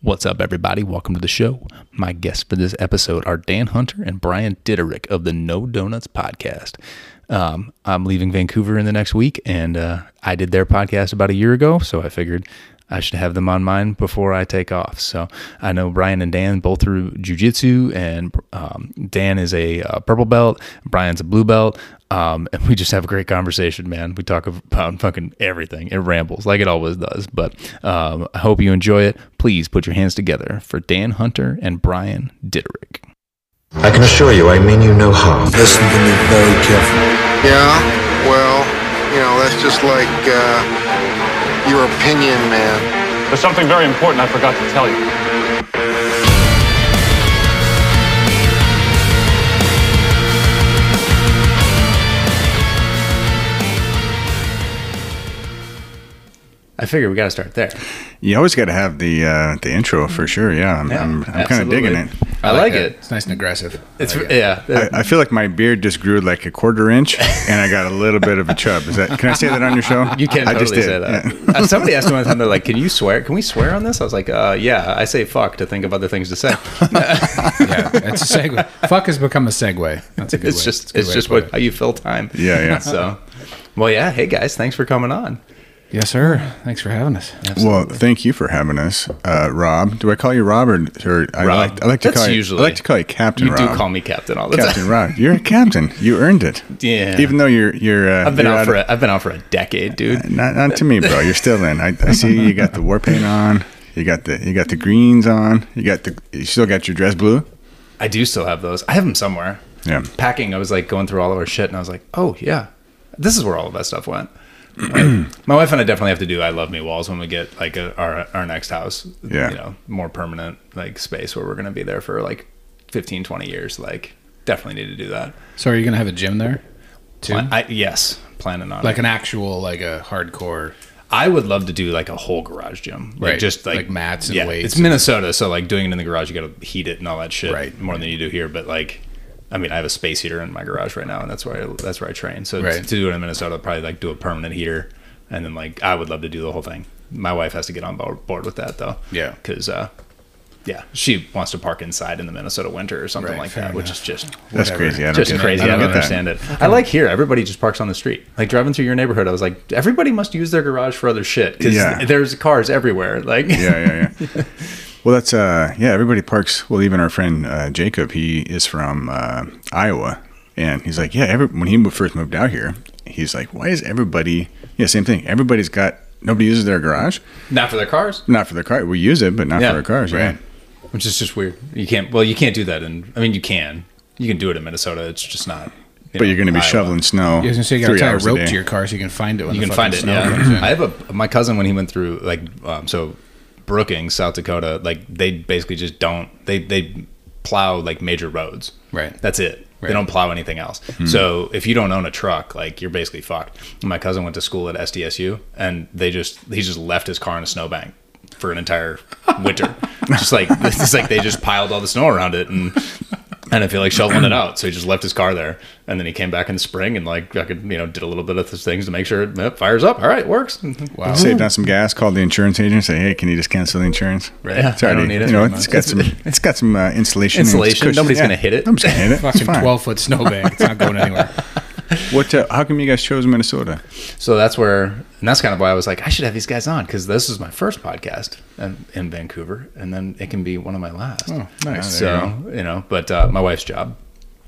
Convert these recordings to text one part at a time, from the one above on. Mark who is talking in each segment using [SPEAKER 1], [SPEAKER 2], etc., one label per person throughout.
[SPEAKER 1] What's up, everybody? Welcome to the show. My guests for this episode are Dan Hunter and Brian Diterick of the No Donuts podcast. Um, I'm leaving Vancouver in the next week, and uh, I did their podcast about a year ago, so I figured I should have them on mine before I take off. So I know Brian and Dan both through jujitsu, and um, Dan is a uh, purple belt, Brian's a blue belt. Um, and we just have a great conversation, man. We talk about fucking everything. It rambles like it always does. But um, I hope you enjoy it. Please put your hands together for Dan Hunter and Brian Diterick.
[SPEAKER 2] I can assure you, I mean you no harm.
[SPEAKER 3] Listen to me very carefully.
[SPEAKER 4] Yeah, well, you know, that's just like uh, your opinion, man.
[SPEAKER 5] There's something very important I forgot to tell you.
[SPEAKER 1] I figure we got to start there.
[SPEAKER 6] You always got to have the uh, the intro
[SPEAKER 1] Mm-hmm.
[SPEAKER 6] for sure. Yeah, I'm I'm, I'm kind of digging it.
[SPEAKER 1] I, like, it.
[SPEAKER 7] It's nice and aggressive.
[SPEAKER 1] It's yeah.
[SPEAKER 6] I, I feel like my beard just grew like a quarter inch, and I got a little bit of a chub. Is that? Can I say that on your show?
[SPEAKER 1] you can
[SPEAKER 6] I
[SPEAKER 1] totally say that.
[SPEAKER 6] Yeah.
[SPEAKER 1] Uh, Somebody asked me one time, they're like, "Can you swear? Can we swear on this?" I was like, uh, "Yeah." I say "fuck" to think of other things to say.
[SPEAKER 7] yeah, it's a segue. Fuck has become a segue. That's a good.
[SPEAKER 1] it's
[SPEAKER 7] way.
[SPEAKER 1] just
[SPEAKER 7] That's a good
[SPEAKER 1] it's
[SPEAKER 7] way
[SPEAKER 1] just
[SPEAKER 7] to put
[SPEAKER 1] what
[SPEAKER 7] it.
[SPEAKER 1] how you fill time.
[SPEAKER 6] Yeah, yeah.
[SPEAKER 1] So, well, yeah. Hey guys, thanks for coming on.
[SPEAKER 7] Yes, sir. Thanks for having us.
[SPEAKER 6] Well, thank you for having us, uh, Rob. Do I call you Rob or, or I
[SPEAKER 1] Rob.
[SPEAKER 6] like I like to
[SPEAKER 1] That's
[SPEAKER 6] call you
[SPEAKER 1] usually-
[SPEAKER 6] I like to call you Captain.
[SPEAKER 1] You
[SPEAKER 6] Rob.
[SPEAKER 1] do call me Captain all the
[SPEAKER 6] Captain
[SPEAKER 1] time.
[SPEAKER 6] Rob. You're a captain. You earned it.
[SPEAKER 1] Yeah.
[SPEAKER 6] Even though you're you're uh,
[SPEAKER 1] I've been
[SPEAKER 6] you're
[SPEAKER 1] out for
[SPEAKER 6] of-
[SPEAKER 1] a, I've been out for a decade, dude.
[SPEAKER 6] Not, not to me, bro. You're still in. I, I see you got the war paint on. You got the you got the greens on. You got the you still got your dress blue.
[SPEAKER 1] I do still have those. I have them somewhere.
[SPEAKER 6] Yeah.
[SPEAKER 1] Packing, I was like going through all of our shit, and I was like, oh yeah, this is where all of that stuff went. Like, my wife and I definitely have to do "I love me" walls when we get like a, our our next house.
[SPEAKER 6] Yeah.
[SPEAKER 1] You know, more permanent like space where we're gonna be there for like 15, 20 years. Like, definitely need to do that.
[SPEAKER 7] So, are you gonna have a gym there? Too?
[SPEAKER 1] Plan- I, yes, planning on
[SPEAKER 7] like
[SPEAKER 1] it.
[SPEAKER 7] an actual, like a hardcore.
[SPEAKER 1] I would love to do like a whole garage gym, like
[SPEAKER 7] Right.
[SPEAKER 1] just like,
[SPEAKER 7] Like mats and weights
[SPEAKER 1] It's
[SPEAKER 7] and-
[SPEAKER 1] Minnesota, so like doing it in the garage, you got to heat it and all that shit,
[SPEAKER 7] Right.
[SPEAKER 1] More than you do here, but like, I mean, I have a space heater in my garage right now, and that's where I, that's where I train. So
[SPEAKER 7] Right.
[SPEAKER 1] to do it in Minnesota, I'd probably like do a permanent heater, and then like I would love to do the whole thing. My wife has to get on bo- board with that though,
[SPEAKER 7] Yeah.
[SPEAKER 1] because uh, yeah, she wants to park inside in the Minnesota winter or something
[SPEAKER 7] Right,
[SPEAKER 1] like
[SPEAKER 7] fair
[SPEAKER 1] that, which is just
[SPEAKER 6] That's
[SPEAKER 7] Whatever.
[SPEAKER 6] crazy. I don't
[SPEAKER 1] just
[SPEAKER 6] get it.
[SPEAKER 1] crazy. I don't,
[SPEAKER 6] get that.
[SPEAKER 1] understand it. I like here. Everybody just parks on the street. Like driving through your neighborhood, I was like, everybody must use their garage for other shit because
[SPEAKER 6] Yeah.
[SPEAKER 1] there's cars everywhere. Like,
[SPEAKER 6] yeah, yeah, yeah. well, that's uh, yeah. Everybody parks. Well, even our friend uh, Jacob, he is from uh, Iowa, and he's like, yeah. Every, when he moved, first moved out here, he's like, why is everybody? Yeah, same thing. Everybody's got nobody uses their garage,
[SPEAKER 1] not for their cars,
[SPEAKER 6] not for their car. We use it, but not
[SPEAKER 1] Yeah,
[SPEAKER 6] for our cars. Yeah.
[SPEAKER 1] right. which is just weird. You can't. Well, you can't do that. In I mean, you can. You can do it in Minnesota. It's just not. you
[SPEAKER 6] But
[SPEAKER 1] know,
[SPEAKER 6] you're going to be
[SPEAKER 1] Iowa.
[SPEAKER 6] shoveling snow.
[SPEAKER 7] You was gonna say you gotta
[SPEAKER 6] three
[SPEAKER 7] tie a
[SPEAKER 6] hours
[SPEAKER 7] rope
[SPEAKER 6] day.
[SPEAKER 7] to your car so you can find it. When
[SPEAKER 1] You
[SPEAKER 7] the
[SPEAKER 1] can
[SPEAKER 7] fucking
[SPEAKER 1] find it.
[SPEAKER 7] snow
[SPEAKER 1] Yeah.
[SPEAKER 7] comes in.
[SPEAKER 1] I have a my cousin when he went through like um, so Brookings, South Dakota. Like they basically just don't. They they plow like major roads.
[SPEAKER 7] Right.
[SPEAKER 1] That's it. They
[SPEAKER 7] Right. Hmm.
[SPEAKER 1] don't plow anything else. So if you don't own a truck, like you're basically fucked. My cousin went to school at SDSU, and they just he just left his car in a snowbank for an entire winter. just like it's just like they just piled all the snow around it and. And I feel like shoveling it out, so he just left his car there, and then he came back in the spring and like I could, you know, did a little bit of those things to make sure it eh, fires up. All right, works.
[SPEAKER 7] Wow.
[SPEAKER 6] Saved on some gas. Called the insurance agent. and Say, hey, can you just cancel the insurance?
[SPEAKER 1] Right. Yeah,
[SPEAKER 6] It's
[SPEAKER 1] I don't
[SPEAKER 6] already,
[SPEAKER 1] need it
[SPEAKER 6] you know,
[SPEAKER 1] very
[SPEAKER 6] it's
[SPEAKER 1] much.
[SPEAKER 6] got some. It's got some uh, insulation. and it's
[SPEAKER 1] Insulation?
[SPEAKER 6] cushioned.
[SPEAKER 1] Nobody's gonna hit it?
[SPEAKER 6] Nobody's gonna hit it. It's
[SPEAKER 7] fucking
[SPEAKER 6] fine.
[SPEAKER 7] twelve foot snowbank. It's not going anywhere.
[SPEAKER 6] What? Uh, how come you guys chose Minnesota?
[SPEAKER 1] So that's where, and that's kind of why I was like, I should have these guys on because this is my first podcast in, in Vancouver, and then it can be one of my last.
[SPEAKER 7] Oh, nice.
[SPEAKER 1] So you, know, but uh, my wife's job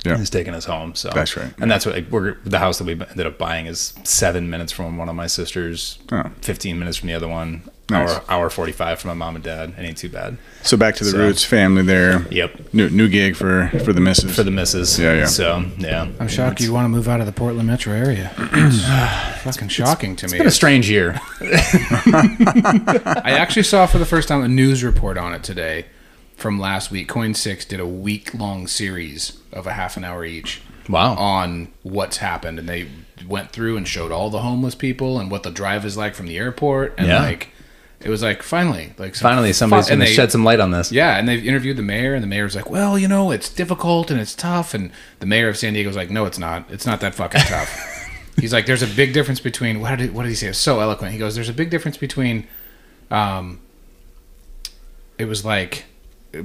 [SPEAKER 6] Yeah.
[SPEAKER 1] is taking us home. So
[SPEAKER 6] That's right.
[SPEAKER 1] and that's what like, we're the house that we ended up buying is seven minutes from one of my sisters,
[SPEAKER 6] Oh.
[SPEAKER 1] fifteen minutes from the other one,
[SPEAKER 6] Nice.
[SPEAKER 1] hour hour forty five from my mom and dad. It ain't too bad
[SPEAKER 6] So back to the
[SPEAKER 1] So-
[SPEAKER 6] roots, family there.
[SPEAKER 1] Yep.
[SPEAKER 6] New new gig for for the missus.
[SPEAKER 1] for the misses.
[SPEAKER 6] Yeah, yeah.
[SPEAKER 1] So yeah,
[SPEAKER 7] I'm shocked you want to move out of the Portland metro area. It's fucking shocking to me.
[SPEAKER 1] It's been a strange year.
[SPEAKER 7] I actually saw for the first time a news report on it today from last week. Coin6 did a week long series of a half an hour each
[SPEAKER 1] Wow.
[SPEAKER 7] on what's happened. And they went through and showed all the homeless people and what the drive is like from the airport. And
[SPEAKER 1] Yeah.
[SPEAKER 7] like, it was like, finally, like, some
[SPEAKER 1] Finally, somebody's
[SPEAKER 7] fu- and
[SPEAKER 1] going to
[SPEAKER 7] they-
[SPEAKER 1] shed some light on this.
[SPEAKER 7] yeah, and they've interviewed the mayor, and the mayor's like, "Well, you know, it's difficult and it's tough." And the mayor of San Diego's like, "No, it's not. It's not that fucking tough." He's like, "There's a big difference between what did what did he say? It's so eloquent." He goes, "There's a big difference between." Um, it it was like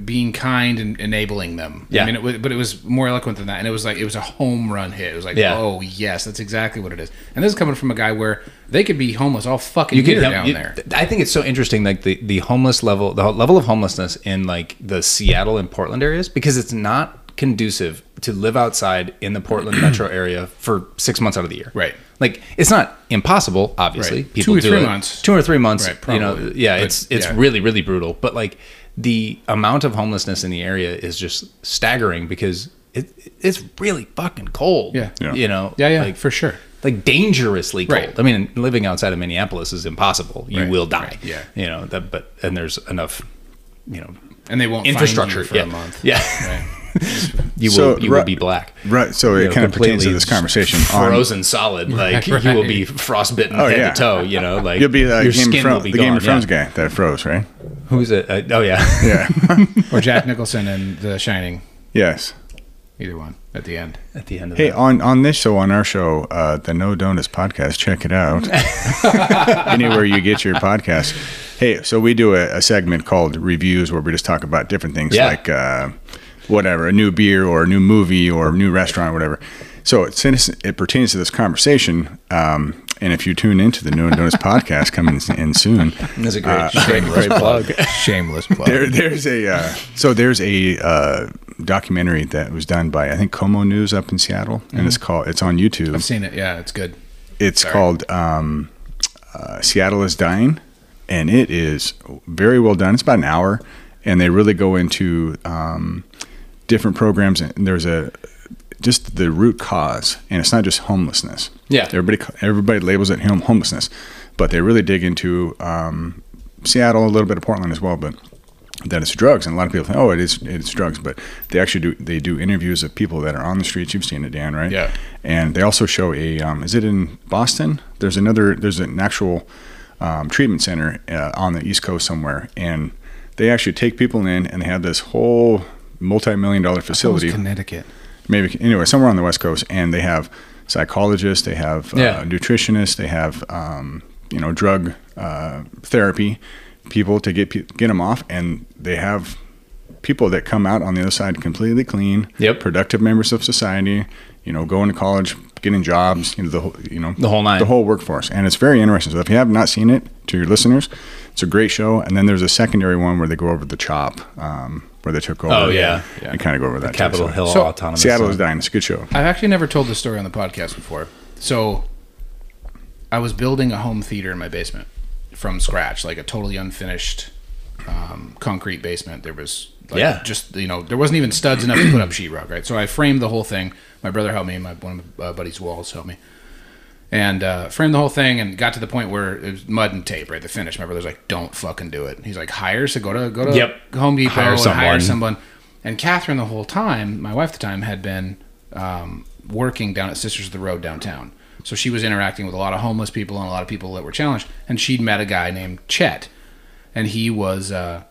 [SPEAKER 7] being kind and enabling them.
[SPEAKER 1] Yeah.
[SPEAKER 7] I mean, it was, but it was more eloquent than that, and it was like it was a home run hit. It was like,
[SPEAKER 1] Yeah.
[SPEAKER 7] oh yes, that's exactly what it is. And this is coming from a guy where they could be homeless all fucking
[SPEAKER 1] You
[SPEAKER 7] year
[SPEAKER 1] get
[SPEAKER 7] down
[SPEAKER 1] you-
[SPEAKER 7] there.
[SPEAKER 1] I think it's so interesting, like the, the homeless level, the level of homelessness in like the Seattle and Portland areas, because it's not conducive to live outside in the Portland metro area for six months out of the year.
[SPEAKER 7] Right.
[SPEAKER 1] Like it's not impossible, obviously.
[SPEAKER 7] Right. Two or three months.
[SPEAKER 1] Two or three months.
[SPEAKER 7] Right,
[SPEAKER 1] you know,
[SPEAKER 7] probably.
[SPEAKER 1] yeah,
[SPEAKER 7] But,
[SPEAKER 1] it's it's
[SPEAKER 7] yeah.
[SPEAKER 1] really really brutal. But like the amount of homelessness in the area is just staggering because it it's really fucking cold.
[SPEAKER 7] Yeah.
[SPEAKER 6] Yeah.
[SPEAKER 1] You know.
[SPEAKER 7] Yeah, yeah,
[SPEAKER 1] Like,
[SPEAKER 7] for sure.
[SPEAKER 1] like dangerously cold.
[SPEAKER 7] Right.
[SPEAKER 1] I mean, living outside of Minneapolis is impossible. You
[SPEAKER 7] Right,
[SPEAKER 1] will die.
[SPEAKER 7] right, yeah.
[SPEAKER 1] You know that, but and there's enough, you know,
[SPEAKER 7] And they won't
[SPEAKER 1] infrastructure
[SPEAKER 7] find you for
[SPEAKER 1] yeah.
[SPEAKER 7] a month.
[SPEAKER 1] Yeah,
[SPEAKER 7] Right.
[SPEAKER 1] you
[SPEAKER 6] So,
[SPEAKER 1] will you
[SPEAKER 6] right-
[SPEAKER 1] will be black.
[SPEAKER 6] Right. So
[SPEAKER 1] You
[SPEAKER 6] it
[SPEAKER 1] know,
[SPEAKER 6] kind of pertains to
[SPEAKER 1] completely
[SPEAKER 6] this conversation. On,
[SPEAKER 1] Frozen solid, like you will be frostbitten
[SPEAKER 6] Oh,
[SPEAKER 1] head
[SPEAKER 6] yeah.
[SPEAKER 1] to toe. You know, like
[SPEAKER 6] you'll be the
[SPEAKER 1] your
[SPEAKER 6] Game of
[SPEAKER 1] skin will
[SPEAKER 6] Thrones,
[SPEAKER 1] be
[SPEAKER 6] the Game
[SPEAKER 1] gone,
[SPEAKER 6] of Thrones
[SPEAKER 1] yeah.
[SPEAKER 6] guy that froze, right?
[SPEAKER 1] Who's it? Uh, oh yeah,
[SPEAKER 6] Yeah.
[SPEAKER 7] Or Jack Nicholson and The Shining,
[SPEAKER 6] yes.
[SPEAKER 7] either one at the end.
[SPEAKER 1] at the end of
[SPEAKER 6] Hey,
[SPEAKER 1] that.
[SPEAKER 6] on on this show, on our show, uh, the No Donuts podcast, check it out. Anywhere you get your podcast. Hey, so we do a, a segment called reviews where we just talk about different things
[SPEAKER 1] Yeah.
[SPEAKER 6] like uh, whatever, a new beer or a new movie or a new restaurant, whatever. So it, since it pertains to this conversation. Um, and if you tune into the No Donuts podcast coming in soon,
[SPEAKER 1] That's a great, great,
[SPEAKER 7] Shameless plug. Shameless plug.
[SPEAKER 6] there, there's a uh, so there's a uh, documentary that was done by I think Como News up in Seattle, and it's called it's on YouTube.
[SPEAKER 7] I've seen it. Yeah, it's good.
[SPEAKER 6] It's called um, uh, Seattle is Dying, and it is very well done. It's about an hour, and they really go into um, different programs. And there's a just the root cause, and it's not just homelessness.
[SPEAKER 1] Yeah.
[SPEAKER 6] everybody ca- everybody labels it hom- homelessness, but they really dig into um, Seattle, a little bit of Portland as well, but that it's drugs and a lot of people think oh it is it's drugs but they actually do they do interviews of people that are on the streets you've seen it dan right
[SPEAKER 7] Yeah.
[SPEAKER 6] and they also show a um, is it in boston there's another there's an actual um, treatment center uh, on the east coast somewhere and they actually take people in and they have this whole multi-million dollar facility
[SPEAKER 7] Connecticut.
[SPEAKER 6] maybe anyway somewhere on the west coast and they have psychologists they have
[SPEAKER 1] Yeah.
[SPEAKER 6] uh, nutritionists they have um, you know drug uh, therapy people to get pe- get them off and they have people that come out on the other side completely clean
[SPEAKER 1] Yep.
[SPEAKER 6] productive members of society you know going to college getting jobs you know the whole you know
[SPEAKER 1] The whole nine.
[SPEAKER 6] the whole workforce and it's very interesting so if you have not seen it to your listeners it's a great show and then there's a secondary one where they go over the chop um, where they took over
[SPEAKER 1] Oh, yeah.
[SPEAKER 6] and kind of go over that too.
[SPEAKER 1] Capitol
[SPEAKER 6] So-
[SPEAKER 1] Hill
[SPEAKER 7] So,
[SPEAKER 1] autonomous.
[SPEAKER 6] Seattle
[SPEAKER 1] Zone.
[SPEAKER 6] is dying. It's a good show.
[SPEAKER 7] I've actually never told this story on the podcast before. So I was building a home theater in my basement from scratch, like a totally unfinished um, concrete basement. There was like,
[SPEAKER 1] Yeah.
[SPEAKER 7] just you know there wasn't even studs enough to put up sheetrock, right? So I framed the whole thing. My brother helped me. My one of my uh, buddy's walls helped me. And uh, framed the whole thing and got to the point where it was mud and tape, right? The finish. My brother's like, "Don't fucking do it." He's like, "Hire so go to go to
[SPEAKER 1] Yep.
[SPEAKER 7] Home Depot
[SPEAKER 1] Hire
[SPEAKER 7] and hire
[SPEAKER 1] someone.
[SPEAKER 7] someone." And Catherine, the whole time, my wife at the time had been um, working down at Sisters of the Road downtown, so she was interacting with a lot of homeless people and a lot of people that were challenged. And she'd met a guy named Chet, and he was uh,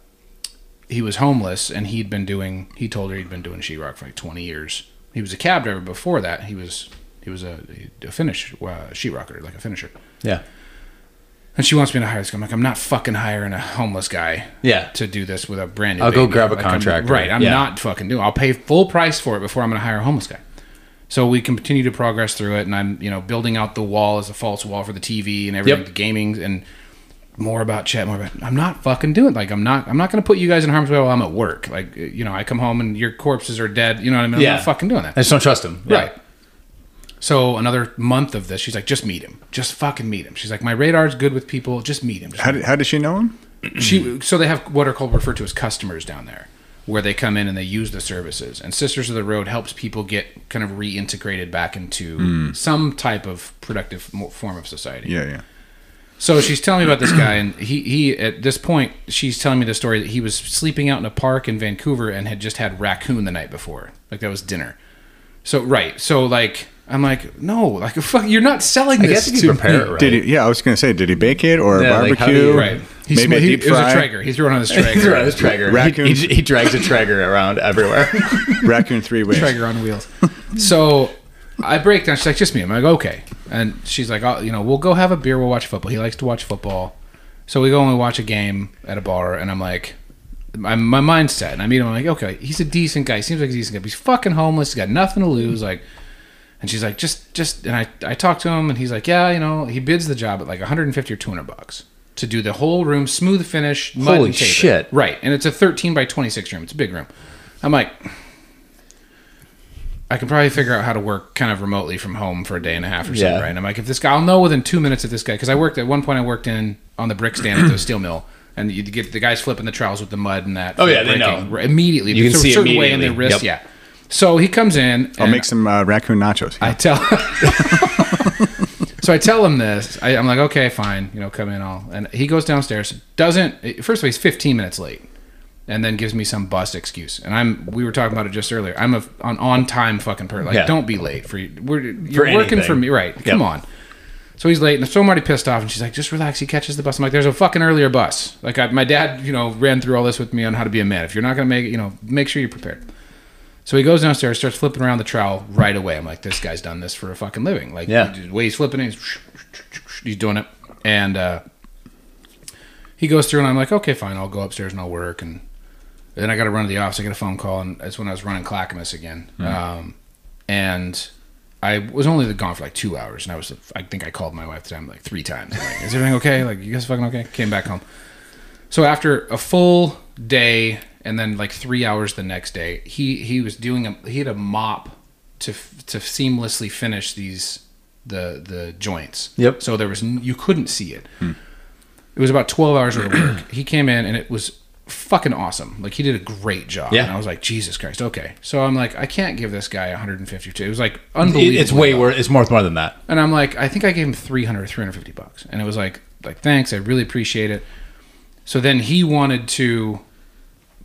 [SPEAKER 7] he was homeless, and he'd been doing. He told her he'd been doing sheetrock for like twenty years. He was a cab driver before that. He was he was a, a finish uh, sheetrocker, like a finisher.
[SPEAKER 1] Yeah,
[SPEAKER 7] And she wants me to hire this guy. I'm like, I'm not fucking hiring a homeless guy
[SPEAKER 1] yeah.
[SPEAKER 7] to do this with a brand new.
[SPEAKER 1] I'll go
[SPEAKER 7] baby.
[SPEAKER 1] grab a
[SPEAKER 7] Like, I'm-
[SPEAKER 1] contractor.
[SPEAKER 7] right, I'm
[SPEAKER 1] Yeah.
[SPEAKER 7] not fucking doing. I'll pay full price for it before I'm going to hire a homeless guy. So we continue to progress through it, and I'm you know building out the wall as a false wall for the TV and everything,
[SPEAKER 1] Yep.
[SPEAKER 7] the gaming and more about chat, more about. I'm not fucking doing. it. Like I'm not. I'm not going to put you guys in harm's way while I'm at work. Like you know, I come home and your corpses are dead. You know what I mean? I'm
[SPEAKER 1] Yeah.
[SPEAKER 7] not fucking doing that.
[SPEAKER 1] I just don't trust him. Yeah.
[SPEAKER 7] Right. So another month of this, she's like, just meet him. Just fucking meet him. She's like, my radar's good with people. Just meet him. Just
[SPEAKER 6] How did, how did she know him?
[SPEAKER 7] she so they have what are called referred to as customers down there where they come in and they use the services and sisters of the road helps people get kind of reintegrated back into
[SPEAKER 1] Hmm.
[SPEAKER 7] some type of productive mo- form of society
[SPEAKER 6] Yeah, yeah.
[SPEAKER 7] so she's telling me about this guy and he, he at this point she's telling me the story that he was sleeping out in a park in vancouver and had just had raccoon the night before like that was dinner so right so like i'm like no like fuck you're not selling
[SPEAKER 1] I
[SPEAKER 7] this
[SPEAKER 1] guess if
[SPEAKER 7] to
[SPEAKER 1] you prepare it right.
[SPEAKER 6] Did he? Yeah, I was gonna say, did he bake it or
[SPEAKER 1] Yeah, like, how do
[SPEAKER 6] barbecue?
[SPEAKER 1] you-
[SPEAKER 7] right he,
[SPEAKER 6] Maybe a
[SPEAKER 7] sm- he,
[SPEAKER 6] deep
[SPEAKER 7] it was a
[SPEAKER 6] fry.
[SPEAKER 7] traeger he's throwing on his traeger
[SPEAKER 1] He's around his Traeger.
[SPEAKER 6] Raccoon.
[SPEAKER 1] He, he, he drags a Traeger around everywhere.
[SPEAKER 6] Raccoon three ways.
[SPEAKER 7] Traeger on wheels. so I break down. She's like, just me. I'm like, okay. And she's like, oh, you know, we'll go have a beer. We'll watch football. He likes to watch football. So we go and we watch a game at a bar. And I'm like, my, my mindset. And I meet him. I'm like, okay, he's a decent guy. He seems like a decent guy. But he's fucking homeless. He's got nothing to lose. Like, and she's like, just, just. And I, I talk to him, and he's like, yeah, you know, he bids the job at like 150 or 200 bucks to do the whole room, smooth finish, mud
[SPEAKER 1] Holy
[SPEAKER 7] and tape it.
[SPEAKER 1] shit.
[SPEAKER 7] Right, and it's a 13 by 26 room. It's a big room. I'm like, I can probably figure out how to work kind of remotely from home for a day and a half or something,
[SPEAKER 1] Yeah.
[SPEAKER 7] right? And I'm like, if this guy, I'll know within two minutes of this guy because I worked at one point. I worked in on the brick stand at the steel mill, and you get the guys flipping the trowels with the mud and that.
[SPEAKER 1] Oh, yeah, they
[SPEAKER 7] breaking
[SPEAKER 1] know.
[SPEAKER 7] r- immediately.
[SPEAKER 1] You
[SPEAKER 7] There's
[SPEAKER 1] can
[SPEAKER 7] a
[SPEAKER 1] see
[SPEAKER 7] certain way in
[SPEAKER 1] immediately.
[SPEAKER 7] their wrist.
[SPEAKER 1] Yep.
[SPEAKER 7] Yeah. So he comes in.
[SPEAKER 6] I'll
[SPEAKER 7] and
[SPEAKER 6] make some uh, raccoon nachos.
[SPEAKER 7] I tell. so I tell him this. I, I'm like, okay, fine. You know, come in. All and he goes downstairs. Doesn't first of all, he's 15 minutes late, and then gives me some bust excuse. And I'm we were talking about it just earlier. I'm a, an on time fucking person. Like,
[SPEAKER 1] Yeah.
[SPEAKER 7] don't be late for you. We're, you're
[SPEAKER 1] For
[SPEAKER 7] working for
[SPEAKER 1] anything.
[SPEAKER 7] me, right? Come
[SPEAKER 1] Yep.
[SPEAKER 7] on. So he's late, and so I'm already pissed off. And she's like, "Just relax." He catches the bus. I'm like, "There's a fucking earlier bus." Like I, my dad, you know, ran through all this with me on how to be a man. If you're not gonna make it, you know, make sure you're prepared. So he goes downstairs, starts flipping around the trowel right away. I'm like, this guy's done this for a fucking living. Like,
[SPEAKER 1] Yeah.
[SPEAKER 7] the way he's flipping it, he's, he's doing it. And uh, he goes through, and I'm like, okay, fine, I'll go upstairs and I'll work. And then I got to run to the office. I get a phone call, and that's when I was running Clackamas again. Um, and I was only gone for like two hours, and I was, I think I called my wife at the time like three times. I'm like, is everything okay? Like, you guys fucking okay? Came back home. So after a full day and then like three hours the next day, he he was doing a he had a mop to f- to seamlessly finish these the the joints.
[SPEAKER 1] Yep.
[SPEAKER 7] So there was n- you couldn't see it.
[SPEAKER 1] Hmm.
[SPEAKER 7] It was about twelve hours worth of work. he came in and it was fucking awesome. Like he did a great job.
[SPEAKER 1] Yeah.
[SPEAKER 7] And I was like, Jesus Christ, okay. So I'm like, I can't give this guy 152. It was like
[SPEAKER 1] It-
[SPEAKER 7] unbelievable.
[SPEAKER 1] it's way worse. It's more more than that.
[SPEAKER 7] And I'm like, I think I gave him 300 or 350 bucks. And it was like, like, thanks. I really appreciate it. So then he wanted to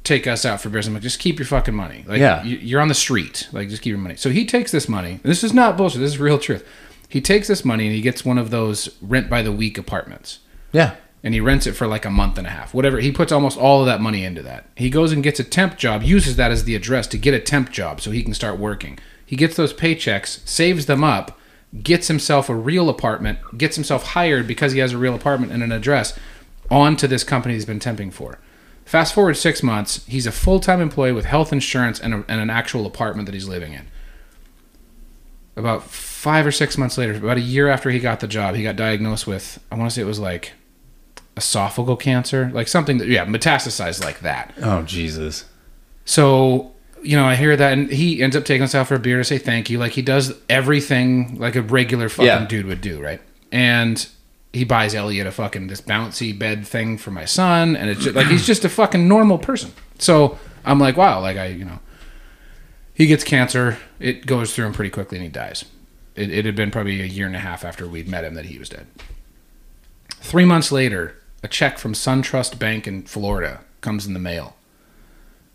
[SPEAKER 7] take us out for beers. I'm like, just keep your fucking money. Like,
[SPEAKER 1] Yeah.
[SPEAKER 7] you- you're on the street. Like, just keep your money. So he takes this money. This is not bullshit. This is real truth. He takes this money and he gets one of those rent by the week apartments
[SPEAKER 1] Yeah.
[SPEAKER 7] and he rents it for like a month and a half. Whatever. He puts almost all of that money into that. He goes and gets a temp job, uses that as the address to get a temp job so he can start working. He gets those paychecks, saves them up, gets himself a real apartment, gets himself hired because he has a real apartment and an address onto this company he's been temping for. Fast forward six months, he's a full time employee with health insurance and, a, and an actual apartment that he's living in about five or six months later, about a year after he got the job, he got diagnosed with I want to say it was like esophageal cancer, like something that yeah metastasized like that.
[SPEAKER 1] Oh Jesus.
[SPEAKER 7] So you know, I hear that, and he ends up taking us out for a beer to say thank you, like he does everything like a regular fucking
[SPEAKER 1] Yeah.
[SPEAKER 7] dude would do, right? And he buys Elliot a fucking this bouncy bed thing for my son, and it's just, like he's just a fucking normal person. So I'm like, wow, like I you know he gets cancer. It goes through him pretty quickly, and he dies. It, it had been probably a year and a half after we'd met him that he was dead. Three months later, a check from SunTrust Bank in Florida comes in the mail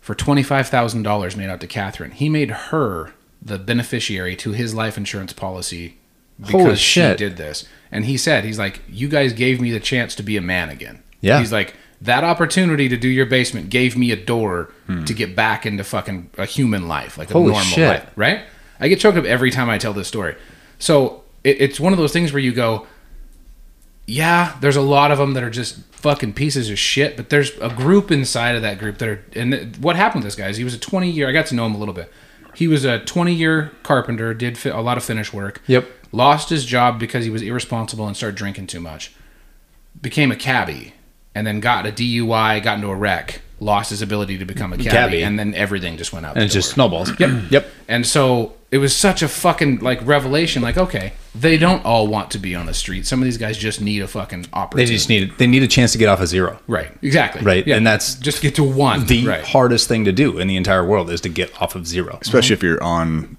[SPEAKER 7] for $25,000 made out to Catherine. He made her the beneficiary to his life insurance policy because
[SPEAKER 1] Holy
[SPEAKER 7] she
[SPEAKER 1] shit.
[SPEAKER 7] did this. And he said, he's like, you guys gave me the chance to be a man again.
[SPEAKER 1] Yeah.
[SPEAKER 7] He's like, that opportunity to do your basement gave me a door
[SPEAKER 1] Hmm.
[SPEAKER 7] to get back into fucking a human life, like
[SPEAKER 1] Holy
[SPEAKER 7] a normal
[SPEAKER 1] shit.
[SPEAKER 7] life, right? I get choked up every time I tell this story. So it, it's one of those things where you go, yeah, there's a lot of them that are just fucking pieces of shit, but there's a group inside of that group that are. And th- what happened to this guy is he was a 20 year, I got to know him a little bit. He was a 20 year carpenter, did fi- a lot of finish work.
[SPEAKER 1] Yep.
[SPEAKER 7] Lost his job because he was irresponsible and started drinking too much. Became a cabbie and then got a DUI, got into a wreck, lost his ability to become a cabbie,
[SPEAKER 1] Cabbie.
[SPEAKER 7] and then everything just went out.
[SPEAKER 1] And
[SPEAKER 7] the
[SPEAKER 1] it just
[SPEAKER 7] door.
[SPEAKER 1] snowballs. Yep. Yep.
[SPEAKER 7] And so it was such a fucking like revelation. Like, okay, they don't all want to be on the street. Some of these guys just need a fucking
[SPEAKER 1] They
[SPEAKER 7] opportunity.
[SPEAKER 1] just need they need a chance to get off a zero.
[SPEAKER 7] right, exactly,
[SPEAKER 1] Right.
[SPEAKER 7] Yeah.
[SPEAKER 1] And that's
[SPEAKER 7] just get to one.
[SPEAKER 1] the
[SPEAKER 7] right.
[SPEAKER 1] hardest thing to do in the entire world is to get off of zero.
[SPEAKER 6] especially if you're on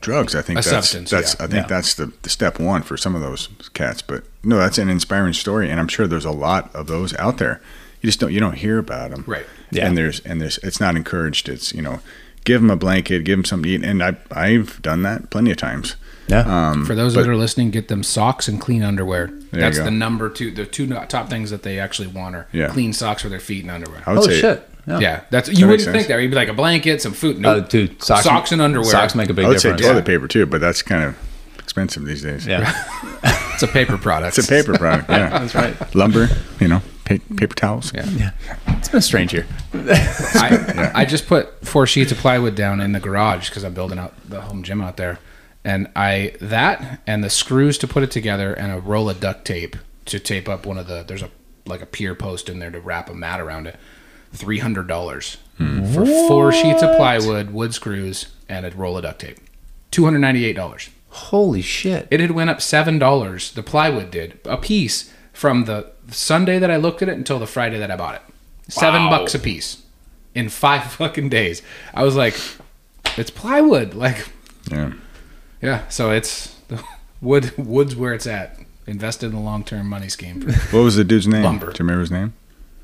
[SPEAKER 6] drugs. I think
[SPEAKER 7] mm-hmm. A
[SPEAKER 6] that's
[SPEAKER 7] substance,
[SPEAKER 6] that's
[SPEAKER 7] yeah.
[SPEAKER 6] I think
[SPEAKER 1] Yeah.
[SPEAKER 6] that's the, the step one for some of those cats. But no, that's an inspiring story, and I'm sure there's a lot of those out there. You just don't you don't hear about them,
[SPEAKER 7] Right.
[SPEAKER 1] Yeah.
[SPEAKER 6] And there's and there's it's not encouraged. It's you know, give them a blanket, give them something to eat, and I I've done that plenty of times.
[SPEAKER 1] Yeah.
[SPEAKER 7] For those
[SPEAKER 6] But-
[SPEAKER 7] that are listening, get them socks and clean underwear.
[SPEAKER 6] you
[SPEAKER 7] That's
[SPEAKER 6] go.
[SPEAKER 7] the number two. The two no- top things that they actually want are
[SPEAKER 6] Yeah.
[SPEAKER 7] clean socks for their feet and underwear.
[SPEAKER 6] I would
[SPEAKER 1] oh
[SPEAKER 6] say
[SPEAKER 1] shit. Yeah.
[SPEAKER 7] yeah, that's you wouldn't
[SPEAKER 6] makes sense.
[SPEAKER 7] think that. You'd be like a blanket, some food, no,
[SPEAKER 1] Uh, dude, socks,
[SPEAKER 7] and underwear.
[SPEAKER 1] Socks make a big
[SPEAKER 6] I would say
[SPEAKER 1] difference.
[SPEAKER 6] toilet paper too, but that's kind of expensive these days.
[SPEAKER 1] yeah.
[SPEAKER 7] It's a paper product.
[SPEAKER 6] It's a paper product. Yeah, that's right. Lumber, you know, pa- paper towels.
[SPEAKER 7] Yeah.
[SPEAKER 1] It's been a strange year.
[SPEAKER 7] I, I just put four sheets of plywood down in the garage because I'm building out the home gym out there, and I that and the screws to put it together and a roll of duct tape to tape up one of the there's a like a pier post in there to wrap a mat around it. Three hundred dollars for four sheets of plywood, wood screws, and a roll of duct tape. Two hundred ninety eight dollars.
[SPEAKER 1] Holy shit.
[SPEAKER 7] It had went up seven dollars. The plywood did a piece from the Sunday that I looked at it until the Friday that I bought it. Seven bucks a piece in five fucking days. I was like, it's plywood. Like,
[SPEAKER 6] Yeah.
[SPEAKER 7] yeah. So it's the wood. Wood's where it's at. Invested in the long term money scheme. For,
[SPEAKER 6] What was the dude's name?
[SPEAKER 7] Lumber.
[SPEAKER 6] Do you remember his name?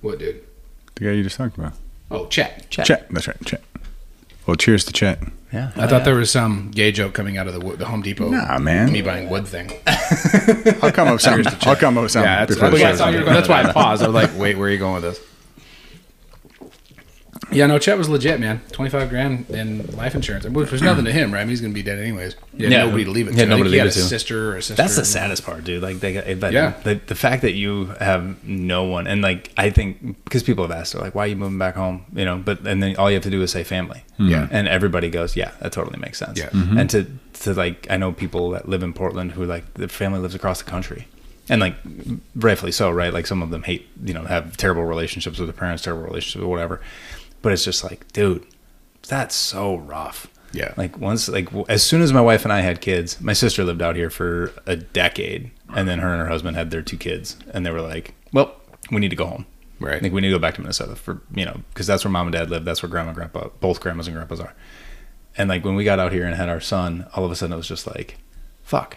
[SPEAKER 7] what dude?
[SPEAKER 6] The guy you just talked about.
[SPEAKER 7] Oh, Chet.
[SPEAKER 1] Chet.
[SPEAKER 6] Chet. That's right. Chet. Well, cheers to Chet.
[SPEAKER 1] Yeah.
[SPEAKER 7] I thought there was some gay joke coming out of the, wo- the Home Depot.
[SPEAKER 6] Oh, Nah, man.
[SPEAKER 7] Me buying wood thing.
[SPEAKER 6] I'll come up with something. I'll come up with something.
[SPEAKER 7] Yeah, that's,
[SPEAKER 6] before the show's
[SPEAKER 7] that's- that's
[SPEAKER 6] over.
[SPEAKER 7] that's why I paused. I was like, wait, where are you going with this? Yeah, no, Chet was legit, man. Twenty five grand in life insurance, which was nothing to him, right? I mean, he's gonna be dead anyways. He had
[SPEAKER 1] Yeah.
[SPEAKER 7] nobody to leave it.
[SPEAKER 1] He had
[SPEAKER 7] to. I think
[SPEAKER 1] nobody to
[SPEAKER 7] he had
[SPEAKER 1] leave
[SPEAKER 7] a
[SPEAKER 1] it to.
[SPEAKER 7] sister or a sister.
[SPEAKER 1] That's the saddest part, dude. Like they got but
[SPEAKER 7] Yeah.
[SPEAKER 1] the, the fact that you have no one and like I think because people have asked like why are you moving back home, you know, but and then all you have to do is say family.
[SPEAKER 7] Yeah.
[SPEAKER 1] And everybody goes, yeah, that totally makes sense.
[SPEAKER 7] Yeah.
[SPEAKER 1] And to to like I know people that live in Portland who like their family lives across the country. And like rightfully so, right? Like some of them hate, you know, have terrible relationships with their parents, terrible relationships or whatever. But it's just like, dude, that's so rough.
[SPEAKER 7] Yeah.
[SPEAKER 1] Like once, like w- as soon as my wife and I had kids, my sister lived out here for a decade, and then her and her husband had their two kids, and they were like, "Well, we need to go home.
[SPEAKER 7] Right.
[SPEAKER 1] Like we need to go back to Minnesota for you know because that's where mom and dad live. That's where grandma, and grandpa, both grandmas and grandpas are. And like when we got out here and had our son, all of a sudden it was just like, fuck,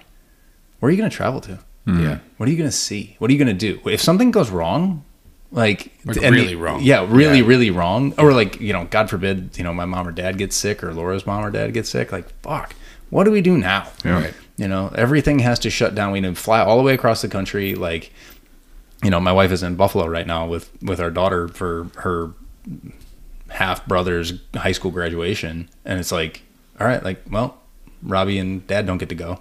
[SPEAKER 1] where are you gonna travel to?
[SPEAKER 7] Yeah.
[SPEAKER 1] What are you gonna see? What are you gonna do? If something goes wrong, like,
[SPEAKER 7] Like
[SPEAKER 1] and
[SPEAKER 7] really wrong.
[SPEAKER 1] yeah, really, really wrong, or like you know, God forbid, you know, my mom or dad gets sick, or Laura's mom or dad gets sick, like fuck, what do we do now?
[SPEAKER 6] Yeah. Right.
[SPEAKER 1] You know, everything has to shut down. We need to fly all the way across the country, like. You know, my wife is in Buffalo right now with with our daughter for her half brother's high school graduation, and it's like, all right, like, well, Robbie and Dad don't get to go,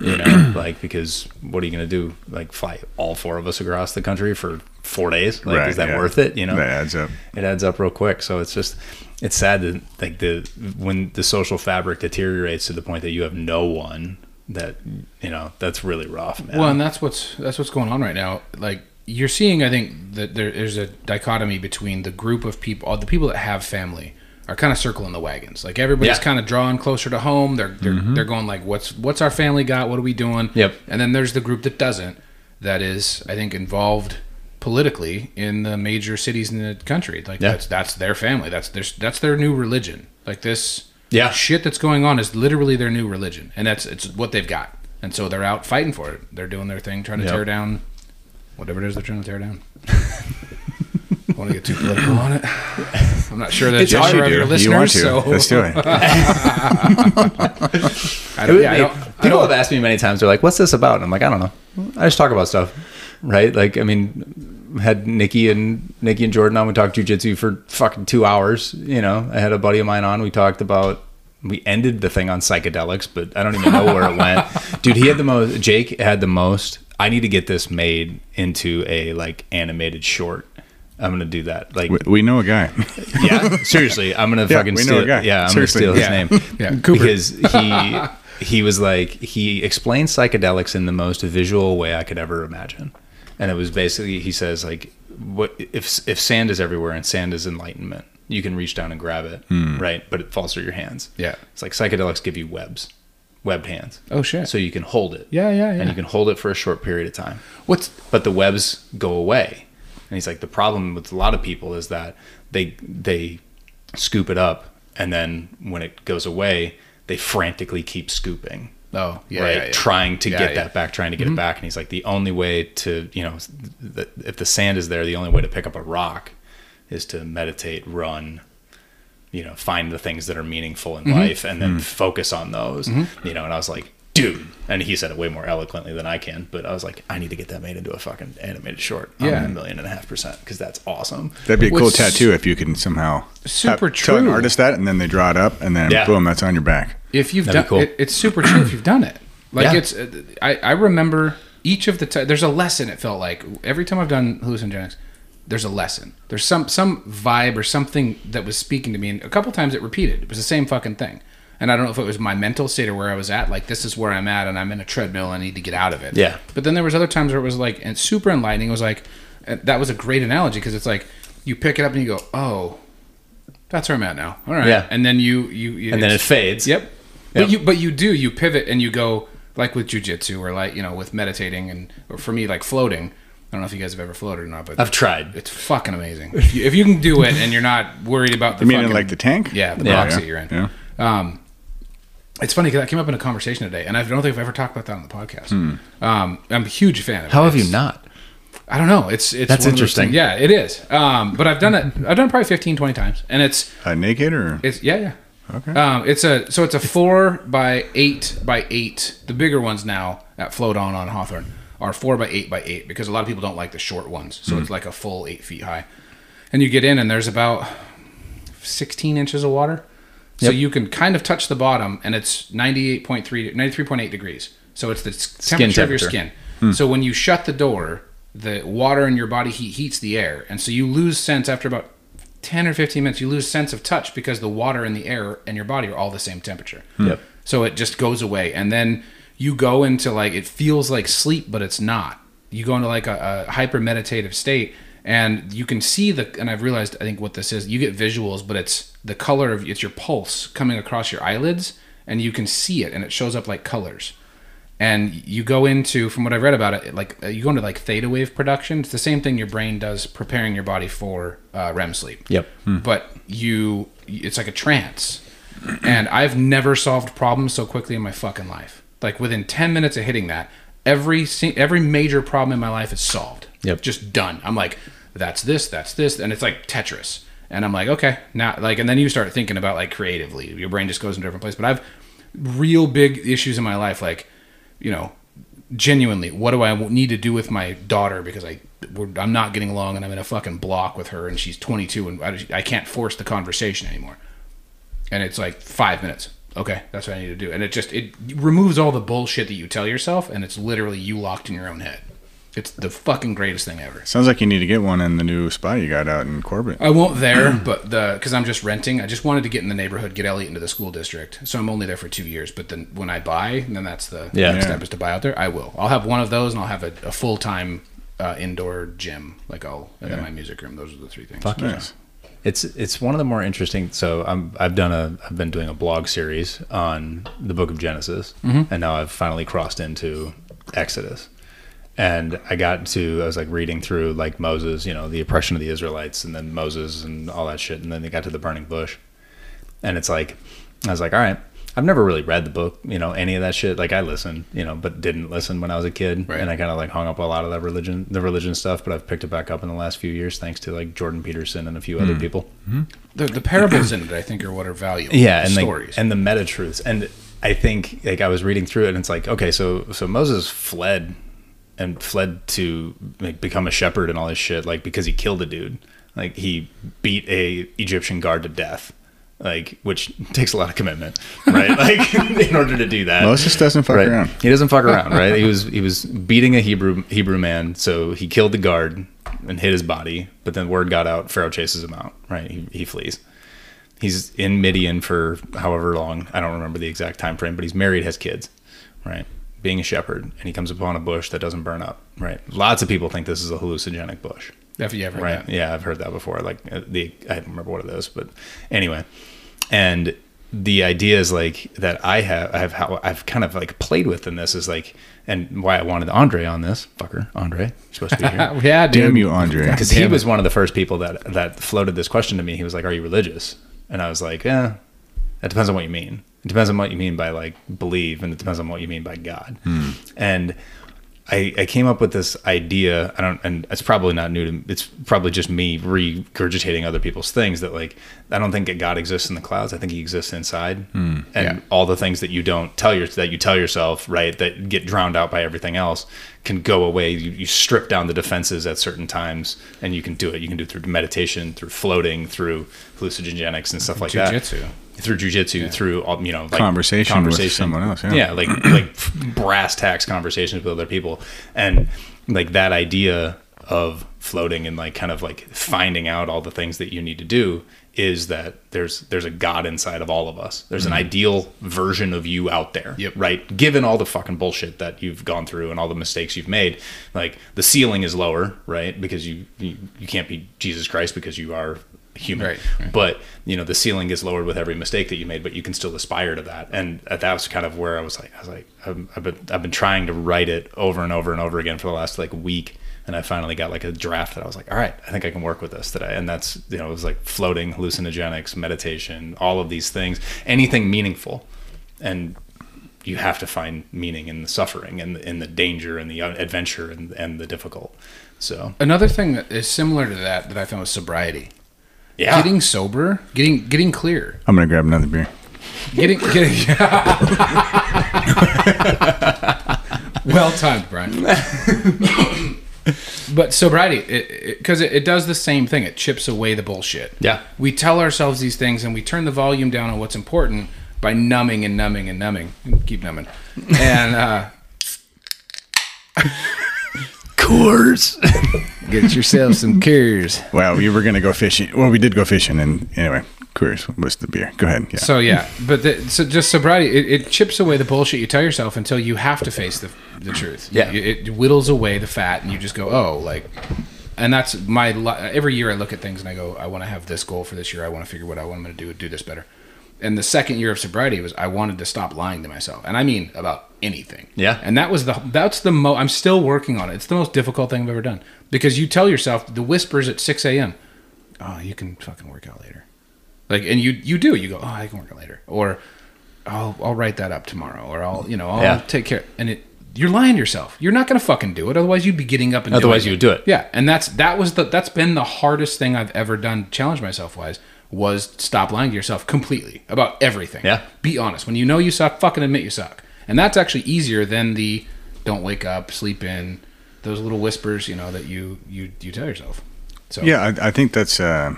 [SPEAKER 1] you know, like because what are you gonna do? Like, fly all four of us across the country for four days? Like, is
[SPEAKER 6] Right,
[SPEAKER 1] that
[SPEAKER 6] yeah.
[SPEAKER 1] worth it? You know,
[SPEAKER 6] That adds up.
[SPEAKER 1] it adds up real quick. So it's just it's sad that like the when the social fabric deteriorates to the point that you have no one that you know that's really rough, man.
[SPEAKER 7] Well, and that's what's that's what's going on right now. Like you're seeing, I think that there, there's a dichotomy between the group of people, all the people that have family, are kind of circling the wagons. Like everybody's
[SPEAKER 1] Yeah. Mm-hmm.
[SPEAKER 7] kind of drawing closer to home. They're they're, they're going like, what's what's our family got? What are we doing?
[SPEAKER 1] Yep.
[SPEAKER 7] And then there's the group that doesn't. That is, I think, involved politically in the major cities in the country. Like
[SPEAKER 1] Yeah.
[SPEAKER 7] that's that's their family. That's their that's their new religion. Like this
[SPEAKER 1] Yeah.
[SPEAKER 7] shit that's going on is literally their new religion, and that's it's what they've got. And so they're out fighting for it. They're doing their thing, trying to
[SPEAKER 1] Yep.
[SPEAKER 7] tear down whatever it is they're trying to tear down. Want to get too political on it? I'm not sure that's
[SPEAKER 1] It's hard
[SPEAKER 7] genre
[SPEAKER 1] to
[SPEAKER 7] of
[SPEAKER 1] do.
[SPEAKER 7] your
[SPEAKER 1] You
[SPEAKER 7] listeners.
[SPEAKER 6] you want to?
[SPEAKER 7] So
[SPEAKER 6] Let's do it.
[SPEAKER 7] I
[SPEAKER 1] It
[SPEAKER 7] don't,
[SPEAKER 1] would
[SPEAKER 7] yeah, I
[SPEAKER 1] be-
[SPEAKER 7] don't, I
[SPEAKER 1] people
[SPEAKER 7] don't,
[SPEAKER 1] have asked me many times. They're like, "What's this about?" And I'm like, "I don't know. I just talk about stuff, right?" Like, I mean, had Nikki and Nikki and Jordan on. We talked jujitsu for fucking two hours. You know, I had a buddy of mine on. We talked about. We ended the thing on psychedelics, but I don't even know where it went. Dude, he had the most. Jake had the most. I need to get this made into a like animated short. I'm gonna do that. Like,
[SPEAKER 6] We, we know a guy.
[SPEAKER 1] yeah, seriously, I'm gonna
[SPEAKER 6] Yeah,
[SPEAKER 1] fucking
[SPEAKER 6] we know a
[SPEAKER 1] steal.
[SPEAKER 6] guy.
[SPEAKER 1] Yeah, I'm
[SPEAKER 6] Seriously.
[SPEAKER 1] gonna steal his
[SPEAKER 7] Yeah.
[SPEAKER 1] name.
[SPEAKER 7] Yeah, Cooper.
[SPEAKER 1] because he he was like he explained psychedelics in the most visual way I could ever imagine, and it was basically he says like what if if sand is everywhere and sand is enlightenment, you can reach down and grab it,
[SPEAKER 6] Hmm.
[SPEAKER 1] right? But it falls through your hands.
[SPEAKER 7] Yeah.
[SPEAKER 1] it's like psychedelics give you webs, webbed hands.
[SPEAKER 7] Oh, shit.
[SPEAKER 1] So you can hold it.
[SPEAKER 7] Yeah, yeah, yeah.
[SPEAKER 1] And you can hold it for a short period of time
[SPEAKER 7] what's
[SPEAKER 1] but the webs go away. And he's like, the problem with a lot of people is that they they scoop it up, and then when it goes away, they frantically keep scooping,
[SPEAKER 7] oh yeah,
[SPEAKER 1] right?
[SPEAKER 7] yeah, yeah.
[SPEAKER 1] Trying to
[SPEAKER 7] Yeah,
[SPEAKER 1] get
[SPEAKER 7] yeah.
[SPEAKER 1] that back, trying to get it back. And he's like, the only way to you know, th- if the sand is there, the only way to pick up a rock is to meditate, run. You know, find the things that are meaningful in life, and then focus on those. You know, and I was like, dude. And he said it way more eloquently than I can, but I was like, I need to get that made into a fucking animated short.
[SPEAKER 7] Yeah.
[SPEAKER 1] I'm a million and a half percent because that's awesome.
[SPEAKER 6] That'd be a cool
[SPEAKER 7] What's
[SPEAKER 6] tattoo if you can somehow
[SPEAKER 7] super
[SPEAKER 6] tell an
[SPEAKER 7] true.
[SPEAKER 6] artist that, and then they draw it up, and then
[SPEAKER 1] Yeah.
[SPEAKER 6] boom, that's on your back.
[SPEAKER 7] if you've
[SPEAKER 1] That'd
[SPEAKER 7] done
[SPEAKER 1] be cool.
[SPEAKER 7] it, it's super true if you've done it like
[SPEAKER 1] Yeah.
[SPEAKER 7] it's uh, I, I remember each of the ti there's a lesson it felt like every time i've done hallucinogenics there's a lesson. There's some some vibe or something that was speaking to me, and a couple times it repeated. It was the same fucking thing, and I don't know if it was my mental state or where I was at. Like this is where I'm at, and I'm in a treadmill. I need to get out of it.
[SPEAKER 1] Yeah.
[SPEAKER 7] But then there was other times where it was like, and super enlightening. It was like, uh, that was a great analogy because it's like you pick it up and you go, oh, that's where I'm at now. All right.
[SPEAKER 1] Yeah.
[SPEAKER 7] And then you you, you
[SPEAKER 1] And then it fades.
[SPEAKER 7] Yep.
[SPEAKER 1] Yep.
[SPEAKER 7] But you but you do you pivot and you go like with jujitsu or like you know with meditating and or for me like floating. I don't know if you guys have ever floated or not, but
[SPEAKER 1] I've tried.
[SPEAKER 7] It's fucking amazing. If you, if you can do it and you're not worried about the
[SPEAKER 6] You mean in
[SPEAKER 7] fucking-
[SPEAKER 6] like the tank?
[SPEAKER 7] yeah the
[SPEAKER 6] Oh,
[SPEAKER 7] box that you're in.
[SPEAKER 6] Yeah.
[SPEAKER 7] Um, it's funny because that came up in a conversation today, and I don't think I've ever talked about that on the podcast. Um, I'm a huge fan. of
[SPEAKER 1] How
[SPEAKER 7] it.
[SPEAKER 1] have you
[SPEAKER 7] It's-
[SPEAKER 1] not?
[SPEAKER 7] I don't know. It's it's
[SPEAKER 1] That's
[SPEAKER 7] one of those
[SPEAKER 1] interesting.
[SPEAKER 7] things- Yeah, it is. Um, but I've done it. I've done it probably 15, 20 times, and it's
[SPEAKER 6] Uh, naked or
[SPEAKER 7] it's yeah, yeah.
[SPEAKER 6] Okay.
[SPEAKER 7] Um, it's a so it's a four by eight by eight. The bigger ones now at Float On on Hawthorne are four by eight by eight because a lot of people don't like the short ones. So it's like a full eight feet high, and you get in and there's about sixteen inches of water, so
[SPEAKER 1] Yep.
[SPEAKER 7] you can kind of touch the bottom, and it's 98.3, 93.8 degrees. So it's the s- temperature, of your
[SPEAKER 1] temperature.
[SPEAKER 7] skin. So when you shut the door, the water in your body heat heats the air, and so you lose sense after about 10 or 15 minutes, you lose sense of touch because the water and the air and your body are all the same temperature.
[SPEAKER 1] Yep.
[SPEAKER 7] So it just goes away. And then you go into like, it feels like sleep, but it's not. You go into like a, a hyper meditative state and you can see the, and I've realized, I think what this is, you get visuals, but it's the color of, it's your pulse coming across your eyelids and you can see it and it shows up like colors and you go into from what i read about it like uh, you go into like theta wave production it's the same thing your brain does preparing your body for uh, rem sleep
[SPEAKER 1] Yep. Hmm.
[SPEAKER 7] but you it's like a trance and i've never solved problems so quickly in my fucking life like within 10 minutes of hitting that every si- every major problem in my life is solved
[SPEAKER 1] Yep.
[SPEAKER 7] just done i'm like that's this that's this and it's like tetris and i'm like okay now like and then you start thinking about like creatively your brain just goes in a different place but i've real big issues in my life like you know, genuinely, what do I need to do with my daughter because I we're, I'm not getting along and I'm in a fucking block with her and she's 22 and I, I can't force the conversation anymore. And it's like five minutes. Okay, that's what I need to do. And it just it removes all the bullshit that you tell yourself and it's literally you locked in your own head. It's the fucking greatest thing ever.
[SPEAKER 6] sounds like you need to get one in the new spot you got out in Corbett.
[SPEAKER 7] I won't there, but the because I'm just renting. I just wanted to get in the neighborhood, get Elliot into the school district. So I'm only there for two years. But then when I buy, then that's the
[SPEAKER 1] Yeah.
[SPEAKER 7] next
[SPEAKER 6] Yeah.
[SPEAKER 7] step is to buy out there. I will. I'll have one of those, and I'll have a, a full time uh, indoor gym, like I'll and then my music room. Those are the three things.
[SPEAKER 1] Fuck yeah.
[SPEAKER 6] Nice.
[SPEAKER 1] It's it's one of the more interesting. So I'm I've done a I've been doing a blog series on the Book of Genesis, and now I've finally crossed into Exodus. And I got to I was like reading through like Moses, you know, the oppression of the Israelites, and then Moses and all that shit, and then they got to the burning bush, and it's like I was like, all right. I've never really read the book, you know, any of that shit. Like I listened, you know, but didn't listen when I was a kid,
[SPEAKER 7] Right.
[SPEAKER 1] and I kind of like hung up a lot of that religion, the religion stuff. But I've picked it back up in the last few years, thanks to like Jordan Peterson and a few other people.
[SPEAKER 7] The, the parables in it, I think, are what are valuable.
[SPEAKER 1] yeah
[SPEAKER 7] The
[SPEAKER 1] and
[SPEAKER 7] stories.
[SPEAKER 1] Like, and the meta truths and i think like i was reading through it and it's like okay so so moses fled and fled to like become a shepherd and all this shit like because he killed a dude like he beat a egyptian guard to death like which takes a lot of commitment right like in order to do that
[SPEAKER 6] Moses doesn't fuck
[SPEAKER 1] right?
[SPEAKER 6] around.
[SPEAKER 1] He doesn't fuck around, right? He was he was beating a Hebrew Hebrew man, so he killed the guard and hid his body. But then word got out, Pharaoh chases him out, right? He, he flees. He's in Midian for however long. I don't remember the exact time frame, but he's married, has kids, right? Being a shepherd, and he comes upon a bush that doesn't burn up, right? Lots of people think this is a hallucinogenic bush.
[SPEAKER 7] if you ever
[SPEAKER 1] Right. Yeah, I've heard that before. Like uh, the I don't remember what it is, but anyway, and the idea is like that I have I have how I've kind of like played with in this is like and why I wanted Andre on this fucker Andre you're supposed to be here
[SPEAKER 7] Yeah, yeah dude.
[SPEAKER 6] Damn you, Andre.
[SPEAKER 1] because he was one of the first people that that floated this question to me. He was like, "Are you religious?" And I was like, "Yeah, that depends on what you mean. It depends on what you mean by like believe, and it depends on what you mean by God." And I, I came up with this idea. I don't, and it's probably not new to. It's probably just me regurgitating other people's things. That like, I don't think that God exists in the clouds. I think He exists inside,
[SPEAKER 6] Hmm,
[SPEAKER 1] and all the things that you don't tell your that you tell yourself, right, that get drowned out by everything else, can go away. You, you strip down the defenses at certain times, and you can do it. You can do it through meditation, through floating, through hallucinogenics and stuff like
[SPEAKER 7] Jujitsu.
[SPEAKER 1] that. Through jujitsu, through all you know, like
[SPEAKER 6] Conversation with someone else, yeah.
[SPEAKER 1] yeah, like like brass tacks conversations with other people and like that idea of floating and like kind of like finding out all the things that you need to do is that there's there's a god inside of all of us. There's an ideal version of you out there,
[SPEAKER 7] Yep.
[SPEAKER 1] right? Given all the fucking bullshit that you've gone through and all the mistakes you've made, like the ceiling is lower, right? Because you you, you can't be Jesus Christ because you are human.
[SPEAKER 7] Right, right.
[SPEAKER 1] But you know the ceiling is lowered with every mistake that you made, but you can still aspire to that. And uh, that was kind of where I was like, I was like, I'm- I've been I've been trying to write it over and over and over again for the last like week, and I finally got like a draft that I was like, all right, I think I can work with this today. And that's you know it was like floating, hallucinogenics, meditation, all of these things, anything meaningful, and you have to find meaning in the suffering and in the danger and the uh, adventure and and the difficult. So
[SPEAKER 7] Another thing that is similar to that that I found was sobriety.
[SPEAKER 1] yeah,
[SPEAKER 7] Getting sober, getting getting clear,
[SPEAKER 6] I'm gonna grab another beer.
[SPEAKER 7] getting getting. well timed, Brian. but sobriety, because it, it, does the same thing. It chips away the bullshit.
[SPEAKER 1] Yeah.
[SPEAKER 7] we tell ourselves these things, and we turn the volume down on what's important by numbing and numbing and numbing. Keep numbing, and uh,
[SPEAKER 1] course.
[SPEAKER 7] get yourself some cures.
[SPEAKER 6] Wow, we were gonna go fishing. Well, we did go fishing, and anyway, Coors was the beer. Go ahead. Yeah.
[SPEAKER 7] So yeah, but the, so just sobriety, it, it chips away the bullshit you tell yourself until you have to face the, the truth.
[SPEAKER 1] Yeah.
[SPEAKER 7] it, it whittles away the fat, and you just go, oh, like, and that's my li- every year I look at things and I go, I want to have this goal for this year. I want to figure what I want to do, do this better. And the second year of sobriety was I wanted to stop lying to myself, and I mean about anything.
[SPEAKER 1] Yeah.
[SPEAKER 7] and that was the that's the mo. I'm still working on it. It's the most difficult thing I've ever done because you tell yourself the whispers at 6 a.m. Oh, you can fucking work out later like and you you do you go oh i can work it later or i'll i'll write that up tomorrow or i'll you know i'll
[SPEAKER 1] Yeah.
[SPEAKER 7] take care and it you're lying to yourself you're not gonna fucking do it otherwise you'd be getting up and
[SPEAKER 1] Otherwise
[SPEAKER 7] doing
[SPEAKER 1] you would do it.
[SPEAKER 7] yeah and that's that was the that's been the hardest thing i've ever done challenge myself wise was stop lying to yourself completely about everything
[SPEAKER 1] Yeah.
[SPEAKER 7] be honest when you know you suck fucking admit you suck and that's actually easier than the don't wake up sleep in those little whispers you know that you you you tell yourself so
[SPEAKER 6] Yeah, I, I think that's uh,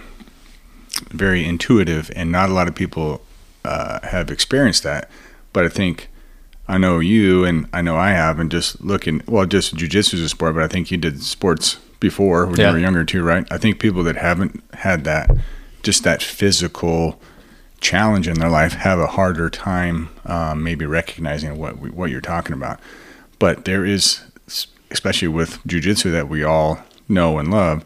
[SPEAKER 6] very intuitive, and not a lot of people uh, have experienced that. But I think I know you, and I know I have, and just looking. Well, just jujitsu is a sport, but I think you did sports before when
[SPEAKER 1] Yeah.
[SPEAKER 6] you were younger too, right? I think people that haven't had that, just that physical challenge in their life, have a harder time um, maybe recognizing what we- what you're talking about. But there is, especially with jujitsu that we all know and love,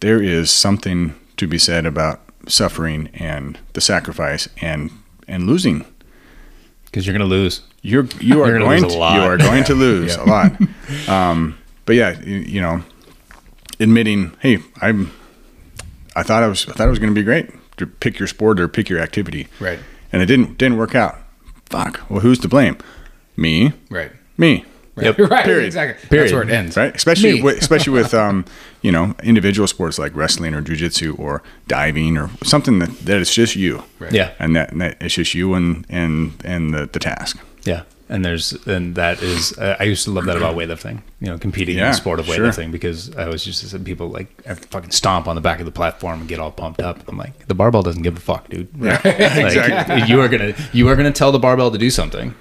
[SPEAKER 6] there is something to be said about suffering and the sacrifice and and losing.
[SPEAKER 1] Because you're gonna lose.
[SPEAKER 6] You're you are
[SPEAKER 1] You're gonna
[SPEAKER 6] going
[SPEAKER 1] lose a
[SPEAKER 6] to, you
[SPEAKER 1] lot.
[SPEAKER 6] are going to lose a lot. Um, but yeah, you, you know, admitting, hey, I'm. I thought I was I thought it was going to be great to pick your sport or pick your activity,
[SPEAKER 7] Right.
[SPEAKER 6] And it didn't didn't work out. Fuck. Well, who's to blame? Me.
[SPEAKER 7] right
[SPEAKER 6] Me.
[SPEAKER 7] Right.
[SPEAKER 1] Yep.
[SPEAKER 7] right.
[SPEAKER 6] Period.
[SPEAKER 7] Exactly.
[SPEAKER 1] Period.
[SPEAKER 7] That's where it ends.
[SPEAKER 6] right? Especially
[SPEAKER 7] Me.
[SPEAKER 6] with, especially with um, you know individual sports like wrestling or jujitsu or diving or something that, that it's just you,
[SPEAKER 7] Right.
[SPEAKER 1] Yeah.
[SPEAKER 6] and that, and that it's just you and and and the, the task.
[SPEAKER 1] Yeah, and there's and that is uh, I I used to love that about weightlifting. You know, competing in
[SPEAKER 6] Yeah,
[SPEAKER 1] the sport of
[SPEAKER 6] sure.
[SPEAKER 1] weightlifting because I was used to seeing people like fucking stomp on the back of the platform and get all pumped up. I'm like, the barbell doesn't give a fuck, dude. Yeah,
[SPEAKER 6] exactly.
[SPEAKER 1] You are gonna you are gonna tell the barbell to do something,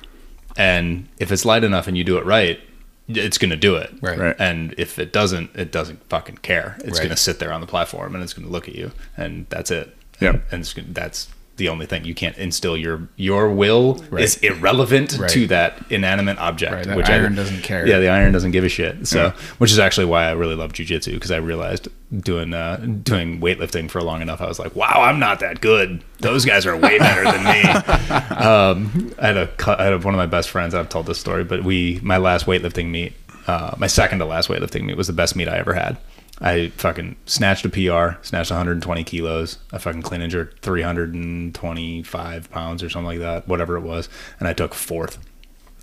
[SPEAKER 1] and if it's light enough and you do it right, it's gonna do it.
[SPEAKER 7] Right.
[SPEAKER 6] Right.
[SPEAKER 1] And if it doesn't, it doesn't fucking care. It's
[SPEAKER 7] Right.
[SPEAKER 1] gonna sit there on the platform and it's gonna look at you, and that's it.
[SPEAKER 6] Yeah.
[SPEAKER 1] And, and it's, gonna- that's the only thing you can't instill your your will
[SPEAKER 7] Right.
[SPEAKER 1] is irrelevant
[SPEAKER 7] Right.
[SPEAKER 1] to that inanimate object.
[SPEAKER 7] Right, that iron doesn't care.
[SPEAKER 1] Yeah, the iron doesn't give a shit. So, which is actually why I really love jujitsu because I realized doing uh, doing weightlifting for long enough, I was like, wow, I'm not that good. Those guys are way better than me. Um, I had a cu- I had one of my best friends. I've told this story, but we my last weightlifting meet, uh, my second to last weightlifting meet was the best meet I ever had. I fucking snatched a PR, snatched 120 kilos. I fucking clean and jerked 325 pounds or something like that, whatever it was, and I took fourth.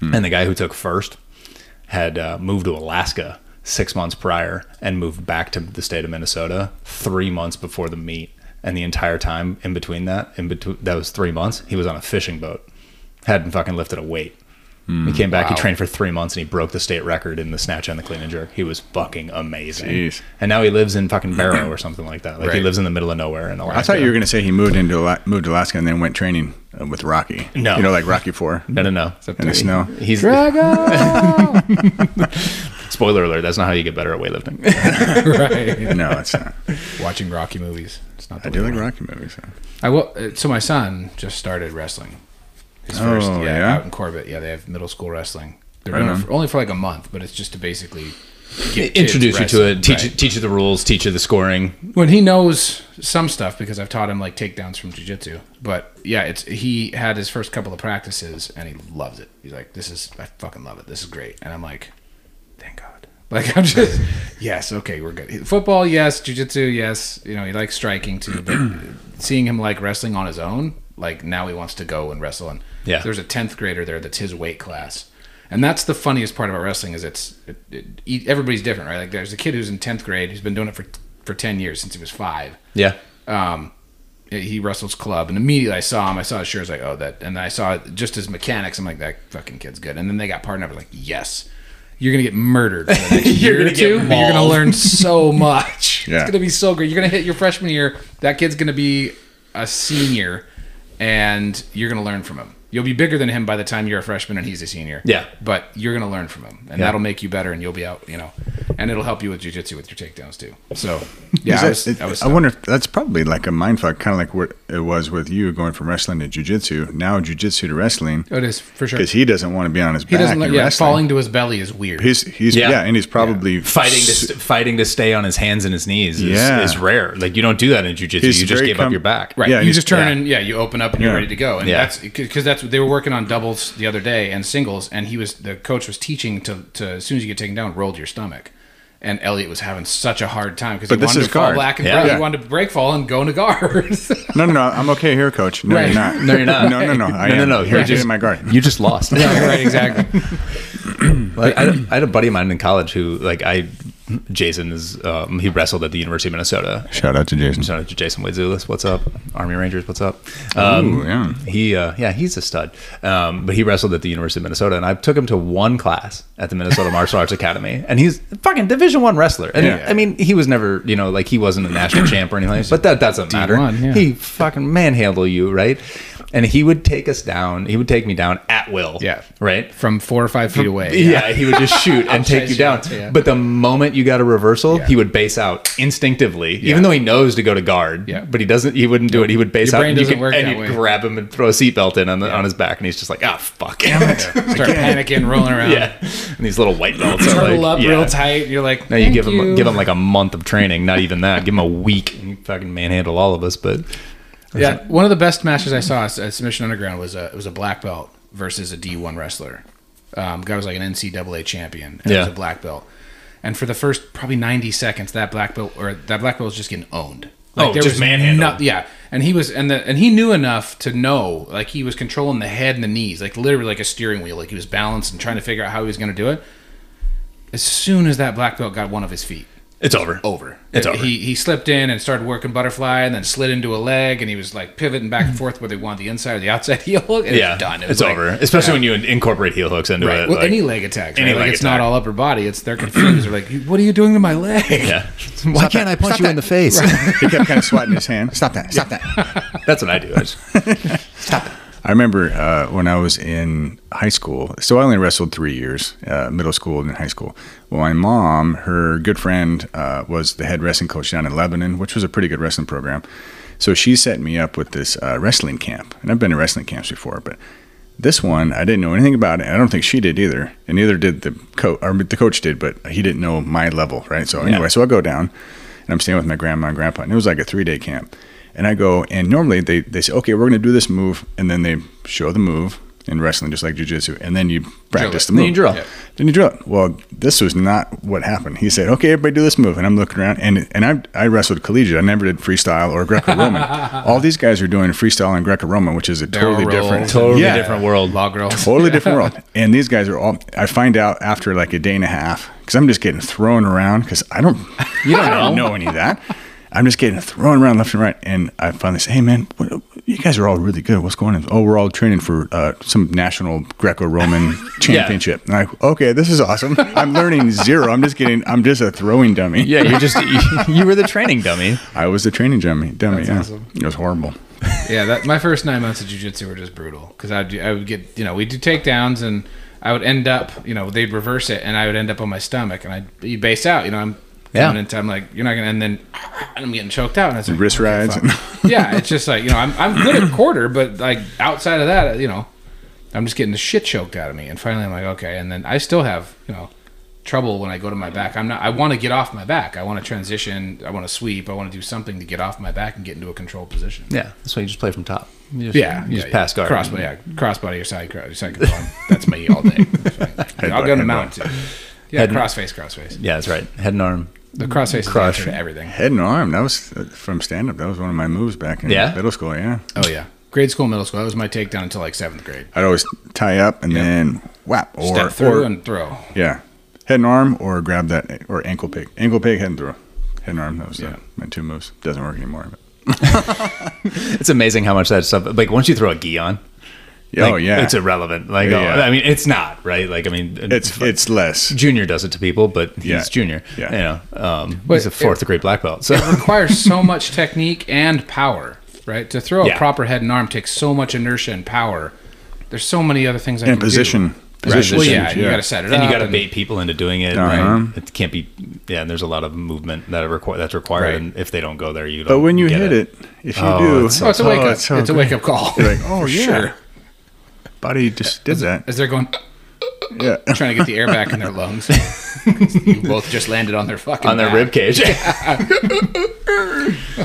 [SPEAKER 1] And the guy who took first had uh, moved to Alaska six months prior and moved back to the state of Minnesota three months before the meet. And the entire time in between that, in between that was three months, he was on a fishing boat, hadn't fucking lifted a weight.
[SPEAKER 6] Hmm.
[SPEAKER 1] he came back, he trained for three months, and he broke the state record in the snatch and the clean and jerk. He was fucking amazing.
[SPEAKER 6] Jeez.
[SPEAKER 1] And now he lives in fucking Barrow or something like that. Like he
[SPEAKER 7] Right.
[SPEAKER 1] lives in the middle of nowhere in Alaska.
[SPEAKER 6] I thought you were going to say he moved into Ala- moved to Alaska and then went training uh, with Rocky.
[SPEAKER 1] No.
[SPEAKER 6] you know like Rocky Four
[SPEAKER 1] No, no, no.
[SPEAKER 6] in the snow.
[SPEAKER 1] He's Spoiler alert, that's not how you get better at weightlifting.
[SPEAKER 7] right.
[SPEAKER 6] No, it's not.
[SPEAKER 7] Watching Rocky movies. It's not. The
[SPEAKER 6] I do
[SPEAKER 7] way
[SPEAKER 6] like
[SPEAKER 7] to-
[SPEAKER 6] Rocky movies. Though.
[SPEAKER 7] I will. uh, So my son just started wrestling. His
[SPEAKER 6] Oh,
[SPEAKER 7] first, yeah,
[SPEAKER 6] yeah?
[SPEAKER 7] out in Corbett. Yeah, they have middle school wrestling. They're
[SPEAKER 6] Right
[SPEAKER 7] doing it
[SPEAKER 6] on.
[SPEAKER 7] for, only for like a month, but it's just to basically get
[SPEAKER 1] Introduce you
[SPEAKER 7] kids
[SPEAKER 1] to
[SPEAKER 7] wrestling,
[SPEAKER 1] it, teach,
[SPEAKER 7] right.
[SPEAKER 1] teach you the rules, teach you the scoring.
[SPEAKER 7] when he knows some stuff because I've taught him like takedowns from jujitsu. But yeah, it's he had his first couple of practices and he loves it. He's like, "This is I fucking love it. This is great." And I'm like, "Thank God." Like I'm just yes, okay, we're good. Football, yes. Jujitsu, yes. You know, he likes striking too. But seeing him like wrestling on his own, like now he wants to go and wrestle. And
[SPEAKER 1] Yeah.
[SPEAKER 7] there's a tenth grader there that's his weight class. And that's the funniest part about wrestling is it's it, it, e- everybody's different, right? Like there's a kid who's in tenth grade who's been doing it for for ten years since he was five.
[SPEAKER 1] Yeah.
[SPEAKER 7] Um, he wrestles club, and immediately I saw him. I saw his shirt. I was like, oh, that. And then I saw just his mechanics. I'm like, that fucking kid's good. And then they got partnered. I was like, yes, you're gonna get murdered. For the next
[SPEAKER 1] You're
[SPEAKER 7] year
[SPEAKER 1] gonna
[SPEAKER 7] or
[SPEAKER 1] get
[SPEAKER 7] two, but you're gonna
[SPEAKER 1] mauled.
[SPEAKER 7] learn so much.
[SPEAKER 6] Yeah.
[SPEAKER 7] It's gonna be so great. You're gonna hit your freshman year. That kid's gonna be a senior, and you're gonna learn from him. You'll be bigger than him by the time you're a freshman and he's a senior.
[SPEAKER 1] Yeah.
[SPEAKER 7] But you're gonna learn from him, and
[SPEAKER 1] Yeah.
[SPEAKER 7] that'll make you better, and you'll be out, you know, and it'll help you with jujitsu with your takedowns too. So yeah,
[SPEAKER 6] Is
[SPEAKER 7] I
[SPEAKER 6] that-
[SPEAKER 7] was,
[SPEAKER 6] it-
[SPEAKER 7] I was.
[SPEAKER 6] I wonder if that's probably like a mind fuck, kind of like what it was with you going from wrestling to jujitsu. Now jujitsu to wrestling
[SPEAKER 7] Oh, it is for sure.
[SPEAKER 6] because he doesn't want to be on his
[SPEAKER 7] He
[SPEAKER 6] back.
[SPEAKER 7] doesn't like
[SPEAKER 6] in
[SPEAKER 7] yeah,
[SPEAKER 6] wrestling.
[SPEAKER 7] falling to his belly is weird.
[SPEAKER 6] He's he's
[SPEAKER 1] Yeah.
[SPEAKER 6] yeah, and he's probably
[SPEAKER 1] Fighting to st- fighting to stay on his hands and his knees is,
[SPEAKER 6] Yeah.
[SPEAKER 1] is rare. Like you don't do that in jujitsu. You
[SPEAKER 6] He's
[SPEAKER 1] just
[SPEAKER 6] very
[SPEAKER 1] give up
[SPEAKER 6] com-
[SPEAKER 1] your back.
[SPEAKER 7] right.
[SPEAKER 6] yeah,
[SPEAKER 7] you
[SPEAKER 6] he's-
[SPEAKER 7] just turn and yeah, you open up and you're
[SPEAKER 6] Yeah.
[SPEAKER 7] ready to go. And
[SPEAKER 1] Yeah.
[SPEAKER 7] that's because that's they were working on doubles the other day and singles and he was the coach was teaching to, to as soon as you get taken down, roll to your stomach. And Elliot was having such a hard time because he
[SPEAKER 6] But this
[SPEAKER 7] wanted
[SPEAKER 6] is
[SPEAKER 7] to fall
[SPEAKER 6] guard.
[SPEAKER 7] back and
[SPEAKER 1] Yeah.
[SPEAKER 7] break-
[SPEAKER 1] Yeah.
[SPEAKER 7] he wanted to break fall and go into guard.
[SPEAKER 6] No, no, no. I'm okay here, coach. No,
[SPEAKER 7] Right.
[SPEAKER 6] you're not.
[SPEAKER 1] No, you're not.
[SPEAKER 6] No, no, no. I
[SPEAKER 1] no,
[SPEAKER 6] am.
[SPEAKER 1] no, no.
[SPEAKER 6] Here,
[SPEAKER 1] You're
[SPEAKER 6] get in my guard.
[SPEAKER 1] You just lost.
[SPEAKER 7] right, exactly.
[SPEAKER 1] Like, I, I had a buddy of mine in college who, like, I, Jason is, um, he wrestled at the University of Minnesota.
[SPEAKER 6] Shout out to Jason.
[SPEAKER 1] Shout out to Jason Wazulis. What's up, Army Rangers? What's up? Um,
[SPEAKER 6] Ooh, yeah.
[SPEAKER 1] He, uh, yeah, he's a stud. Um, but he wrestled at the University of Minnesota, and I took him to one class at the Minnesota Martial Arts Academy, and he's a fucking Division One wrestler. And
[SPEAKER 6] Yeah.
[SPEAKER 1] I mean, he was never, you know, like he wasn't a national champ or anything, but that doesn't matter.
[SPEAKER 7] D1, yeah.
[SPEAKER 1] He fucking manhandle you, right? And he would take us down. He would take me down at will.
[SPEAKER 7] Yeah.
[SPEAKER 1] Right.
[SPEAKER 7] From four or five feet away.
[SPEAKER 1] Yeah, he would just shoot and take
[SPEAKER 7] chase
[SPEAKER 1] you
[SPEAKER 7] you
[SPEAKER 1] down.
[SPEAKER 7] out, yeah.
[SPEAKER 1] But the moment you got a reversal,
[SPEAKER 7] Yeah.
[SPEAKER 1] he would base out instinctively, even
[SPEAKER 7] Yeah.
[SPEAKER 1] though he knows to go to guard.
[SPEAKER 7] Yeah.
[SPEAKER 1] But he doesn't. He wouldn't do it. He would base
[SPEAKER 7] Your
[SPEAKER 1] out,
[SPEAKER 7] brain
[SPEAKER 1] and, you
[SPEAKER 7] doesn't
[SPEAKER 1] could-
[SPEAKER 7] work
[SPEAKER 1] and
[SPEAKER 7] that
[SPEAKER 1] you'd
[SPEAKER 7] way.
[SPEAKER 1] grab him and throw a seatbelt in on, the, on his back, and he's just like, "Ah, fuck." yeah.
[SPEAKER 7] Start panicking, rolling around.
[SPEAKER 1] And these little white belts are
[SPEAKER 7] Turtle
[SPEAKER 1] like,
[SPEAKER 7] up
[SPEAKER 1] yeah.
[SPEAKER 7] real tight. You're like,
[SPEAKER 1] Now you
[SPEAKER 7] "Thank
[SPEAKER 1] give him give him like a month of training, not even that. Give him a week, and you fucking manhandle all of us. But
[SPEAKER 7] Yeah, one of the best matches I saw at Submission Underground was a it was a black belt versus a D one wrestler. Um, guy was like an NCAA champion. And it was
[SPEAKER 1] Yeah.
[SPEAKER 7] a black belt. And for the first probably ninety seconds, that black belt or that black belt was just getting owned.
[SPEAKER 1] Oh, just manhandled.
[SPEAKER 7] yeah, and he was and the and he knew enough to know like he was controlling the head and the knees like literally like a steering wheel like he was balanced and trying to figure out how he was going to do it. As soon as that black belt got one of his feet,
[SPEAKER 1] it's over.
[SPEAKER 7] over.
[SPEAKER 1] It's
[SPEAKER 7] It-
[SPEAKER 1] over.
[SPEAKER 7] He he slipped in and started working butterfly, and then slid into a leg, and he was like pivoting back and forth whether he wanted the inside or the outside heel. hook, And
[SPEAKER 1] yeah,
[SPEAKER 7] it's done. It was
[SPEAKER 1] it's
[SPEAKER 7] like-
[SPEAKER 1] over. Especially when you in- incorporate heel hooks into
[SPEAKER 7] Right.
[SPEAKER 1] it.
[SPEAKER 7] Well,
[SPEAKER 1] like-
[SPEAKER 7] any leg attacks. Right?
[SPEAKER 1] any
[SPEAKER 7] like
[SPEAKER 1] leg
[SPEAKER 7] it's
[SPEAKER 1] attack.
[SPEAKER 7] not all upper body. It's they're confused. they're like, "What are you doing to my leg?"
[SPEAKER 1] Yeah. Why can't I punch you in the face?
[SPEAKER 6] He kept kind of swatting his hand. Stop that. Stop that.
[SPEAKER 1] That's what I do. I just-
[SPEAKER 6] I remember uh, when I was in high school. So I only wrestled three years, uh, middle school and high school. Well, my mom, her good friend, uh, was the head wrestling coach down in Lebanon, which was a pretty good wrestling program. So she set me up with this uh, wrestling camp, and I've been to wrestling camps before, but this one I didn't know anything about it. and I don't think she did either, and neither did the coach. Or the coach did, but he didn't know my level, right? So anyway, so I go down, and I'm staying with my grandma and grandpa, and it was like a three day camp. And I go, and normally they, they say, okay, we're going to do this move, and then they show the move in wrestling, just like jujitsu, and then you practice the move.
[SPEAKER 1] Then you drill. Yeah.
[SPEAKER 6] Then you drill it. Well, this was not what happened. He said, okay, everybody do this move, and I'm looking around, and and I I wrestled collegiate. I never did freestyle or Greco-Roman. All these guys are doing freestyle and Greco-Roman, which is a
[SPEAKER 7] Barrel
[SPEAKER 6] totally
[SPEAKER 7] roll.
[SPEAKER 6] different,
[SPEAKER 1] Totally
[SPEAKER 6] Yeah.
[SPEAKER 1] different world.
[SPEAKER 7] Log rolls.
[SPEAKER 6] Totally different world. And these guys are all, I find out after like a day and a half, because I'm just getting thrown around because I don't, you don't know. any of that. I'm just getting thrown around left and right. And I finally say, hey, man, what, you guys are all really good. What's going on? Oh, we're all training for uh, some national Greco Roman championship. And I'm like, okay, this is awesome. I'm learning zero. I'm just getting, I'm just a throwing dummy.
[SPEAKER 1] Yeah, you're just you were the training dummy.
[SPEAKER 6] I was the training dummy. dummy yeah.
[SPEAKER 7] awesome.
[SPEAKER 6] It was horrible.
[SPEAKER 7] yeah, that my first nine months of jujitsu were just brutal because I I would get you know we do takedowns and I would end up, you know, they'd reverse it, and I would end up on my stomach, and I you base out, you know, I'm
[SPEAKER 1] Yeah.
[SPEAKER 7] coming into, I'm like, you're not gonna, and then and I'm getting choked out, and it's like,
[SPEAKER 6] Wrist
[SPEAKER 7] okay,
[SPEAKER 6] rides
[SPEAKER 7] fuck.
[SPEAKER 6] and-
[SPEAKER 7] yeah, it's just like you know, I'm I'm good at quarter, but like outside of that, you know, I'm just getting the shit choked out of me, and finally I'm like, okay, and then I still have you know trouble when I go to my back. I'm not. I want to get off my back. I want to transition. I want to sweep. I want to do something to get off my back and get into a controlled position.
[SPEAKER 1] Yeah, that's why you just play from top. You just,
[SPEAKER 7] Yeah,
[SPEAKER 1] you
[SPEAKER 7] yeah,
[SPEAKER 1] just pass guard.
[SPEAKER 7] Crossbody, yeah, crossbody or side cro- side control. That's me all day. That's fine. I'll go to
[SPEAKER 6] Headbutt,
[SPEAKER 7] mount too. Yeah,
[SPEAKER 1] Head-
[SPEAKER 7] crossface, crossface.
[SPEAKER 1] Yeah, that's right. Head and arm.
[SPEAKER 7] The crossface is the
[SPEAKER 1] Cross-
[SPEAKER 7] answer to everything.
[SPEAKER 6] Head and arm. That was uh, from stand up. That was one of my moves back in
[SPEAKER 1] Yeah?
[SPEAKER 6] middle school. Yeah.
[SPEAKER 7] Oh yeah, grade school, middle school. That was my takedown until like seventh grade.
[SPEAKER 6] I'd always tie up and then whap or,
[SPEAKER 7] Step through
[SPEAKER 6] or-
[SPEAKER 7] and throw.
[SPEAKER 6] yeah, head and arm or grab that or ankle pick. Ankle pick, head and throw. Head and arm. That was uh,
[SPEAKER 7] Yeah.
[SPEAKER 6] my two moves. Doesn't work anymore. But.
[SPEAKER 1] It's amazing how much that stuff. Like once you throw a gi on,
[SPEAKER 6] Yeah, oh
[SPEAKER 1] like,
[SPEAKER 6] yeah,
[SPEAKER 1] it's irrelevant. Like
[SPEAKER 6] Yeah,
[SPEAKER 1] oh,
[SPEAKER 6] yeah.
[SPEAKER 1] I mean, it's not right. Like I mean,
[SPEAKER 6] it's it's less.
[SPEAKER 1] Junior does it to people, but he's
[SPEAKER 6] Yeah.
[SPEAKER 1] junior.
[SPEAKER 6] Yeah.
[SPEAKER 1] you know, um,
[SPEAKER 7] But
[SPEAKER 1] he's a fourth
[SPEAKER 7] it-
[SPEAKER 1] degree black belt. So
[SPEAKER 7] It requires so much technique and power, right? To throw
[SPEAKER 1] Yeah.
[SPEAKER 7] a proper head and arm takes so much inertia and power. There's so many other things I
[SPEAKER 6] And
[SPEAKER 7] can
[SPEAKER 6] position.
[SPEAKER 7] do.
[SPEAKER 6] Position
[SPEAKER 7] Well, yeah,
[SPEAKER 6] change,
[SPEAKER 7] you
[SPEAKER 6] yeah.
[SPEAKER 7] got to set it
[SPEAKER 1] and
[SPEAKER 7] up.
[SPEAKER 1] you got to bait people into doing it.
[SPEAKER 6] Uh-huh.
[SPEAKER 1] Right? It can't be. Yeah, and there's a lot of movement that require that's required.
[SPEAKER 7] Right.
[SPEAKER 1] And if they don't go there, you. Don't
[SPEAKER 6] But when you
[SPEAKER 1] get
[SPEAKER 6] hit it, if you
[SPEAKER 1] Oh,
[SPEAKER 6] do,
[SPEAKER 1] it's so
[SPEAKER 7] Oh, it's a wake up.
[SPEAKER 6] it's so
[SPEAKER 7] it's a
[SPEAKER 6] great.
[SPEAKER 7] wake up call.
[SPEAKER 6] You're like, oh yeah,
[SPEAKER 7] sure.
[SPEAKER 6] body just did that.
[SPEAKER 7] As they're going,
[SPEAKER 6] Yeah,
[SPEAKER 7] trying to get the air back in their lungs. you both just landed on their fucking
[SPEAKER 1] on their
[SPEAKER 7] back.
[SPEAKER 1] rib cage.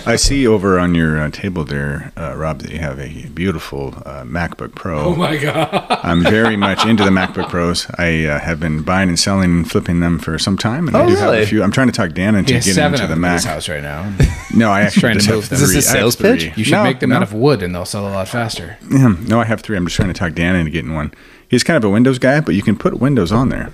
[SPEAKER 6] I see over on your uh, table there, uh, Rob, that you have a beautiful uh, MacBook Pro.
[SPEAKER 7] Oh my god!
[SPEAKER 6] I'm very much into the MacBook Pros. I uh, have been buying and selling and flipping them for some time, and
[SPEAKER 1] Oh,
[SPEAKER 6] I do have
[SPEAKER 1] really?
[SPEAKER 6] a few. I'm trying to talk Dan into
[SPEAKER 7] He has
[SPEAKER 6] getting
[SPEAKER 7] seven
[SPEAKER 6] into
[SPEAKER 7] of
[SPEAKER 6] the
[SPEAKER 7] them in his
[SPEAKER 6] Mac.
[SPEAKER 7] house right now.
[SPEAKER 6] No, I actually
[SPEAKER 7] trying to
[SPEAKER 6] just
[SPEAKER 7] move
[SPEAKER 6] have
[SPEAKER 7] them.
[SPEAKER 6] three.
[SPEAKER 7] Is
[SPEAKER 1] this a
[SPEAKER 6] I have
[SPEAKER 1] sales pitch?
[SPEAKER 6] three.
[SPEAKER 7] You should
[SPEAKER 6] No,
[SPEAKER 7] make them
[SPEAKER 6] no.
[SPEAKER 7] out of wood, and they'll sell a lot faster.
[SPEAKER 6] No, I have three. I'm just trying to talk Dan into getting one. He's kind of a Windows guy, but you can put Windows on there.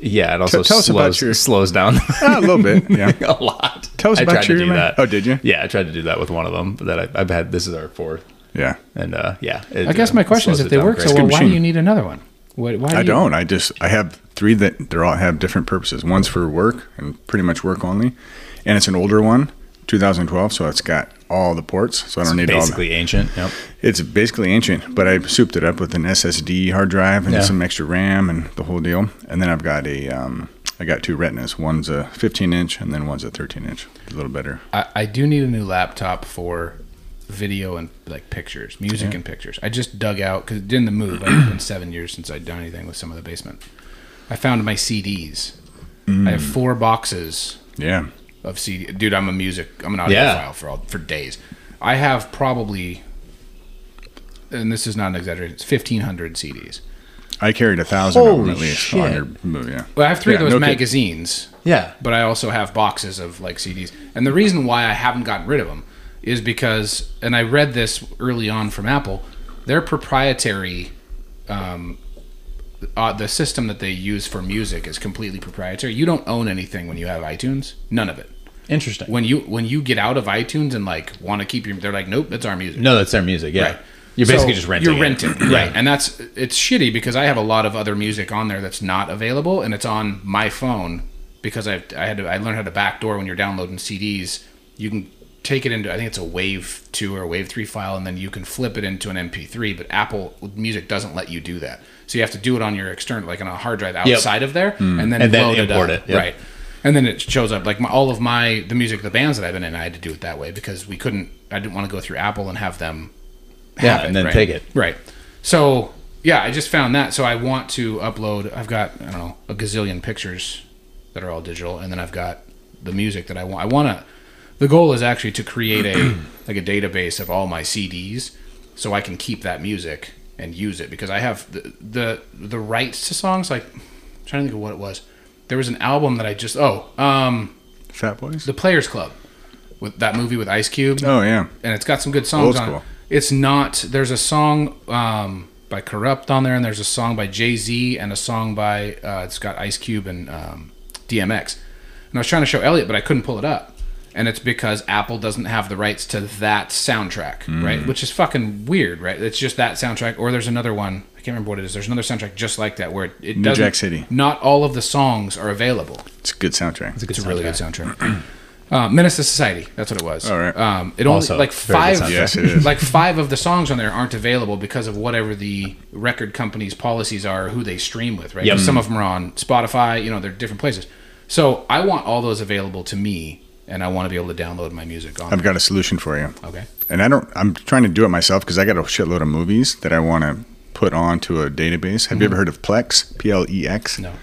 [SPEAKER 1] yeah, it also
[SPEAKER 6] Tell- tell us about
[SPEAKER 1] slows
[SPEAKER 6] your-
[SPEAKER 1] slows down.
[SPEAKER 6] Ah, a little bit, yeah.
[SPEAKER 1] a lot.
[SPEAKER 6] Tell us
[SPEAKER 1] I
[SPEAKER 6] about
[SPEAKER 1] tried
[SPEAKER 6] your
[SPEAKER 1] to do
[SPEAKER 6] Mac.
[SPEAKER 1] that.
[SPEAKER 6] Oh, did you?
[SPEAKER 1] Yeah, I tried to do that with one of them. That I, I've had. This is our fourth,
[SPEAKER 6] Yeah,
[SPEAKER 1] and uh, yeah. it,
[SPEAKER 7] I guess
[SPEAKER 1] uh,
[SPEAKER 7] my question is,
[SPEAKER 1] slows
[SPEAKER 7] if
[SPEAKER 1] it
[SPEAKER 7] they
[SPEAKER 1] down
[SPEAKER 7] work
[SPEAKER 1] great.
[SPEAKER 7] so well, why do
[SPEAKER 6] machine.
[SPEAKER 7] you need another one? Why, why do
[SPEAKER 6] I
[SPEAKER 7] you-
[SPEAKER 6] don't. I just I have three that they all have different purposes. One's for work and pretty much work only, and it's an older one, 2012, so it's got all the ports, so I don't need all. The,
[SPEAKER 1] basically ancient. Yep.
[SPEAKER 6] It's basically ancient, but I souped it up with an SSD hard drive and
[SPEAKER 1] Yeah.
[SPEAKER 6] some extra RAM and the whole deal. And then I've got a, um, I got two retinas. One's a 15 inch, and then one's a 13 inch. A little better.
[SPEAKER 7] I, I do need a new laptop for video and like pictures, music and pictures. I just dug out because it didn't move. I've been seven years since I'd done anything with some of the basement. I found my CDs. I have
[SPEAKER 6] Mm.
[SPEAKER 7] four boxes
[SPEAKER 6] Yeah,
[SPEAKER 7] of CD. Dude, I'm a music. I'm an audiophile
[SPEAKER 1] Yeah.
[SPEAKER 7] for all, for days. I have probably, and this is not an exaggeration. It's 1,500 CDs.
[SPEAKER 6] I carried a thousand of them at
[SPEAKER 1] Holy
[SPEAKER 6] least
[SPEAKER 1] shit.
[SPEAKER 6] on your move. Yeah,
[SPEAKER 7] Well, I have three
[SPEAKER 6] Yeah,
[SPEAKER 7] of those
[SPEAKER 6] no kid-
[SPEAKER 7] magazines.
[SPEAKER 1] Yeah.
[SPEAKER 7] but I also have boxes of like CDs. And the reason why I haven't gotten rid of them is because, and I read this early on from Apple, their proprietary, um, uh, the system that they use for music is completely proprietary. You don't own anything when you have iTunes, none of it.
[SPEAKER 1] Interesting.
[SPEAKER 7] When you when you get out of iTunes and like want to keep your, they're like, nope, that's our music.
[SPEAKER 1] no, that's their music. Yeah.
[SPEAKER 7] Right.
[SPEAKER 1] You're basically
[SPEAKER 7] So
[SPEAKER 1] just renting.
[SPEAKER 7] You're renting,
[SPEAKER 1] it.
[SPEAKER 7] right? And that's it's shitty because I have a lot of other music on there that's not available, and it's on my phone because I I had to, I learned how to backdoor when you're downloading CDs. You can take it into I think it's a Wave two or a Wave three file, and then you can flip it into an MP3. But Apple Music doesn't let you do that, so you have to do it on your external, like on a hard drive outside of there, and then
[SPEAKER 1] Mm. And then
[SPEAKER 7] load
[SPEAKER 1] import
[SPEAKER 7] it, up.
[SPEAKER 1] it, yep.
[SPEAKER 7] right? And then it shows up like my, all of my the music, the bands that I've been in, I had to do it that way because we couldn't. I didn't want to go through Apple and have them
[SPEAKER 1] Yeah,
[SPEAKER 7] have
[SPEAKER 1] and then
[SPEAKER 7] right?
[SPEAKER 1] take it.
[SPEAKER 7] Right. So yeah, I just found that. So I want to upload. I've got I don't know a gazillion pictures that are all digital, and then I've got the music that I want. I want to. The goal is actually to create a like a database of all my CDs, so I can keep that music and use it because I have the the, the rights to songs. Like I'm trying to think of what it was. There was an album that I just oh um
[SPEAKER 6] Fat Boys.
[SPEAKER 7] the Players Club with that movie with Ice Cube
[SPEAKER 6] Oh yeah,
[SPEAKER 7] and it's got some good
[SPEAKER 6] Old
[SPEAKER 7] songs on. it.
[SPEAKER 6] school.
[SPEAKER 7] It's not. There's a song um, by Corrupt on there, and there's a song by Jay Z, and a song by uh, it's got Ice Cube and um, DMX. And I was trying to show Elliot, but I couldn't pull it up, and it's because Apple doesn't have the rights to that soundtrack,
[SPEAKER 6] Mm.
[SPEAKER 7] right? Which is fucking weird, right? It's just that soundtrack, or there's another one. I can't remember what it is. There's another soundtrack just like that where it, it
[SPEAKER 6] New
[SPEAKER 7] doesn't.
[SPEAKER 6] Jack City.
[SPEAKER 7] Not all of the songs are available.
[SPEAKER 6] it's a good soundtrack.
[SPEAKER 7] It's a really good soundtrack. Uh, Menace to Society. That's what it was.
[SPEAKER 6] All right.
[SPEAKER 7] Um, it only
[SPEAKER 1] Also,
[SPEAKER 7] like
[SPEAKER 1] very good
[SPEAKER 7] five,
[SPEAKER 1] soundtrack.
[SPEAKER 6] Yes, it is.
[SPEAKER 7] like five of the songs on there aren't available because of whatever the record company's policies are, who they stream with, right?
[SPEAKER 1] Yep.
[SPEAKER 7] 'Cause Some of them are on Spotify. You know, they're different places. So I want all those available to me, and I want to be able to download my music on.
[SPEAKER 6] I've got a solution for you.
[SPEAKER 7] okay.
[SPEAKER 6] and I don't. I'm trying to do it myself because I got a shitload of movies that I want to put onto a database. Have you ever heard of Plex? P L E X.
[SPEAKER 7] No.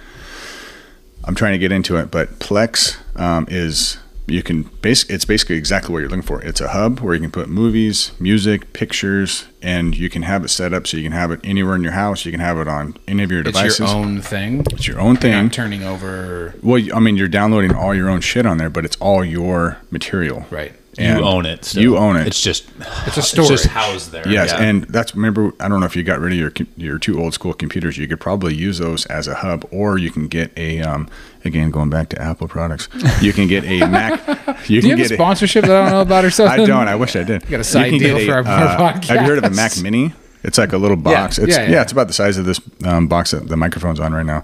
[SPEAKER 6] I'm trying to get into it, but Plex um, is you can base. It's basically exactly what you're looking for. It's a hub where you can put movies, music, pictures, and you can have it set up so you can have it anywhere in your house. You can have it on any of your
[SPEAKER 7] It's
[SPEAKER 6] devices.
[SPEAKER 7] your own thing.
[SPEAKER 6] It's your own
[SPEAKER 7] You're
[SPEAKER 6] thing.
[SPEAKER 7] not turning over.
[SPEAKER 6] Well, I mean, you're downloading all your own shit on there, but it's all your material.
[SPEAKER 7] Right.
[SPEAKER 6] And
[SPEAKER 1] you own it. still.
[SPEAKER 6] You own it.
[SPEAKER 1] It's just
[SPEAKER 7] It's a
[SPEAKER 1] it's
[SPEAKER 7] storage.
[SPEAKER 1] just housed there.
[SPEAKER 6] Yes,
[SPEAKER 1] Yeah.
[SPEAKER 6] and that's remember. I don't know if you got rid of your co- your two old school computers. You could probably use those as a hub, or you can get a um, again going back to Apple products. You can get a Mac. You
[SPEAKER 7] Do you
[SPEAKER 6] can
[SPEAKER 7] have a
[SPEAKER 6] get
[SPEAKER 7] sponsorship that I don't know about or something?
[SPEAKER 6] I don't. I wish I did.
[SPEAKER 7] got a side
[SPEAKER 6] can
[SPEAKER 7] deal
[SPEAKER 6] get uh,
[SPEAKER 7] for our- our
[SPEAKER 6] Have you heard of a
[SPEAKER 7] podcast.
[SPEAKER 6] Mac Mini? It's like a little box. it's
[SPEAKER 7] yeah,
[SPEAKER 6] yeah,
[SPEAKER 7] yeah, yeah.
[SPEAKER 6] it's about the size of this um, box that the microphone's on right now,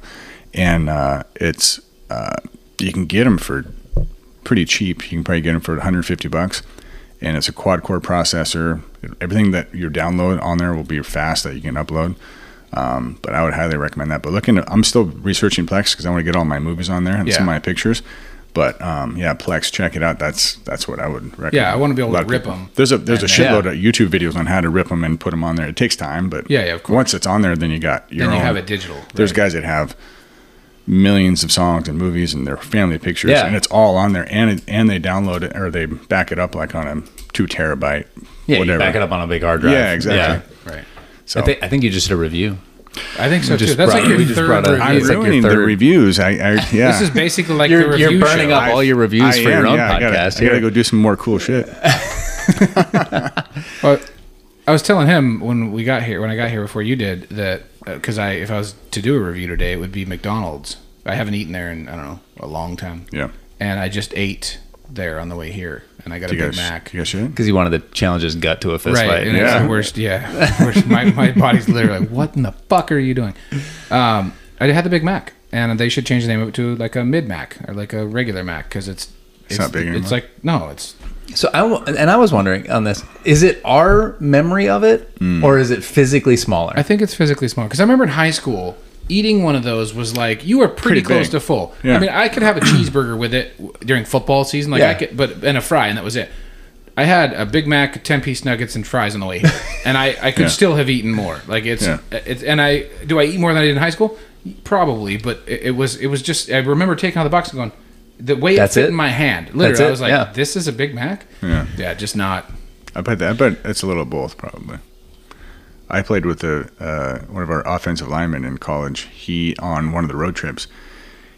[SPEAKER 6] and uh, it's uh, you can get them for pretty cheap. You can probably get them for 150 bucks, and it's a quad core processor. Everything that you download on there will be fast that you can upload. Um, but I would highly recommend that. But looking, I'm still researching Plex because I want to get all my movies on there and some
[SPEAKER 7] Yeah.
[SPEAKER 6] of my pictures. But um, yeah, Plex, check it out. That's that's what I would recommend.
[SPEAKER 7] Yeah, I wanna be able
[SPEAKER 6] A lot
[SPEAKER 7] to
[SPEAKER 6] of
[SPEAKER 7] rip
[SPEAKER 6] people-
[SPEAKER 7] 'em.
[SPEAKER 6] There's a there's a
[SPEAKER 7] And
[SPEAKER 6] shitload
[SPEAKER 1] Yeah.
[SPEAKER 6] of YouTube videos on how to rip them and put them on there. It takes time, but
[SPEAKER 7] Yeah, yeah, of course.
[SPEAKER 6] Once it's on there, then you got your
[SPEAKER 7] Then you
[SPEAKER 6] own-
[SPEAKER 7] have it digital.
[SPEAKER 6] There's
[SPEAKER 7] right?
[SPEAKER 6] guys that have millions of songs and movies and their family pictures,
[SPEAKER 1] Yeah.
[SPEAKER 6] and it's all on there, and it, and they download it or they back it up like on a two terabyte,
[SPEAKER 1] Yeah,
[SPEAKER 6] whatever.
[SPEAKER 1] you back it up on a big hard drive.
[SPEAKER 6] Yeah, exactly.
[SPEAKER 7] Right.
[SPEAKER 6] So
[SPEAKER 1] I, think, I think you just did a review.
[SPEAKER 7] I think so
[SPEAKER 1] just
[SPEAKER 7] too. That's
[SPEAKER 1] brought-
[SPEAKER 7] like your
[SPEAKER 1] we just
[SPEAKER 7] third
[SPEAKER 1] brought a-
[SPEAKER 7] review.
[SPEAKER 6] I'm
[SPEAKER 1] It's like your
[SPEAKER 6] ruining the
[SPEAKER 1] third-
[SPEAKER 6] reviews. I, I yeah.
[SPEAKER 7] This is basically like the
[SPEAKER 1] You're,
[SPEAKER 7] review
[SPEAKER 1] you're burning
[SPEAKER 7] show.
[SPEAKER 1] up all your reviews
[SPEAKER 6] I
[SPEAKER 1] for
[SPEAKER 6] am,
[SPEAKER 1] your own
[SPEAKER 6] yeah, I gotta-
[SPEAKER 1] podcast.
[SPEAKER 6] I gotta
[SPEAKER 1] here.
[SPEAKER 6] go do some more cool shit.
[SPEAKER 7] Well, I was telling him when we got here, when I got here before you did, that because I, if I was to do a review today, it would be McDonald's. I haven't eaten there in I don't know a long time.
[SPEAKER 6] Yeah.
[SPEAKER 7] And I just ate there on the way here, and I got a
[SPEAKER 6] You
[SPEAKER 7] Big
[SPEAKER 6] guys-
[SPEAKER 7] Mac.
[SPEAKER 6] You guys shit?
[SPEAKER 1] because he wanted to challenge his gut to a fist
[SPEAKER 7] right,
[SPEAKER 1] fight.
[SPEAKER 7] and it's the worst. Yeah, worst, my my body's literally like, what in the fuck are you doing? Um, I had the Big Mac, and they should change the name of it to like a mid Mac or like a regular Mac because it's. It's,
[SPEAKER 6] not big anymore.
[SPEAKER 7] It's like no, it's
[SPEAKER 1] So I w- and I was wondering on this: is it our memory of it,
[SPEAKER 6] Hmm.
[SPEAKER 1] or is it physically smaller?
[SPEAKER 7] I think it's physically small because I remember in high school eating one of those was like you were pretty,
[SPEAKER 6] Pretty big.
[SPEAKER 7] close to full. I
[SPEAKER 6] Yeah.
[SPEAKER 7] mean, I could have a cheeseburger with it w- during football season, like
[SPEAKER 1] Yeah.
[SPEAKER 7] I could, but and a fry, and that was it. I had a Big Mac, ten piece nuggets, and fries on the way here, and I, I could
[SPEAKER 6] Yeah.
[SPEAKER 7] still have eaten more. Like it's, uh,
[SPEAKER 6] Yeah.
[SPEAKER 7] it's, and I do I eat more than I did in high school? Probably, but it, it was it was just I remember taking out the box and going the way
[SPEAKER 1] That's
[SPEAKER 7] it fit
[SPEAKER 1] it?
[SPEAKER 7] in my hand. Literally,
[SPEAKER 1] it,
[SPEAKER 7] I was like,
[SPEAKER 1] yeah.
[SPEAKER 7] this is a Big Mac.
[SPEAKER 6] Yeah.
[SPEAKER 7] yeah, just not.
[SPEAKER 6] I bet that. I bet it's a little of both, probably. I played with the uh, one of our offensive linemen in college. He on one of the road trips,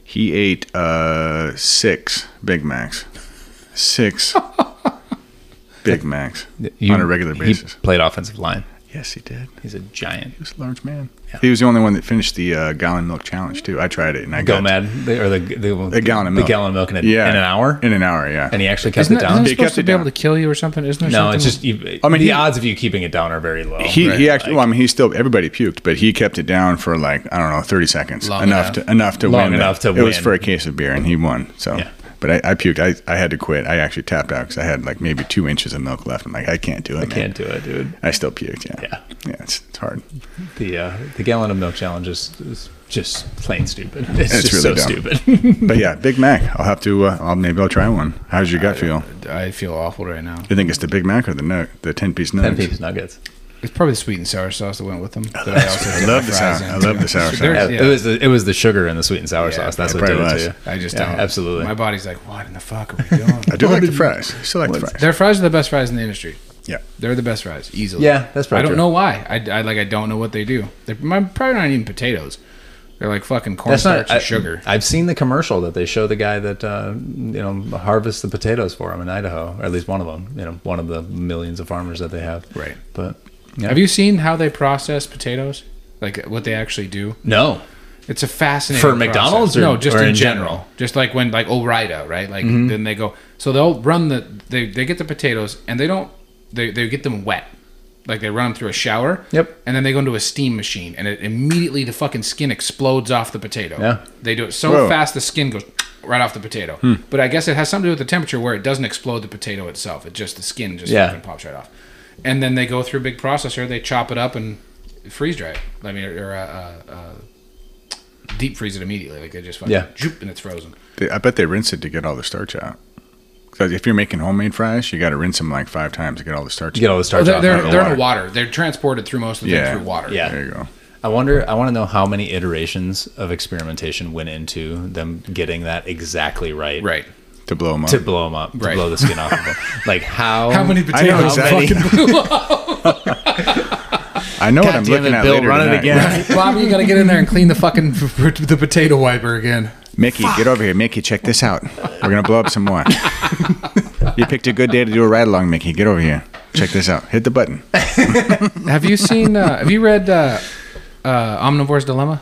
[SPEAKER 6] he ate uh, six Big Macs, six Big Macs
[SPEAKER 1] You-
[SPEAKER 6] on a regular
[SPEAKER 1] he
[SPEAKER 6] basis.
[SPEAKER 1] played offensive line.
[SPEAKER 6] yes, he did.
[SPEAKER 1] He's a giant.
[SPEAKER 6] He was a large man. He was the only one that finished the uh, gallon milk challenge too. I tried it and I
[SPEAKER 1] Go
[SPEAKER 6] got
[SPEAKER 1] mad the, or the the,
[SPEAKER 6] a gallon of milk.
[SPEAKER 1] the gallon of milk in, a,
[SPEAKER 6] Yeah.
[SPEAKER 1] in an hour,
[SPEAKER 6] In an hour, yeah.
[SPEAKER 1] and he actually kept
[SPEAKER 7] Isn't
[SPEAKER 1] it
[SPEAKER 7] that,
[SPEAKER 1] down.
[SPEAKER 7] isn't it
[SPEAKER 6] They kept
[SPEAKER 7] supposed to
[SPEAKER 6] it
[SPEAKER 7] be able
[SPEAKER 6] down.
[SPEAKER 7] to kill you or something? Isn't there
[SPEAKER 1] No,
[SPEAKER 7] something?
[SPEAKER 1] it's just. You,
[SPEAKER 6] I mean,
[SPEAKER 1] the
[SPEAKER 6] he-
[SPEAKER 1] odds of you keeping it down are very low.
[SPEAKER 6] He,
[SPEAKER 1] right?
[SPEAKER 6] he actually, well, I mean, he still, everybody puked, but he kept it down for like, I don't know, 30 seconds.
[SPEAKER 7] Long
[SPEAKER 6] enough,
[SPEAKER 7] enough.
[SPEAKER 6] to, enough to
[SPEAKER 1] Long
[SPEAKER 6] win. the-
[SPEAKER 1] enough to
[SPEAKER 6] it was
[SPEAKER 1] win.
[SPEAKER 6] for a case of beer and he won. So,
[SPEAKER 1] Yeah.
[SPEAKER 6] but I, I puked. I, I had to quit. I actually tapped out because I had like maybe two inches of milk left. I'm like, I can't do it.
[SPEAKER 1] I can't do it, dude.
[SPEAKER 6] I still puked. Yeah.
[SPEAKER 1] Yeah.
[SPEAKER 6] Yeah. It's, it's hard.
[SPEAKER 1] The uh, the gallon of milk challenge is, is just plain stupid. It's,
[SPEAKER 6] It's
[SPEAKER 1] just
[SPEAKER 6] really
[SPEAKER 1] so
[SPEAKER 6] dumb.
[SPEAKER 1] stupid.
[SPEAKER 6] But yeah, Big Mac. I'll have to, uh, I'll, maybe I'll try one. How's your gut feel?
[SPEAKER 7] I feel awful right now.
[SPEAKER 6] You think it's the Big Mac or the nug, the 10 piece
[SPEAKER 1] Ten
[SPEAKER 6] nugs?
[SPEAKER 1] piece nuggets.
[SPEAKER 7] It's probably the sweet and sour sauce that went with them. that I, also
[SPEAKER 6] I
[SPEAKER 7] dip
[SPEAKER 6] love
[SPEAKER 7] my
[SPEAKER 6] the
[SPEAKER 7] fries
[SPEAKER 6] sour.
[SPEAKER 7] in,
[SPEAKER 6] I love
[SPEAKER 7] too.
[SPEAKER 6] the sour
[SPEAKER 7] There's-
[SPEAKER 6] sauce.
[SPEAKER 1] It was the, it was the sugar and the sweet and sour
[SPEAKER 7] Yeah,
[SPEAKER 1] sauce. That's
[SPEAKER 6] it
[SPEAKER 1] what did
[SPEAKER 6] probably
[SPEAKER 1] it
[SPEAKER 6] was.
[SPEAKER 1] to you.
[SPEAKER 7] I just
[SPEAKER 1] Yeah,
[SPEAKER 7] don't.
[SPEAKER 1] absolutely.
[SPEAKER 7] My body's like, what in the fuck are we doing?
[SPEAKER 6] I do like the fries. I still like the fries.
[SPEAKER 7] Their fries are the best fries in the industry.
[SPEAKER 6] Yeah.
[SPEAKER 7] They're the best fries, easily.
[SPEAKER 1] Yeah, that's probably
[SPEAKER 7] I don't
[SPEAKER 1] true.
[SPEAKER 7] know why. I, I like. I don't know what they do. They're my- probably not even potatoes. They're like fucking cornstarch
[SPEAKER 1] I-
[SPEAKER 7] and sugar.
[SPEAKER 1] I've seen the commercial that they show the guy that uh, you know harvests the potatoes for him in Idaho, or at least one of them. You know, one of the millions of farmers that they have.
[SPEAKER 7] Right.
[SPEAKER 1] But yeah.
[SPEAKER 7] Have you seen how they process potatoes? Like what they actually do?
[SPEAKER 1] No.
[SPEAKER 7] It's a fascinating
[SPEAKER 1] For
[SPEAKER 7] process.
[SPEAKER 1] McDonald's or-
[SPEAKER 7] no, just
[SPEAKER 1] or
[SPEAKER 7] in,
[SPEAKER 1] in
[SPEAKER 7] general.
[SPEAKER 1] general? Mm-hmm.
[SPEAKER 7] Just like when like Orida, right? Like then they go so they'll run the they, they get the potatoes and they don't they, they get them wet. Like they run them through a shower.
[SPEAKER 1] Yep.
[SPEAKER 7] And then they go into a steam machine and it immediately the fucking skin explodes off the potato.
[SPEAKER 1] Yeah. Hmm.
[SPEAKER 7] They do it so
[SPEAKER 6] Whoa.
[SPEAKER 7] fast the skin goes right off the potato. But I guess it has something to do with the temperature where it doesn't explode the potato itself. It just the skin just
[SPEAKER 1] Yeah.
[SPEAKER 7] fucking pops right off. And then they go through a big processor. They chop it up and freeze dry it. I mean, or, or uh, uh, uh, deep freeze it immediately. Like they just fucking
[SPEAKER 1] Yeah.
[SPEAKER 7] joop, and it's frozen.
[SPEAKER 6] They- I bet they rinse it to get all the starch out. Because if you're making homemade fries, you got to rinse them like five times to get all the starch.
[SPEAKER 1] You get all the
[SPEAKER 7] Oh,
[SPEAKER 1] starch
[SPEAKER 7] they're
[SPEAKER 1] off.
[SPEAKER 7] they're,
[SPEAKER 6] out of
[SPEAKER 7] they're in
[SPEAKER 6] water.
[SPEAKER 7] the water. They're transported through most of the
[SPEAKER 6] Yeah.
[SPEAKER 7] thing through water.
[SPEAKER 1] Yeah.
[SPEAKER 6] There you go.
[SPEAKER 1] I wonder. I want to know how many iterations of experimentation went into them getting that exactly right.
[SPEAKER 7] Right.
[SPEAKER 6] To blow them up.
[SPEAKER 1] To blow them up, to
[SPEAKER 7] Right.
[SPEAKER 1] blow the skin off of them. Like how?
[SPEAKER 7] How many
[SPEAKER 6] I know
[SPEAKER 7] potatoes?
[SPEAKER 6] exactly. I know what
[SPEAKER 1] God damn
[SPEAKER 6] I'm looking
[SPEAKER 1] it,
[SPEAKER 6] at
[SPEAKER 1] Bill,
[SPEAKER 6] later
[SPEAKER 1] run it
[SPEAKER 6] tonight.
[SPEAKER 1] again.
[SPEAKER 7] Bobby, you gotta get in there and clean the fucking the potato wiper again.
[SPEAKER 6] Mickey, get over here. Mickey, check this out. We're gonna blow up some more. you picked a good day to do a ride along, Mickey. Get over here. Check this out. Hit the button.
[SPEAKER 7] Have you seen? Uh, have you read uh, uh, Omnivore's Dilemma?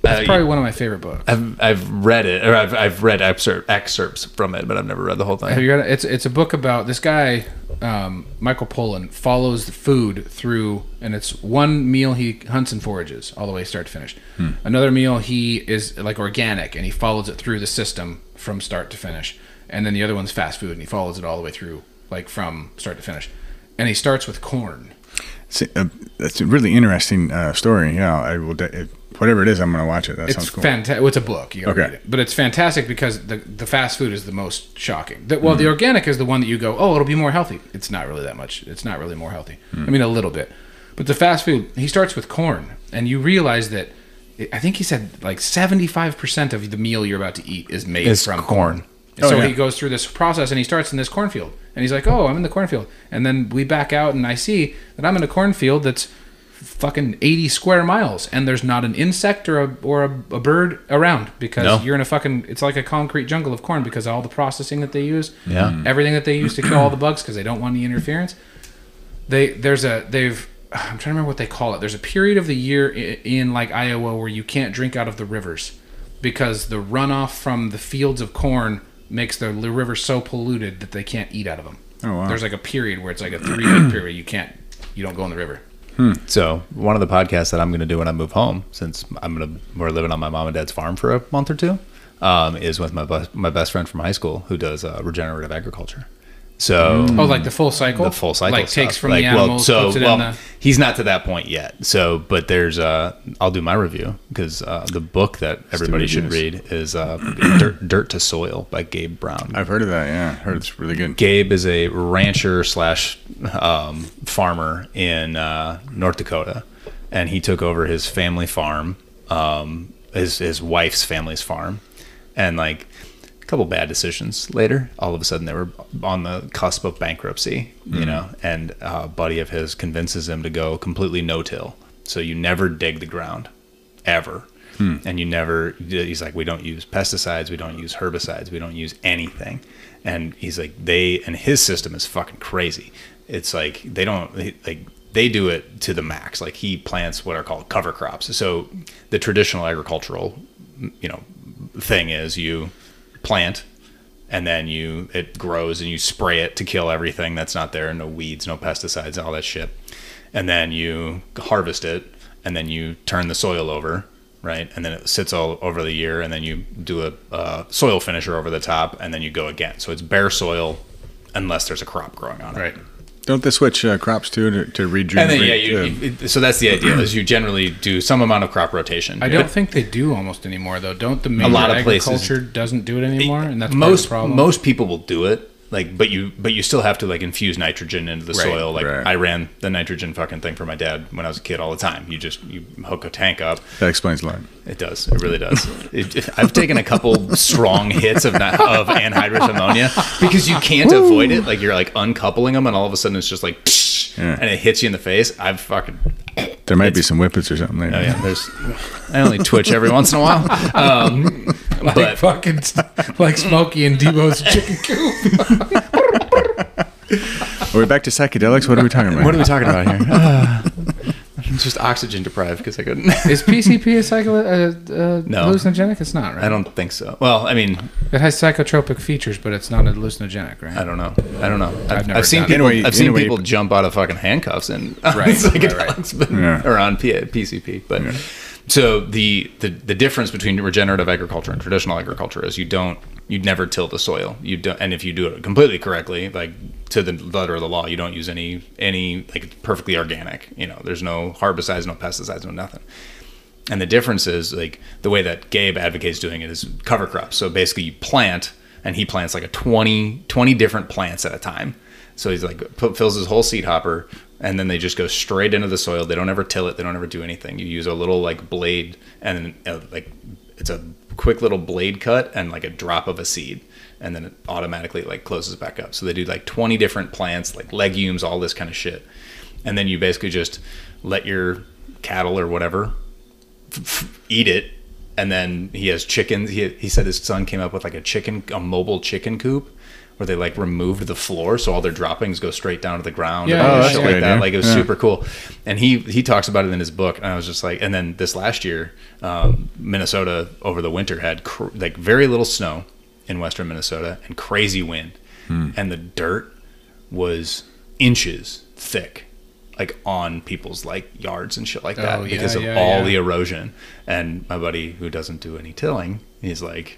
[SPEAKER 7] That's
[SPEAKER 1] Uh,
[SPEAKER 7] probably one of my favorite books.
[SPEAKER 1] I've, I've read it, or I've, I've read excerpt, excerpts from it, but I've never read the whole
[SPEAKER 7] Have
[SPEAKER 1] thing.
[SPEAKER 7] you read it? It's it's a book about this guy, um, Michael Pollan, follows the food through, and it's one meal he hunts and forages all the way start to finish. Another meal he is like organic, and he follows it through the system from start to finish. And then the other one's fast food, and he follows it all the way through, like from start to finish. And he starts with corn.
[SPEAKER 6] It's a, uh, that's a really interesting uh, story. Yeah, I will. De- it, whatever it is, I'm gonna watch it. That
[SPEAKER 7] It's
[SPEAKER 6] sounds cool.
[SPEAKER 7] fantastic. It's a book. You gotta
[SPEAKER 6] Okay.
[SPEAKER 7] read it. But it's fantastic because the, the fast food is the most shocking. The,
[SPEAKER 6] Mm-hmm.
[SPEAKER 7] well, the organic is the one that you go, oh, it'll be more healthy. It's not really that much. It's not really more healthy. I mean, a little bit. But the fast food, he starts with corn, and you realize that I think he said like 75% of the meal you're about to eat is made
[SPEAKER 1] Is
[SPEAKER 7] from
[SPEAKER 1] corn.
[SPEAKER 7] And so
[SPEAKER 6] Oh, yeah.
[SPEAKER 7] he goes through this process and he starts in this cornfield. And he's like, oh, I'm in the cornfield. And then we back out and I see that I'm in a cornfield that's fucking 80 square miles and there's not an insect or a, or a, a bird around because
[SPEAKER 1] No.
[SPEAKER 7] you're in a fucking it's like a concrete jungle of corn because all the processing that they use
[SPEAKER 1] Yeah.
[SPEAKER 7] everything that they use to kill all the bugs because they don't want any interference they there's a they've i'm trying to remember what they call it there's a period of the year in, in like iowa where you can't drink out of the rivers because the runoff from the fields of corn makes the li- river so polluted that they can't eat out of them
[SPEAKER 6] Oh, wow.
[SPEAKER 7] there's like a period where it's like a three day period where you can't you don't go in the river
[SPEAKER 1] So one of the podcasts that I'm going to do when I move home, since I'm gonna we're living on my mom and dad's farm for a month or two, um, is with my best my best friend from high school who does uh, regenerative agriculture. So
[SPEAKER 7] Oh, like the full cycle.
[SPEAKER 1] the full cycle
[SPEAKER 7] Like takes
[SPEAKER 1] stuff.
[SPEAKER 7] from
[SPEAKER 1] Like,
[SPEAKER 7] the
[SPEAKER 1] well,
[SPEAKER 7] animals,
[SPEAKER 1] so
[SPEAKER 7] puts it
[SPEAKER 1] well,
[SPEAKER 7] in the.
[SPEAKER 1] he's not to that point yet. So, but there's uh, I'll do my review because uh, the book that everybody should
[SPEAKER 6] reviews.
[SPEAKER 1] read is uh, Dirt, Dirt to Soil by Gabe Brown.
[SPEAKER 6] I've heard of that. Yeah, I heard it's really good.
[SPEAKER 1] Gabe is a rancher slash um, farmer in uh, North Dakota, and he took over his family farm, um, his his wife's family's farm, and like a couple bad decisions later, all of a sudden they were on the cusp of bankruptcy, you know. And a buddy of his convinces him to go completely no till, so you never dig the ground ever. And you never, he's like, we don't use pesticides, we don't use herbicides, we don't use anything. And he's like, they, and his system is fucking crazy. It's like, they don't, like, they do it to the max. Like, he plants what are called cover crops. So the traditional agricultural, you know, thing is you plant and then you, it grows and you spray it to kill everything that's not there no weeds, no pesticides, all that shit and then you harvest it and then you turn the soil over right and then it sits all over the year and then you do a uh, soil finisher over the top and then you go again so it's bare soil unless there's a crop growing on it
[SPEAKER 7] Right.
[SPEAKER 6] Don't they switch uh, crops too to, to rejuvenate?
[SPEAKER 1] and then yeah you,
[SPEAKER 6] uh,
[SPEAKER 1] you- so that's the idea is you generally do some amount of crop rotation
[SPEAKER 7] I don't think they do almost anymore though. Don't the major
[SPEAKER 1] lot of places-
[SPEAKER 7] agriculture doesn't do it anymore, and that's
[SPEAKER 1] most
[SPEAKER 7] part of the problem.
[SPEAKER 1] most people will do it like but you but you still have to like infuse nitrogen into the
[SPEAKER 7] Right,
[SPEAKER 1] soil like
[SPEAKER 6] right.
[SPEAKER 1] i ran the nitrogen fucking thing for my dad when i was a kid all the time you just you hook a tank up
[SPEAKER 6] Uh, that explains a lot.
[SPEAKER 1] It does. It really does. It, I've taken a couple strong hits of ni- of anhydrous ammonia because you can't avoid it. Like you're like uncoupling them, and all of a sudden it's just like,
[SPEAKER 6] Yeah.
[SPEAKER 1] and it hits you in the face. I've fucking
[SPEAKER 6] There might be some whippets or something later.
[SPEAKER 1] oh yeah. There's I only twitch every once in a while, um,
[SPEAKER 7] like
[SPEAKER 1] but
[SPEAKER 7] fucking like Smokey and Debo's chicken coop.
[SPEAKER 6] Are we back to psychedelics? What are we talking about?
[SPEAKER 1] what are we talking about here? Uh, I'm just oxygen deprived because I couldn't.
[SPEAKER 7] Is PCP a psycho uh, uh,
[SPEAKER 1] No.
[SPEAKER 7] hallucinogenic? It's not, right?
[SPEAKER 1] I don't think so. Well, I mean,
[SPEAKER 7] It has psychotropic features, but it's not a hallucinogenic, right?
[SPEAKER 1] I don't know. I don't know. I've, I've,
[SPEAKER 7] never
[SPEAKER 1] seen
[SPEAKER 7] done it.
[SPEAKER 1] people.
[SPEAKER 6] Anyway-
[SPEAKER 1] I've seen
[SPEAKER 6] anyway-
[SPEAKER 1] people jump out of fucking handcuffs and
[SPEAKER 7] Right,
[SPEAKER 1] psychedelics,
[SPEAKER 7] right,
[SPEAKER 1] but-
[SPEAKER 6] Yeah.
[SPEAKER 1] or on P- PCP. But So the, the the difference between regenerative agriculture and traditional agriculture is you don't you never till the soil. You don't, and if you do it completely correctly, like to the letter of the law, you don't use any any like it's perfectly organic. You know, there's no herbicides, no pesticides, no nothing. And the difference is like the way that Gabe advocates doing it is cover crops. So basically you plant and he plants like a 20, 20 different plants at a time. So he's like put, fills his whole seed hopper and then they just go straight into the soil. They don't ever till it. They don't ever do anything. You use a little like blade and uh, like it's a quick little blade cut and like a drop of a seed and then it automatically like closes back up. So they do like 20 different plants, like legumes, all this kind of shit. And then you basically just let your cattle or whatever eat it and then he has chickens he, he said his son came up with like a chicken a mobile chicken coop where they like removed the floor so all their droppings go straight down to the ground
[SPEAKER 7] Yeah,
[SPEAKER 1] and
[SPEAKER 7] Oh,
[SPEAKER 1] all this
[SPEAKER 7] that's
[SPEAKER 1] shit
[SPEAKER 6] a good
[SPEAKER 1] like that
[SPEAKER 6] idea.
[SPEAKER 1] like it was
[SPEAKER 6] Yeah.
[SPEAKER 1] super cool and he he talks about it in his book and i was just like and then this last year um, minnesota over the winter had cr- like very little snow in western minnesota and crazy wind
[SPEAKER 7] Hmm.
[SPEAKER 1] and the dirt was inches thick like on people's like yards and shit like that
[SPEAKER 7] Oh, yeah,
[SPEAKER 1] because of
[SPEAKER 7] yeah,
[SPEAKER 1] all
[SPEAKER 7] yeah.
[SPEAKER 1] the erosion. And my buddy who doesn't do any tilling, he's like,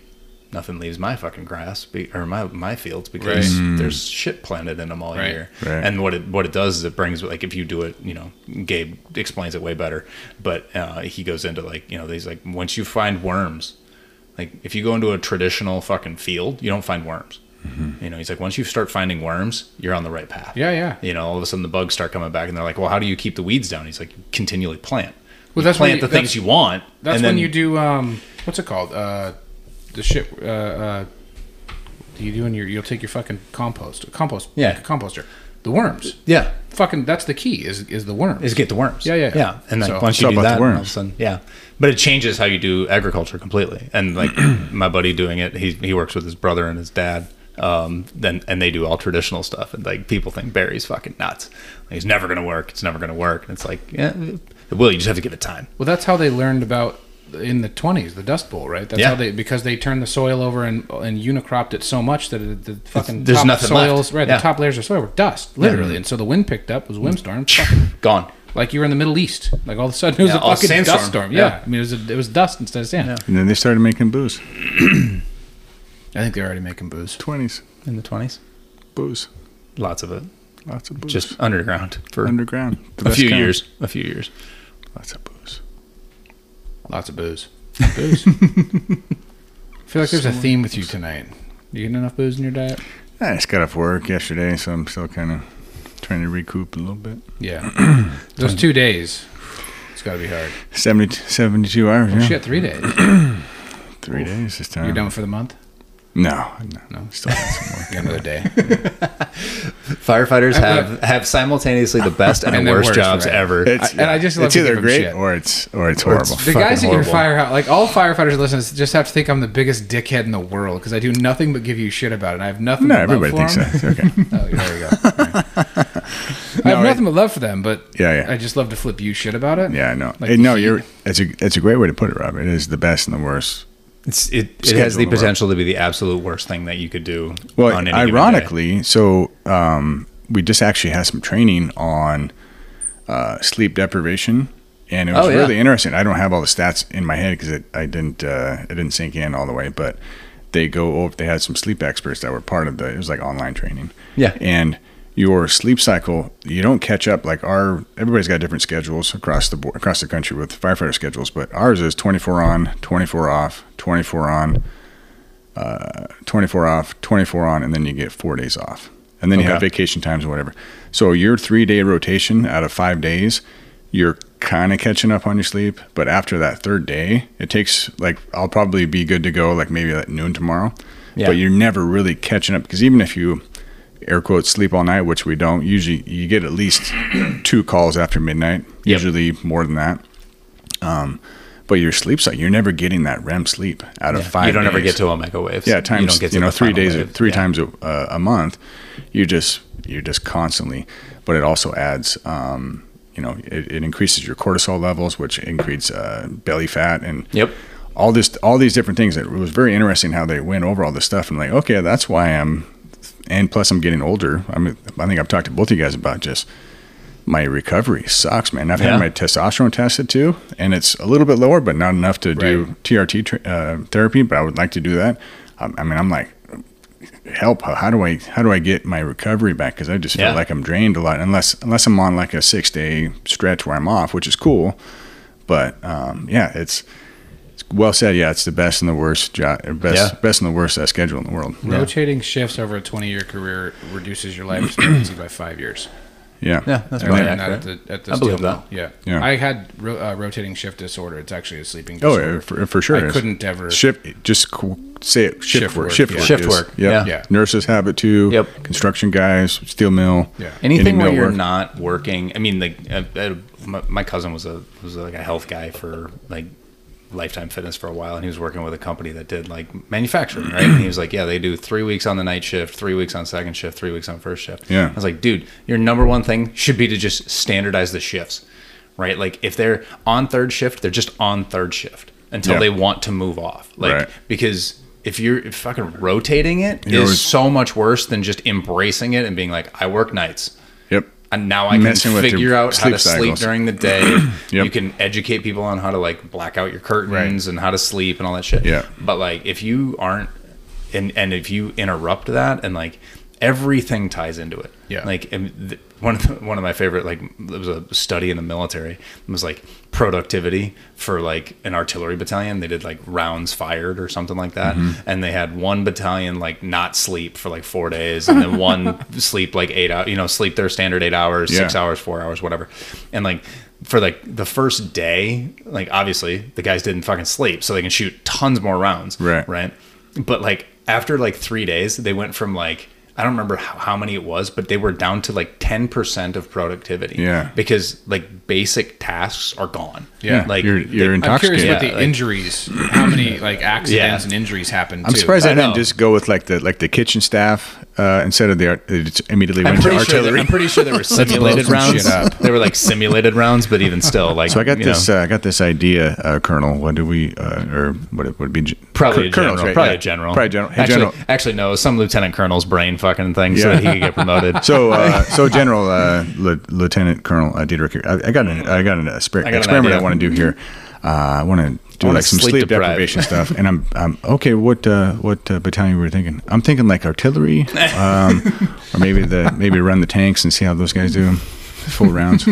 [SPEAKER 1] nothing leaves my fucking grass be- or my my fields because there's shit planted in them all
[SPEAKER 7] Right.
[SPEAKER 1] year.
[SPEAKER 6] Right.
[SPEAKER 1] And what it what it does is it brings like if you do it, you know, Gabe explains it way better. But uh, he goes into like you know these like once you find worms, like if you go into a traditional fucking field, you don't find worms. You know, he's like, once you start finding worms, you're on the right path.
[SPEAKER 7] Mm-hmm. Yeah, yeah.
[SPEAKER 1] You know, all of a sudden the bugs start coming back, and they're like, well, how do you keep the weeds down? He's like, you continually plant. You
[SPEAKER 7] Well, that's when
[SPEAKER 1] plant
[SPEAKER 7] you-
[SPEAKER 1] the things
[SPEAKER 7] that's-
[SPEAKER 1] you want.
[SPEAKER 7] That's
[SPEAKER 1] and
[SPEAKER 7] when
[SPEAKER 1] then-
[SPEAKER 7] you do um, what's it called? Uh, the shit. Uh, uh, you do in your you'll take your fucking compost, compost,
[SPEAKER 1] Yeah.
[SPEAKER 7] composter. The worms,
[SPEAKER 1] Yeah,
[SPEAKER 7] fucking. That's the key. Is is the worms?
[SPEAKER 1] is get the worms.
[SPEAKER 7] Yeah, yeah, yeah.
[SPEAKER 1] yeah. And like
[SPEAKER 7] So-
[SPEAKER 1] once you
[SPEAKER 6] So
[SPEAKER 1] do
[SPEAKER 6] about the
[SPEAKER 1] that, all of a
[SPEAKER 6] worms.
[SPEAKER 1] sudden, yeah. But it changes how you do agriculture completely. And like my buddy doing it, he he works with his brother and his dad. Um, then and they do all traditional stuff, and like people think Barry's fucking nuts. Like, it's never gonna work. It's never gonna work. And it's like, yeah, it will. You just have to give it time.
[SPEAKER 7] Well, that's how they learned about in the 20s the Dust Bowl, right? That's
[SPEAKER 1] Yeah.
[SPEAKER 7] how they because they turned the soil over and and unicropped it so much that it, the fucking
[SPEAKER 1] there's
[SPEAKER 7] top
[SPEAKER 1] nothing left.
[SPEAKER 7] soils, right?
[SPEAKER 1] Yeah. Mm-hmm. Mm.
[SPEAKER 7] The top layers of soil were dust, literally, and so the wind picked up was windstorm, fucking,
[SPEAKER 1] Gone.
[SPEAKER 7] like you were in the Middle East, like all of a sudden it was
[SPEAKER 1] Yeah, all
[SPEAKER 7] a fucking
[SPEAKER 1] sandstorm.
[SPEAKER 7] dust storm.
[SPEAKER 1] Yeah.
[SPEAKER 7] Yeah. I mean it was a, it was dust instead of sand.
[SPEAKER 6] And then they started making booze.
[SPEAKER 7] I think they're already making booze.
[SPEAKER 6] 20s.
[SPEAKER 1] In the twenties,
[SPEAKER 6] Booze.
[SPEAKER 1] lots of it,
[SPEAKER 6] Lots of booze.
[SPEAKER 1] just underground for
[SPEAKER 6] underground. The
[SPEAKER 1] a
[SPEAKER 6] best
[SPEAKER 1] few
[SPEAKER 6] kind.
[SPEAKER 1] years. A few years.
[SPEAKER 6] Lots of booze.
[SPEAKER 7] Lots of booze. Booze. I feel like there's a theme with you tonight. You getting enough booze in your diet?
[SPEAKER 6] I just got off work yesterday, so I'm still kind of trying to recoup a little bit.
[SPEAKER 7] Yeah. Those two days. It's got to be hard.
[SPEAKER 6] 70, 72 hours, yeah.
[SPEAKER 7] Oh, Shit, three days.
[SPEAKER 6] Three days this time.
[SPEAKER 7] You're done for the month.
[SPEAKER 6] No, no,
[SPEAKER 7] No.
[SPEAKER 6] Still got some more.
[SPEAKER 7] You got another day.
[SPEAKER 1] Firefighters
[SPEAKER 7] have-
[SPEAKER 1] have have simultaneously the best and,
[SPEAKER 7] And the
[SPEAKER 1] worst,
[SPEAKER 7] worst,
[SPEAKER 1] jobs
[SPEAKER 7] right.
[SPEAKER 1] ever.
[SPEAKER 6] It's,
[SPEAKER 7] and I just love
[SPEAKER 6] it's
[SPEAKER 7] to
[SPEAKER 6] either
[SPEAKER 7] give 'em
[SPEAKER 6] great
[SPEAKER 7] shit.
[SPEAKER 6] or it's or it's horrible.
[SPEAKER 7] The guys at
[SPEAKER 1] fucking
[SPEAKER 7] your
[SPEAKER 1] horrible.
[SPEAKER 7] firehouse, like all firefighters, listen, just have to think I'm the biggest dickhead in the world because I do nothing but give you shit about it. And I have nothing.
[SPEAKER 6] no,
[SPEAKER 7] but
[SPEAKER 6] everybody
[SPEAKER 7] love
[SPEAKER 6] thinks
[SPEAKER 7] for
[SPEAKER 6] that. It's okay.
[SPEAKER 7] that. Oh, there we go. Alright. I have
[SPEAKER 6] No,
[SPEAKER 7] nothing but love for them, but
[SPEAKER 6] Yeah, yeah.
[SPEAKER 7] I just love to flip you shit about it.
[SPEAKER 6] Yeah, I know.
[SPEAKER 7] Like
[SPEAKER 6] Hey,
[SPEAKER 7] the
[SPEAKER 6] no,
[SPEAKER 7] heat.
[SPEAKER 6] you're. It's a it's a great way to put it, Rob. It is the best and the worst.
[SPEAKER 1] It's, it it
[SPEAKER 6] Schedule
[SPEAKER 1] has the
[SPEAKER 6] in the world.
[SPEAKER 1] potential to be the absolute worst thing that you could do.
[SPEAKER 6] Well,
[SPEAKER 1] on any given day.
[SPEAKER 6] ironically, so um, we just actually had some training on uh, sleep deprivation, and it was
[SPEAKER 1] Oh, yeah.
[SPEAKER 6] really interesting. I don't have all the stats in my head because I didn't uh, it didn't sink in all the way, but they go over. They had some sleep experts that were part of the. It was like online training.
[SPEAKER 1] Yeah.
[SPEAKER 6] and your sleep cycle you don't catch up like our everybody's got different schedules across the board across the country with firefighter schedules but ours is 24 on 24 off 24 on 24 off, 24 on, and then you get four days off. And then you have
[SPEAKER 1] Okay.
[SPEAKER 6] vacation times and whatever. So your three day rotation out of five days, you're kind of catching up on your sleep. But after that third day, it takes like, I'll probably be good to go like maybe at noon tomorrow.
[SPEAKER 1] Yeah.
[SPEAKER 6] But you're never really catching up because even if you, air quotes, sleep all night, which we don't, usually you get at least two calls after midnight,
[SPEAKER 1] Yep.
[SPEAKER 6] usually more than that. Um, but your sleep cycle, you're never getting that REM sleep out of five.
[SPEAKER 1] you don't ever
[SPEAKER 6] days.
[SPEAKER 1] get to omega waves.
[SPEAKER 6] Yeah, times you,
[SPEAKER 1] don't get to
[SPEAKER 6] know
[SPEAKER 1] the
[SPEAKER 6] three
[SPEAKER 1] final
[SPEAKER 6] days,
[SPEAKER 1] wave.
[SPEAKER 6] three
[SPEAKER 1] Yeah.
[SPEAKER 6] times a, uh, a month. You just you're just constantly, but it also adds, um, you know, it, it increases your cortisol levels, which increases uh, belly fat and
[SPEAKER 1] Yep.
[SPEAKER 6] all this all these different things. It was very interesting how they went over all this stuff and like, okay, that's why I'm, and plus I'm getting older. I'm I think I've talked to both of you guys about just my recovery sucks, man. I've
[SPEAKER 1] Yeah.
[SPEAKER 6] had my testosterone tested too, and it's a little bit lower, but not enough to do TRT tr uh, therapy. But I would like to do that. Um, I mean, I'm like, help! How how do I how do I get my recovery back? Because I just
[SPEAKER 1] Yeah.
[SPEAKER 6] feel like I'm drained a lot. Unless unless I'm on like a six day stretch where I'm off, which is cool. But um, yeah, it's, it's well said. Yeah, it's the best and the worst job, best
[SPEAKER 1] Yeah.
[SPEAKER 6] best and the worst uh, schedule in the world.
[SPEAKER 7] Rotating shifts over a 20 year career reduces your life expectancy by five years.
[SPEAKER 6] Yeah,
[SPEAKER 1] Yeah, that's
[SPEAKER 7] I
[SPEAKER 1] probably
[SPEAKER 7] learned that
[SPEAKER 1] accurate.
[SPEAKER 7] at the, at the
[SPEAKER 1] I believe
[SPEAKER 7] steel
[SPEAKER 1] that.
[SPEAKER 7] mill. Yeah.
[SPEAKER 6] Yeah.
[SPEAKER 7] I had ro- uh, rotating shift disorder. It's actually a sleeping
[SPEAKER 6] Oh,
[SPEAKER 7] disorder.
[SPEAKER 6] yeah, for, for sure.
[SPEAKER 7] I
[SPEAKER 6] it is.
[SPEAKER 7] couldn't ever-
[SPEAKER 6] shift. Just co- say it. Shift,
[SPEAKER 7] Shift
[SPEAKER 6] work.
[SPEAKER 7] work,
[SPEAKER 6] Shift
[SPEAKER 7] yeah.
[SPEAKER 6] work.
[SPEAKER 1] Shift
[SPEAKER 6] is-
[SPEAKER 1] work,
[SPEAKER 6] Yep.
[SPEAKER 1] yeah.
[SPEAKER 7] Yeah.
[SPEAKER 6] Nurses have it too.
[SPEAKER 1] Yep.
[SPEAKER 6] Construction guys, steel mill.
[SPEAKER 7] Yeah.
[SPEAKER 1] anything
[SPEAKER 6] any
[SPEAKER 1] where
[SPEAKER 6] mill
[SPEAKER 1] you're
[SPEAKER 6] work.
[SPEAKER 1] not working i mean like uh, uh, my, my cousin was a was like a health guy for like lifetime fitness for a while and he was working with a company that did like manufacturing right and he was like yeah they do three weeks on the night shift three weeks on second shift three weeks on first shift
[SPEAKER 6] Yeah.
[SPEAKER 1] i was like dude your number one thing should be to just standardize the shifts right like if they're on third shift they're just on third shift until
[SPEAKER 6] Yeah.
[SPEAKER 1] they want to move off like
[SPEAKER 6] Right.
[SPEAKER 1] because if you're if fucking rotating it
[SPEAKER 6] You're
[SPEAKER 1] is
[SPEAKER 6] always-
[SPEAKER 1] so much worse than just embracing it and being like i work nights
[SPEAKER 6] Yep.
[SPEAKER 1] and now I can
[SPEAKER 6] Messing with
[SPEAKER 1] figure
[SPEAKER 6] your
[SPEAKER 1] out how
[SPEAKER 6] sleep
[SPEAKER 1] to sleep
[SPEAKER 6] cycles.
[SPEAKER 1] during the day.
[SPEAKER 6] Yep.
[SPEAKER 1] You can educate people on how to like black out your curtains and how to sleep and all that shit.
[SPEAKER 6] Yeah.
[SPEAKER 1] But like if you aren't and and if you interrupt that and like everything ties into it.
[SPEAKER 7] Yeah.
[SPEAKER 1] Like and th- one of the, one of my favorite like there was a study in the military it was like productivity for like an artillery battalion they did like rounds fired or something like that and they had one battalion like not sleep for like 4 days and then one sleep like 8 hours you know sleep their standard 8 hours
[SPEAKER 6] Yeah.
[SPEAKER 1] 6 hours 4 hours whatever and like for like the first day like obviously the guys didn't fucking sleep so they can shoot tons more rounds
[SPEAKER 6] Right.
[SPEAKER 1] right but like after like three days they went from like i don't remember how, how many it was but they were down to like 10% of productivity
[SPEAKER 6] Yeah.
[SPEAKER 1] because like basic tasks are gone
[SPEAKER 7] Yeah.
[SPEAKER 1] like
[SPEAKER 6] you're you're
[SPEAKER 1] they-
[SPEAKER 7] I'm curious
[SPEAKER 6] intoxicated.
[SPEAKER 7] about
[SPEAKER 1] Yeah,
[SPEAKER 7] the
[SPEAKER 1] like-
[SPEAKER 7] injuries. How many like accidents
[SPEAKER 1] Yeah.
[SPEAKER 7] and injuries happened?
[SPEAKER 6] I'm
[SPEAKER 7] too.
[SPEAKER 6] surprised
[SPEAKER 1] I
[SPEAKER 6] they didn't
[SPEAKER 1] know.
[SPEAKER 6] just go with like the like the kitchen staff uh, instead of the art, they just immediately
[SPEAKER 1] I'm
[SPEAKER 6] went to
[SPEAKER 1] pretty, sure that,
[SPEAKER 6] artillery.
[SPEAKER 1] I'm pretty sure there were simulated
[SPEAKER 6] some
[SPEAKER 1] rounds.
[SPEAKER 6] shit up.
[SPEAKER 1] There were like simulated rounds, but even still, like
[SPEAKER 6] so I got
[SPEAKER 1] you know,
[SPEAKER 6] this. Uh, I got this idea, uh, Colonel. What do we uh, or what it would be? gen-
[SPEAKER 1] probably a
[SPEAKER 6] Col- colonels,
[SPEAKER 1] general,
[SPEAKER 6] right?
[SPEAKER 1] probably
[SPEAKER 6] Yeah.
[SPEAKER 1] a general,
[SPEAKER 6] Probably general. Hey,
[SPEAKER 1] actually,
[SPEAKER 6] general.
[SPEAKER 1] actually, no, it was some lieutenant colonel's brain fucking thing, so
[SPEAKER 6] Yeah.
[SPEAKER 1] that he could get promoted.
[SPEAKER 6] So, uh, so General uh, L- Lieutenant Colonel uh, Diedrich here. I, I got an I got an, exper-
[SPEAKER 1] I got an
[SPEAKER 6] experiment
[SPEAKER 1] idea.
[SPEAKER 6] I want to do here. Uh, I want to do
[SPEAKER 1] wanna
[SPEAKER 6] like some
[SPEAKER 1] sleep
[SPEAKER 6] sleep,
[SPEAKER 1] deprive.
[SPEAKER 6] deprivation stuff, and I'm I'm okay. What uh, what uh, battalion were you thinking? I'm thinking like artillery, um, or maybe the maybe run the tanks and see how those guys do full rounds.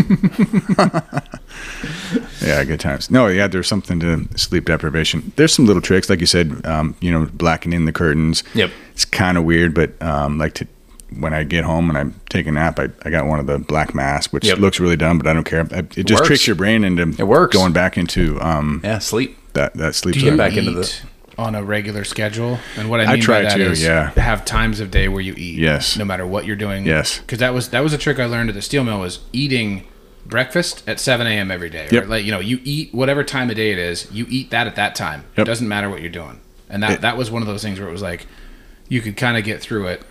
[SPEAKER 6] Yeah, good times. No, yeah, there's something to sleep deprivation. There's some little tricks, like you said, um, you know, blacking in the curtains.
[SPEAKER 1] Yep.
[SPEAKER 6] It's kind of weird, but um, like to when I get home and I take a nap, I, I got one of the black masks, which
[SPEAKER 1] Yep.
[SPEAKER 6] looks really dumb, but I don't care. I, it just
[SPEAKER 1] works.
[SPEAKER 6] tricks your brain into it
[SPEAKER 1] works.
[SPEAKER 6] going back into um,
[SPEAKER 1] yeah, sleep.
[SPEAKER 6] that that sleep.
[SPEAKER 7] Do
[SPEAKER 6] cycle.
[SPEAKER 7] you
[SPEAKER 1] back into
[SPEAKER 7] eat
[SPEAKER 1] the-
[SPEAKER 7] on a regular schedule? And what I
[SPEAKER 6] I
[SPEAKER 7] mean
[SPEAKER 6] try
[SPEAKER 7] by that
[SPEAKER 6] to,
[SPEAKER 7] is
[SPEAKER 6] yeah.
[SPEAKER 7] have times of day where you eat.
[SPEAKER 6] Yes.
[SPEAKER 7] No matter what you're doing.
[SPEAKER 6] Yes.
[SPEAKER 7] Because that was that was a trick I learned at the steel mill was eating breakfast at 7 a.m. every day.
[SPEAKER 6] Yep.
[SPEAKER 7] Or like you know you eat whatever time of day it is. You eat that at that time.
[SPEAKER 6] Yep.
[SPEAKER 7] It doesn't matter what you're doing. And that
[SPEAKER 6] It-
[SPEAKER 7] that was one of those things where it was like you could kind of get through it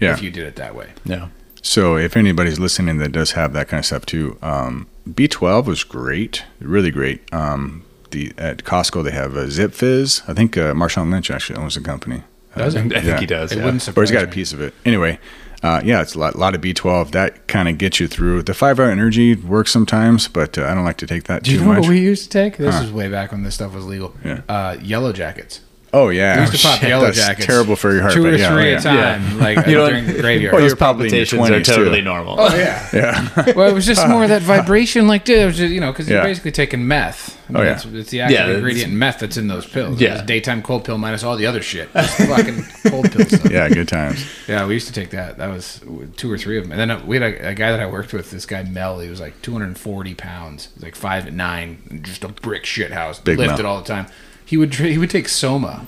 [SPEAKER 6] Yeah.
[SPEAKER 7] if you did it that way.
[SPEAKER 1] Yeah,
[SPEAKER 6] So if anybody's listening that does have that kind of stuff too, um, B12 was great, really great. Um, the at Costco they have a Zip Fizz. I think uh, Marshawn Lynch actually owns the company.
[SPEAKER 7] Does
[SPEAKER 1] I
[SPEAKER 7] it?
[SPEAKER 1] think
[SPEAKER 6] Yeah.
[SPEAKER 1] he does.
[SPEAKER 7] It
[SPEAKER 1] yeah.
[SPEAKER 7] wouldn't
[SPEAKER 6] or
[SPEAKER 7] surprise
[SPEAKER 6] he's got a
[SPEAKER 7] me.
[SPEAKER 6] piece of it. Anyway, uh, yeah, it's a lot, lot of B12. That kind of gets you through. The five hour energy works sometimes, but uh, I don't like to take that
[SPEAKER 7] Do you
[SPEAKER 6] too
[SPEAKER 7] know
[SPEAKER 6] much.
[SPEAKER 7] what we used to take? This is way back when this stuff was legal.
[SPEAKER 6] Yeah.
[SPEAKER 7] Uh, yellow jackets.
[SPEAKER 6] oh yeah,
[SPEAKER 7] We used to
[SPEAKER 6] Oh,
[SPEAKER 7] pop
[SPEAKER 6] shit,
[SPEAKER 7] yellow
[SPEAKER 6] that's
[SPEAKER 7] jackets.
[SPEAKER 6] Terrible for your heart.
[SPEAKER 7] Two
[SPEAKER 6] but
[SPEAKER 7] or
[SPEAKER 6] yeah, oh,
[SPEAKER 7] three
[SPEAKER 6] yeah.
[SPEAKER 7] at a time, like
[SPEAKER 1] You know,
[SPEAKER 7] during the graveyard.
[SPEAKER 1] Those
[SPEAKER 6] you're probably in your
[SPEAKER 1] palpitations are
[SPEAKER 6] 20s, too.
[SPEAKER 1] totally normal.
[SPEAKER 7] Oh, yeah.
[SPEAKER 6] Yeah.
[SPEAKER 7] well, it was just more of that vibration, like dude, it was just, you know, because you're
[SPEAKER 6] Yeah.
[SPEAKER 7] basically taking meth. I mean,
[SPEAKER 6] Oh, yeah.
[SPEAKER 7] it's, it's the active
[SPEAKER 1] Yeah, it's-
[SPEAKER 7] ingredient in meth that's in those pills.
[SPEAKER 1] Yeah.
[SPEAKER 7] Yeah, daytime cold pill minus all the other shit. It's the fucking cold pill stuff.
[SPEAKER 6] yeah, good times.
[SPEAKER 7] Yeah, we used to take that. That was two or three of them. And then uh, we had a, a guy that I worked with. This guy Mel. He was like 240 pounds. He was like five at nine, just a brick shit house.
[SPEAKER 6] Big
[SPEAKER 7] lifted
[SPEAKER 6] Mel.
[SPEAKER 7] all the time. He would dr- he would take soma,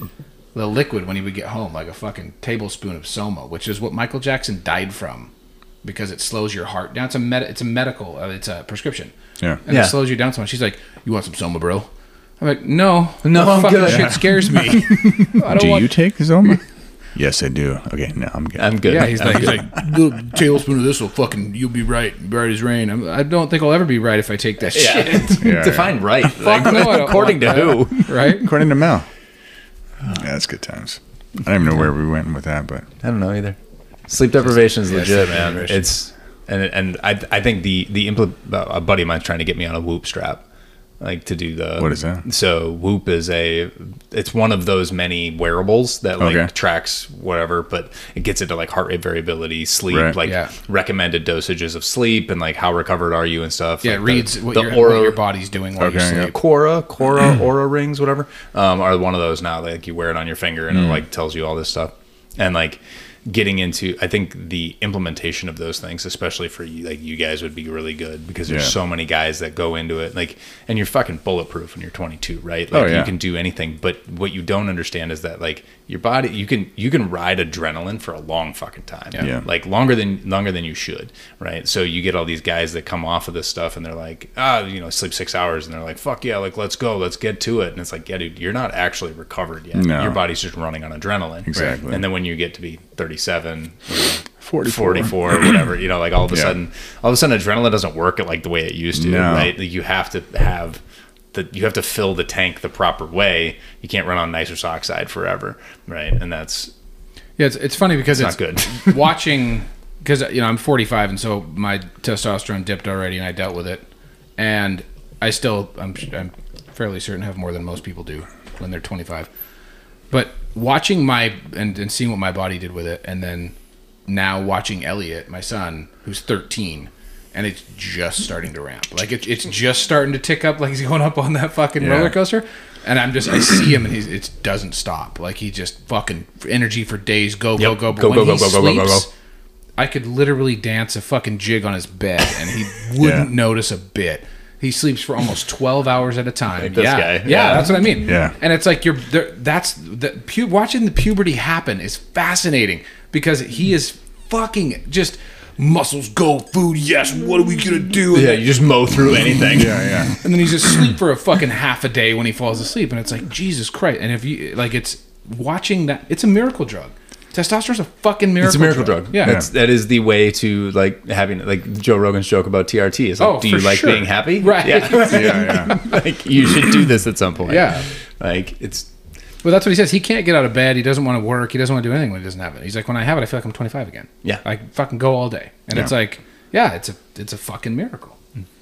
[SPEAKER 7] the liquid when he would get home, like a fucking tablespoon of soma, which is what Michael Jackson died from, because it slows your heart down. It's a med- It's a medical. Uh, it's a prescription.
[SPEAKER 6] Yeah.
[SPEAKER 7] And
[SPEAKER 1] Yeah.
[SPEAKER 7] it slows you down so much. She's like, "You want some soma, bro?" I'm like, "No,
[SPEAKER 1] No,
[SPEAKER 7] no,
[SPEAKER 1] I'm
[SPEAKER 7] fucking
[SPEAKER 1] good."
[SPEAKER 7] shit scares me." I don't
[SPEAKER 6] Do
[SPEAKER 7] want
[SPEAKER 6] you take Zoma? yes, I do. Okay, no, I'm good.
[SPEAKER 1] I'm good.
[SPEAKER 7] yeah, he's
[SPEAKER 1] I'm
[SPEAKER 7] like,
[SPEAKER 1] good.
[SPEAKER 7] he's like, little tablespoon of this will fucking, you'll be right, bright as rain. I'm, I don't think I'll ever be right if I take that
[SPEAKER 1] Yeah.
[SPEAKER 7] shit.
[SPEAKER 6] Yeah,
[SPEAKER 1] Define right.
[SPEAKER 7] Fuck no, I don't
[SPEAKER 1] according to
[SPEAKER 7] want
[SPEAKER 1] who?
[SPEAKER 7] right?
[SPEAKER 6] According to Mel. Yeah, that's good times. I don't even know where we went with that, but
[SPEAKER 1] I don't know either. Sleep deprivation is legit,
[SPEAKER 7] sleep
[SPEAKER 1] man.
[SPEAKER 7] deprivation.
[SPEAKER 1] It's and and I I think the the impl- a buddy of mine's trying to get me on a Whoop strap, like to do the
[SPEAKER 6] What is that?
[SPEAKER 1] So Whoop is a it's one of those many wearables that like
[SPEAKER 6] Okay.
[SPEAKER 1] tracks whatever, but it gets into like heart rate variability, sleep,
[SPEAKER 6] Right.
[SPEAKER 1] like
[SPEAKER 7] Yeah.
[SPEAKER 1] recommended dosages of sleep, and like how recovered are you and stuff.
[SPEAKER 7] Yeah,
[SPEAKER 1] like
[SPEAKER 7] it
[SPEAKER 1] the-
[SPEAKER 7] reads what,
[SPEAKER 1] the
[SPEAKER 7] your,
[SPEAKER 1] Oura-
[SPEAKER 7] what your body's doing while
[SPEAKER 6] Okay,
[SPEAKER 7] you
[SPEAKER 6] yeah.
[SPEAKER 7] sleep.
[SPEAKER 1] Cora, Cora, Aura rings, whatever, um, are one of those now. Like you wear it on your finger
[SPEAKER 6] Mm.
[SPEAKER 1] and it like tells you all this stuff. And like getting into, I think the implementation of those things, especially for you, like you guys, would be really good because there's
[SPEAKER 6] Yeah.
[SPEAKER 1] so many guys that go into it. Like, and you're fucking bulletproof when you're 22, right? Like
[SPEAKER 6] Oh, yeah.
[SPEAKER 1] you can do anything. But what you don't understand is that like your body, you can you can ride adrenaline for a long fucking time
[SPEAKER 6] Yeah.
[SPEAKER 1] like longer than longer than you should right so you get all these guys that come off of this stuff and they're like ah you know sleep six hours and they're like fuck yeah like let's go let's get to it and it's like yeah dude you're not actually recovered yet
[SPEAKER 6] No.
[SPEAKER 1] your body's just running on adrenaline
[SPEAKER 6] Exactly.
[SPEAKER 1] and then when you get to be 37 you know,
[SPEAKER 6] 44.
[SPEAKER 1] 44 or whatever you know like all of a
[SPEAKER 6] Yeah.
[SPEAKER 1] sudden all of a sudden adrenaline doesn't work like the way it used to
[SPEAKER 6] No.
[SPEAKER 1] right Like, you have to have that you have to fill the tank the proper way you can't run on nitrous oxide forever right and that's
[SPEAKER 7] Yeah, it's, it's funny because
[SPEAKER 1] It's
[SPEAKER 7] it's,
[SPEAKER 1] not good.
[SPEAKER 7] watching because you know I'm 45 and so my testosterone dipped already and I dealt with it, and I still I'm I'm fairly certain have more than most people do when they're 25. But watching my and, and seeing what my body did with it, and then now watching Elliot, my son, who's 13. And it's just starting to ramp. Like it, it's just starting to tick up. Like he's going up on that fucking
[SPEAKER 6] Yeah.
[SPEAKER 7] roller coaster. And I'm just, I see him, and he's, it doesn't stop. Like he just fucking energy for days. Go go
[SPEAKER 1] Yep.
[SPEAKER 7] go. But
[SPEAKER 1] Go,
[SPEAKER 7] when
[SPEAKER 1] go,
[SPEAKER 7] he
[SPEAKER 1] go, go, go, go, go.
[SPEAKER 7] sleeps, I could literally dance a fucking jig on his bed, and he wouldn't
[SPEAKER 6] Yeah.
[SPEAKER 7] notice a bit. He sleeps for almost twelve hours at a time.
[SPEAKER 1] Like this
[SPEAKER 7] yeah.
[SPEAKER 1] guy.
[SPEAKER 7] yeah,
[SPEAKER 1] Yeah.
[SPEAKER 7] that's what I mean.
[SPEAKER 6] Yeah.
[SPEAKER 7] and it's like you're there, that's the pu- watching the puberty happen is fascinating because he is fucking just muscles go food. Yes, what are we gonna do? And
[SPEAKER 1] yeah you just mow through anything
[SPEAKER 6] Yeah, yeah.
[SPEAKER 7] and then he's asleep for a fucking half a day when he falls asleep and it's like jesus christ and if you like it's watching that it's a miracle drug testosterone's a fucking miracle
[SPEAKER 1] It's a miracle drug.
[SPEAKER 7] yeah
[SPEAKER 1] That's, that is the way to like having like Joe Rogan's joke about TRT is like,
[SPEAKER 7] Oh,
[SPEAKER 1] do you
[SPEAKER 7] for
[SPEAKER 1] like
[SPEAKER 7] sure.
[SPEAKER 1] being happy?
[SPEAKER 7] Right.
[SPEAKER 1] Yeah.
[SPEAKER 6] Yeah, yeah.
[SPEAKER 1] like you should do this at some point.
[SPEAKER 7] Yeah.
[SPEAKER 1] Like it's
[SPEAKER 7] well that's what he says he can't get out of bed he doesn't want to work he doesn't want to do anything when he doesn't have it he's like when i have it i feel like i'm 25 again
[SPEAKER 1] Yeah.
[SPEAKER 7] i fucking go all day and it's like yeah it's a it's a fucking miracle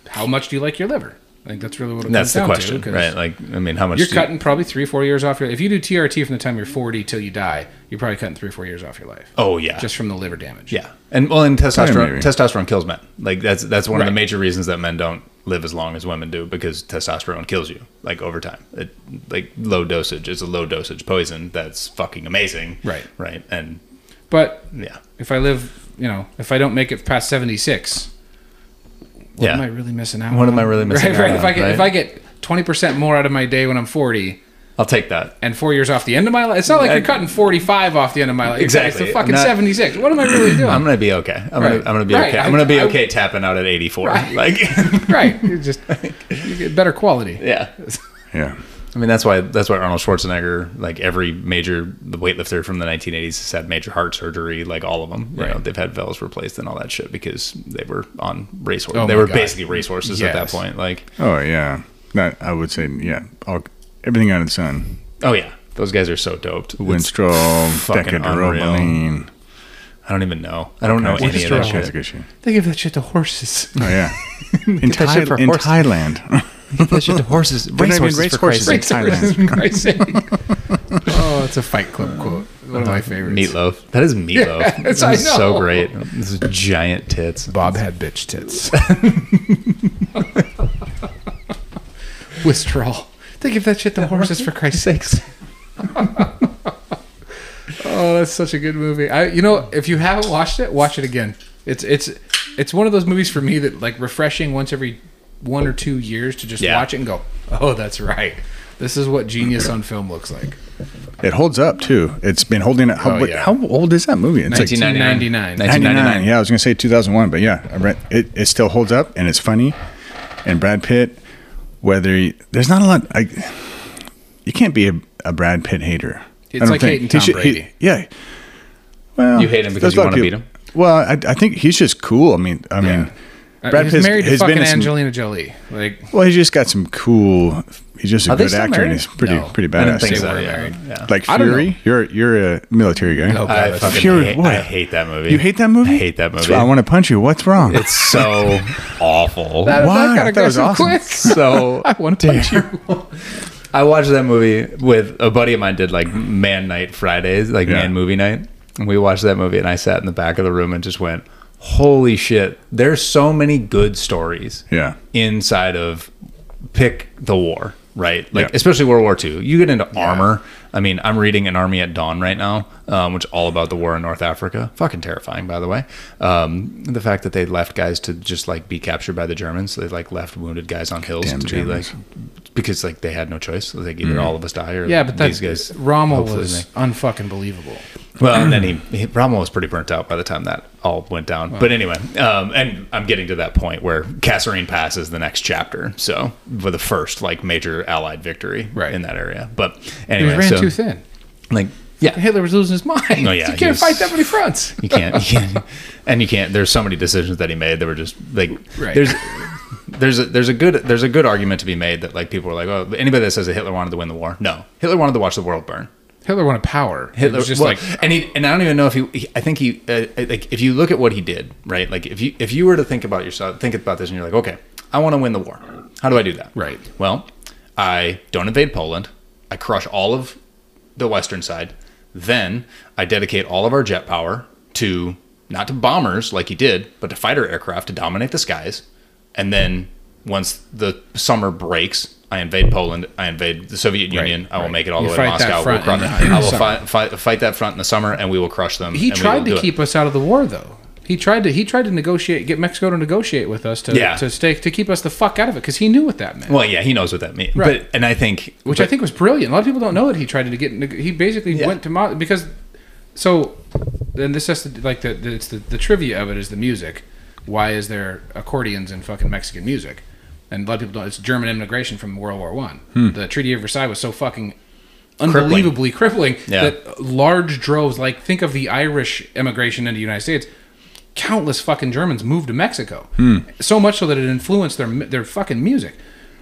[SPEAKER 7] how much do you like your liver i think that's really what it
[SPEAKER 1] that's
[SPEAKER 7] comes
[SPEAKER 1] the
[SPEAKER 7] down
[SPEAKER 1] question,
[SPEAKER 7] to, 'cause
[SPEAKER 1] right? Like I mean, how much
[SPEAKER 7] you're
[SPEAKER 1] do you-
[SPEAKER 7] cutting probably three or four years off your if you do trt from the time you're 40 till you die you're probably cutting three or four years off your life
[SPEAKER 1] Oh yeah.
[SPEAKER 7] just from the liver damage
[SPEAKER 1] yeah. And well, and testosterone
[SPEAKER 6] maybe.
[SPEAKER 1] testosterone kills men. Like that's that's one of the
[SPEAKER 7] Right.
[SPEAKER 1] major reasons that men don't live as long as women do because testosterone kills you like over time. It like low dosage is a low dosage poison that's fucking amazing.
[SPEAKER 7] Right.
[SPEAKER 1] Right. And
[SPEAKER 7] but
[SPEAKER 1] yeah.
[SPEAKER 7] if I live, you know, if I don't make it past 76, what
[SPEAKER 1] yeah.
[SPEAKER 7] am I really missing out
[SPEAKER 1] What
[SPEAKER 7] on?
[SPEAKER 1] am I really missing
[SPEAKER 7] right,
[SPEAKER 1] out
[SPEAKER 7] right. If
[SPEAKER 1] on,
[SPEAKER 7] I, get, if
[SPEAKER 1] right?
[SPEAKER 7] I get 20% more out of my day when I'm 40
[SPEAKER 1] I'll take that.
[SPEAKER 7] and four years off the end of my life, it's not like
[SPEAKER 1] I-
[SPEAKER 7] you're cutting 45 off the end of my life. It's-
[SPEAKER 1] Exactly.
[SPEAKER 7] It's a fucking
[SPEAKER 1] Not-
[SPEAKER 7] 76. What am I really doing?
[SPEAKER 1] I'm gonna be okay. I'm gonna
[SPEAKER 7] Right.
[SPEAKER 1] I'm gonna be
[SPEAKER 7] Right.
[SPEAKER 1] okay.
[SPEAKER 7] I-
[SPEAKER 1] I'm gonna be
[SPEAKER 7] I-
[SPEAKER 1] okay tapping out at 84.
[SPEAKER 7] Right.
[SPEAKER 1] Like,
[SPEAKER 7] right. You just you get better quality.
[SPEAKER 1] yeah.
[SPEAKER 6] Yeah.
[SPEAKER 1] I mean that's why that's why Arnold Schwarzenegger like every major weightlifter from the 1980s has had major heart surgery. Like all of them, you know,
[SPEAKER 7] Right.
[SPEAKER 1] they've had valves replaced and all that shit because they were on racehorse.
[SPEAKER 7] Oh
[SPEAKER 1] they
[SPEAKER 7] my
[SPEAKER 1] were
[SPEAKER 7] God.
[SPEAKER 1] basically racehorses at that
[SPEAKER 7] Yes.
[SPEAKER 1] point. Like,
[SPEAKER 6] Oh, yeah. That I would say, yeah. All, everything out of the sun.
[SPEAKER 1] oh yeah, those guys are so doped. It's-
[SPEAKER 6] Winstrol,
[SPEAKER 1] fucking unreal.
[SPEAKER 6] Decadrobaline.
[SPEAKER 1] I don't even know. I don't know
[SPEAKER 6] All
[SPEAKER 1] any of that
[SPEAKER 6] kinds of
[SPEAKER 1] shit.
[SPEAKER 6] good shit.
[SPEAKER 7] They give that shit to horses.
[SPEAKER 6] Oh, yeah. In,
[SPEAKER 1] that shit for
[SPEAKER 6] Thai- in
[SPEAKER 1] horses.
[SPEAKER 6] Thailand.
[SPEAKER 1] That shit to horses,
[SPEAKER 6] I mean
[SPEAKER 1] racehorses, for Christ's
[SPEAKER 6] racehorses.
[SPEAKER 1] sake.
[SPEAKER 6] It's Thailand.
[SPEAKER 7] For Christ's sake. oh, it's a Fight Club quote. One of my
[SPEAKER 1] Uh,
[SPEAKER 7] favorites.
[SPEAKER 1] Meatloaf. That is meatloaf.
[SPEAKER 7] Yes,
[SPEAKER 1] this
[SPEAKER 7] I
[SPEAKER 1] is so
[SPEAKER 7] know.
[SPEAKER 1] great. This is giant tits.
[SPEAKER 7] Bob had bitch tits. Wistrol. They give that shit to horses for Christ's sakes. oh, that's such a good movie. I, you know, if you haven't watched it, watch it again. It's it's it's one of those movies for me that like refreshing once every one or two years to just
[SPEAKER 1] Yeah.
[SPEAKER 7] watch it and go, oh, that's right. This is what genius on film looks like.
[SPEAKER 6] It holds up, too. It's been holding it. How,
[SPEAKER 7] Oh,
[SPEAKER 6] wait,
[SPEAKER 7] yeah.
[SPEAKER 6] how old is that movie? It's
[SPEAKER 1] 1999.
[SPEAKER 7] 1999.
[SPEAKER 1] 1999.
[SPEAKER 6] Yeah, I was gonna say 2001, but yeah, I read, it. It still holds up, and it's funny. And Brad Pitt, whether he, there's not a lot, I, you can't be a, a Brad Pitt hater.
[SPEAKER 7] It's
[SPEAKER 6] I don't
[SPEAKER 7] like
[SPEAKER 6] think-
[SPEAKER 7] hating
[SPEAKER 6] he
[SPEAKER 7] Tom
[SPEAKER 6] should- he-
[SPEAKER 7] Brady.
[SPEAKER 6] yeah. Well,
[SPEAKER 1] You hate him because
[SPEAKER 6] there's a
[SPEAKER 1] you
[SPEAKER 6] lot of
[SPEAKER 1] wanna beat
[SPEAKER 6] people-
[SPEAKER 1] him?
[SPEAKER 6] Well, I, I think he's just cool. I mean, I mean, Brad
[SPEAKER 7] Brad Uh, he's
[SPEAKER 6] Pitt's-
[SPEAKER 7] married to
[SPEAKER 6] has been
[SPEAKER 7] fucking
[SPEAKER 6] in some-
[SPEAKER 7] Angelina Jolie. Like
[SPEAKER 6] Well, he's just got some cool. He's just a
[SPEAKER 1] Are they
[SPEAKER 6] good
[SPEAKER 1] still
[SPEAKER 6] actor, and
[SPEAKER 1] married?
[SPEAKER 6] he's pretty
[SPEAKER 7] No.
[SPEAKER 6] pretty
[SPEAKER 1] I didn't
[SPEAKER 6] badass.
[SPEAKER 1] think
[SPEAKER 7] They
[SPEAKER 1] so.
[SPEAKER 7] were
[SPEAKER 1] Yeah.
[SPEAKER 7] married.
[SPEAKER 1] yeah.
[SPEAKER 6] Like
[SPEAKER 7] I don't know.
[SPEAKER 6] Fury, you're you're a military guy.
[SPEAKER 7] Oh, God,
[SPEAKER 1] I
[SPEAKER 7] that's
[SPEAKER 1] fucking
[SPEAKER 6] Fury,
[SPEAKER 1] hate,
[SPEAKER 6] what?
[SPEAKER 1] I hate that movie.
[SPEAKER 6] You hate that movie?
[SPEAKER 1] I hate that
[SPEAKER 6] That's
[SPEAKER 1] movie.
[SPEAKER 6] why I want to punch you. What's wrong?
[SPEAKER 1] It's so awful.
[SPEAKER 7] that,
[SPEAKER 6] Why?
[SPEAKER 7] that got
[SPEAKER 6] That was
[SPEAKER 7] aggressive
[SPEAKER 6] awesome.
[SPEAKER 7] quick.
[SPEAKER 1] so
[SPEAKER 7] I want to punch you.
[SPEAKER 1] I watched that movie with a buddy of mine did like man night Fridays, like
[SPEAKER 6] Yeah.
[SPEAKER 1] man movie night. And we watched that movie and I sat in the back of the room and just went, Holy shit, there's so many good stories
[SPEAKER 6] yeah.
[SPEAKER 1] inside of pick the war, right? Like
[SPEAKER 6] Yeah.
[SPEAKER 1] especially World War II. You get into armor. I mean, I'm reading An Army at Dawn right now, um, which is all about the war in North Africa. Fucking terrifying, by the way. Um, the fact that they left guys to just like be captured by the Germans, they like left wounded guys on hills
[SPEAKER 6] Damn
[SPEAKER 1] to
[SPEAKER 6] Germans.
[SPEAKER 1] be like because like they had no choice. So Like either all of us die or
[SPEAKER 7] Mm. Yeah, but
[SPEAKER 1] these
[SPEAKER 7] that
[SPEAKER 1] guys.
[SPEAKER 7] Rommel
[SPEAKER 1] hopefully
[SPEAKER 7] was
[SPEAKER 1] make-
[SPEAKER 7] unfucking believable.
[SPEAKER 1] well, and then he, he Rommel was pretty burnt out by the time that all went down. But anyway, um, and I'm getting to that point where Kasserine Pass is the next chapter. So for the first like major Allied victory
[SPEAKER 7] Right.
[SPEAKER 1] in that area. But
[SPEAKER 7] He
[SPEAKER 1] anyway,
[SPEAKER 7] ran
[SPEAKER 1] so
[SPEAKER 7] too thin.
[SPEAKER 1] like yeah,
[SPEAKER 7] Hitler was losing his mind.
[SPEAKER 1] Oh, yeah,
[SPEAKER 7] you
[SPEAKER 1] he
[SPEAKER 7] can't
[SPEAKER 1] was-
[SPEAKER 7] fight that many fronts.
[SPEAKER 1] you can't, you can't, and you can't. There's so many decisions that he made that were just like
[SPEAKER 7] Right.
[SPEAKER 1] there's. There's a, there's a good there's a good argument to be made that like people are like oh anybody that says that Hitler wanted to win the war no Hitler wanted to watch the world burn
[SPEAKER 7] Hitler wanted power. Hitler
[SPEAKER 1] Hitler
[SPEAKER 7] was just
[SPEAKER 1] well,
[SPEAKER 7] like
[SPEAKER 1] and he, and I don't even know if he, he I think he uh, like if you look at what he did, right? Like if you if you were to think about yourself, think about this, and you're like, okay, I want to win the war. How do I do that?
[SPEAKER 7] Right.
[SPEAKER 1] Well, I don't invade Poland. I crush all of the western side. Then I dedicate all of our jet power to not to bombers like he did, but to fighter aircraft to dominate the skies. And then once the summer breaks, I invade Poland. I invade the Soviet
[SPEAKER 7] Right,
[SPEAKER 1] Union. I will
[SPEAKER 7] right.
[SPEAKER 1] make it all
[SPEAKER 7] You
[SPEAKER 1] the way to
[SPEAKER 7] fight that
[SPEAKER 1] Moscow. We'll
[SPEAKER 7] front
[SPEAKER 1] crush,
[SPEAKER 7] in the- in
[SPEAKER 1] I
[SPEAKER 7] the
[SPEAKER 1] will
[SPEAKER 7] summer.
[SPEAKER 1] fight fight, fight that front in the summer, and we will crush them. and
[SPEAKER 7] he
[SPEAKER 1] we will
[SPEAKER 7] tried
[SPEAKER 1] do
[SPEAKER 7] to
[SPEAKER 1] it.
[SPEAKER 7] keep us out of the war though. He tried to he tried to negotiate get Mexico to negotiate with us to
[SPEAKER 1] Yeah.
[SPEAKER 7] to stay to keep us the fuck out of it because he knew what that meant.
[SPEAKER 1] Well, yeah, he knows what that means.
[SPEAKER 7] Right.
[SPEAKER 1] But and I think,
[SPEAKER 7] which I
[SPEAKER 1] but-
[SPEAKER 7] think was brilliant. A lot of people don't know that he tried to get. neg- He basically
[SPEAKER 1] Yeah.
[SPEAKER 7] went to Mo- because so. Then this has to like the, the it's the, the trivia of it is the music. Why is there accordions in fucking Mexican music? And a lot of people don't. It's German immigration from World War One.
[SPEAKER 1] Hmm.
[SPEAKER 7] The Treaty of Versailles was so fucking unbelievably crippling,
[SPEAKER 1] Yeah.
[SPEAKER 7] that large droves like think of the Irish immigration into the United States. Countless fucking Germans moved to Mexico,
[SPEAKER 1] Hmm.
[SPEAKER 7] so much so that it influenced their their fucking music.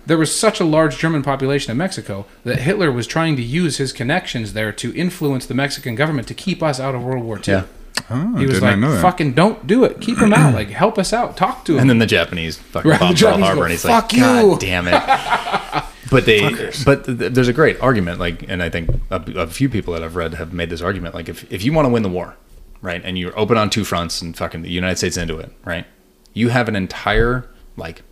[SPEAKER 7] There was such a large German population in Mexico that Hitler was trying to use his connections there to influence the Mexican government to keep us out of World War II.
[SPEAKER 1] Yeah.
[SPEAKER 6] Oh,
[SPEAKER 7] He was
[SPEAKER 6] did not
[SPEAKER 7] like,
[SPEAKER 6] know that.
[SPEAKER 7] "Fucking don't do it. Keep them out. Like, help us out. Talk to them."
[SPEAKER 1] and then the Japanese fucking
[SPEAKER 7] Right, the
[SPEAKER 1] bomb Pearl
[SPEAKER 7] Japanese
[SPEAKER 1] Harbor,
[SPEAKER 7] go,
[SPEAKER 1] and he's
[SPEAKER 7] "Fuck
[SPEAKER 1] like,
[SPEAKER 7] you."
[SPEAKER 1] God damn it. But they, but th- there's a great argument, like, and I think a, a few people that I've read have made this argument, like, if if you want to win the war, right, and you're open on two fronts, and fucking the United States into it, right, you have an entire like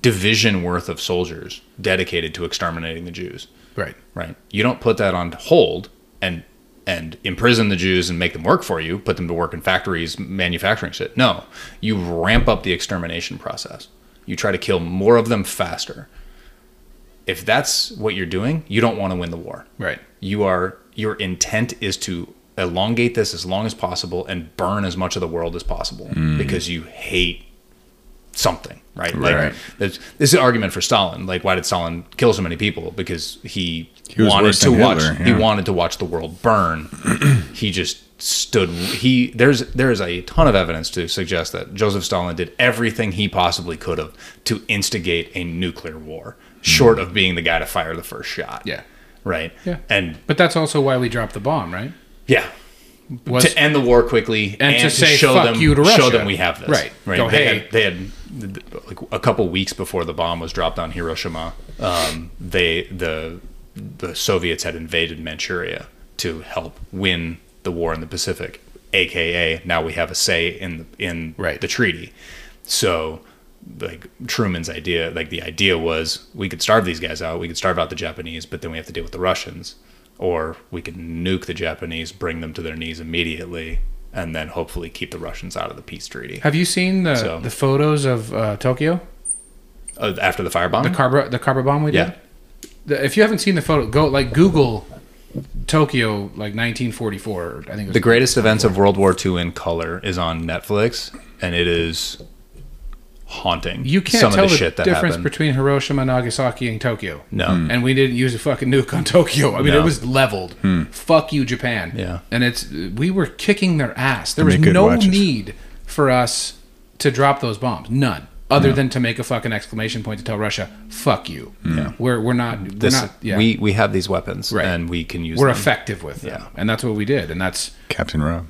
[SPEAKER 1] division worth of soldiers dedicated to exterminating the Jews.
[SPEAKER 7] right.
[SPEAKER 1] right? You don't put that on hold and and imprison the Jews and make them work for you, put them to work in factories manufacturing shit. No, you ramp up the extermination process. You try to kill more of them faster. If that's what you're doing, you don't want to win the war.
[SPEAKER 7] Right.
[SPEAKER 1] You are your intent is to elongate this as long as possible and burn as much of the world as possible because you hate something, right?
[SPEAKER 6] Right.
[SPEAKER 1] Like that's- this is an argument for Stalin. Like, why did Stalin kill so many people? Because he,
[SPEAKER 6] He was
[SPEAKER 1] wanted
[SPEAKER 6] worse
[SPEAKER 1] to
[SPEAKER 6] than
[SPEAKER 1] watch.
[SPEAKER 6] Hitler,
[SPEAKER 1] He
[SPEAKER 6] yeah.
[SPEAKER 1] wanted to watch the world burn. he just stood. He there's there is a ton of evidence to suggest that Joseph Stalin did everything he possibly could have to instigate a nuclear war,
[SPEAKER 6] Hmm.
[SPEAKER 1] short of being the guy to fire the first shot.
[SPEAKER 7] Yeah.
[SPEAKER 1] Right.
[SPEAKER 7] Yeah.
[SPEAKER 1] And
[SPEAKER 7] But that's also why we dropped the bomb, right?
[SPEAKER 1] yeah.
[SPEAKER 7] Was
[SPEAKER 1] to end the war quickly and,
[SPEAKER 7] to
[SPEAKER 1] to,
[SPEAKER 7] say,
[SPEAKER 1] show
[SPEAKER 7] "Fuck
[SPEAKER 1] them
[SPEAKER 7] you to
[SPEAKER 1] show
[SPEAKER 7] Russia."
[SPEAKER 1] them we have this
[SPEAKER 7] Right.
[SPEAKER 1] right
[SPEAKER 7] Go,
[SPEAKER 1] they,
[SPEAKER 7] "Hey."
[SPEAKER 1] had, they had like a couple weeks before the bomb was dropped on Hiroshima um, they the the Soviets had invaded Manchuria to help win the war in the Pacific aka now we have a say in the, in
[SPEAKER 7] Right.
[SPEAKER 1] the treaty so like Truman's idea like the idea was we could starve these guys out we could starve out the Japanese but then we have to deal with the Russians or we could nuke the Japanese, bring them to their knees immediately, and then hopefully keep the Russians out of the peace treaty
[SPEAKER 7] have you seen the
[SPEAKER 1] So-
[SPEAKER 7] the photos of uh, Tokyo?
[SPEAKER 1] uh, after the firebomb.
[SPEAKER 7] The Carbra the Carbra bomb we did.
[SPEAKER 1] yeah,
[SPEAKER 7] The- if you haven't seen the photo, go like Google Tokyo like 1944. I think it was
[SPEAKER 1] the greatest events of World War II in color is on Netflix, and it is haunting.
[SPEAKER 7] You can't
[SPEAKER 1] some
[SPEAKER 7] tell
[SPEAKER 1] of the,
[SPEAKER 7] the,
[SPEAKER 1] shit that
[SPEAKER 7] difference
[SPEAKER 1] happened.
[SPEAKER 7] between Hiroshima, Nagasaki, and Tokyo.
[SPEAKER 1] no,
[SPEAKER 7] And we didn't use a fucking nuke on Tokyo. I mean,
[SPEAKER 1] No.
[SPEAKER 7] it was leveled. Fuck you, Japan.
[SPEAKER 1] Yeah.
[SPEAKER 7] And it's we were kicking their ass. There was
[SPEAKER 6] make good
[SPEAKER 7] no
[SPEAKER 6] watches.
[SPEAKER 7] need for us to drop those bombs. None. other than to make a fucking exclamation point to tell Russia, "Fuck you." Yeah. We're we're not
[SPEAKER 1] This
[SPEAKER 7] we're not yeah.
[SPEAKER 1] we we have these weapons
[SPEAKER 7] Right.
[SPEAKER 1] and we can use
[SPEAKER 7] we're
[SPEAKER 1] them.
[SPEAKER 7] effective with them.
[SPEAKER 1] Yeah.
[SPEAKER 7] And that's what we did and that's
[SPEAKER 6] Captain Rob.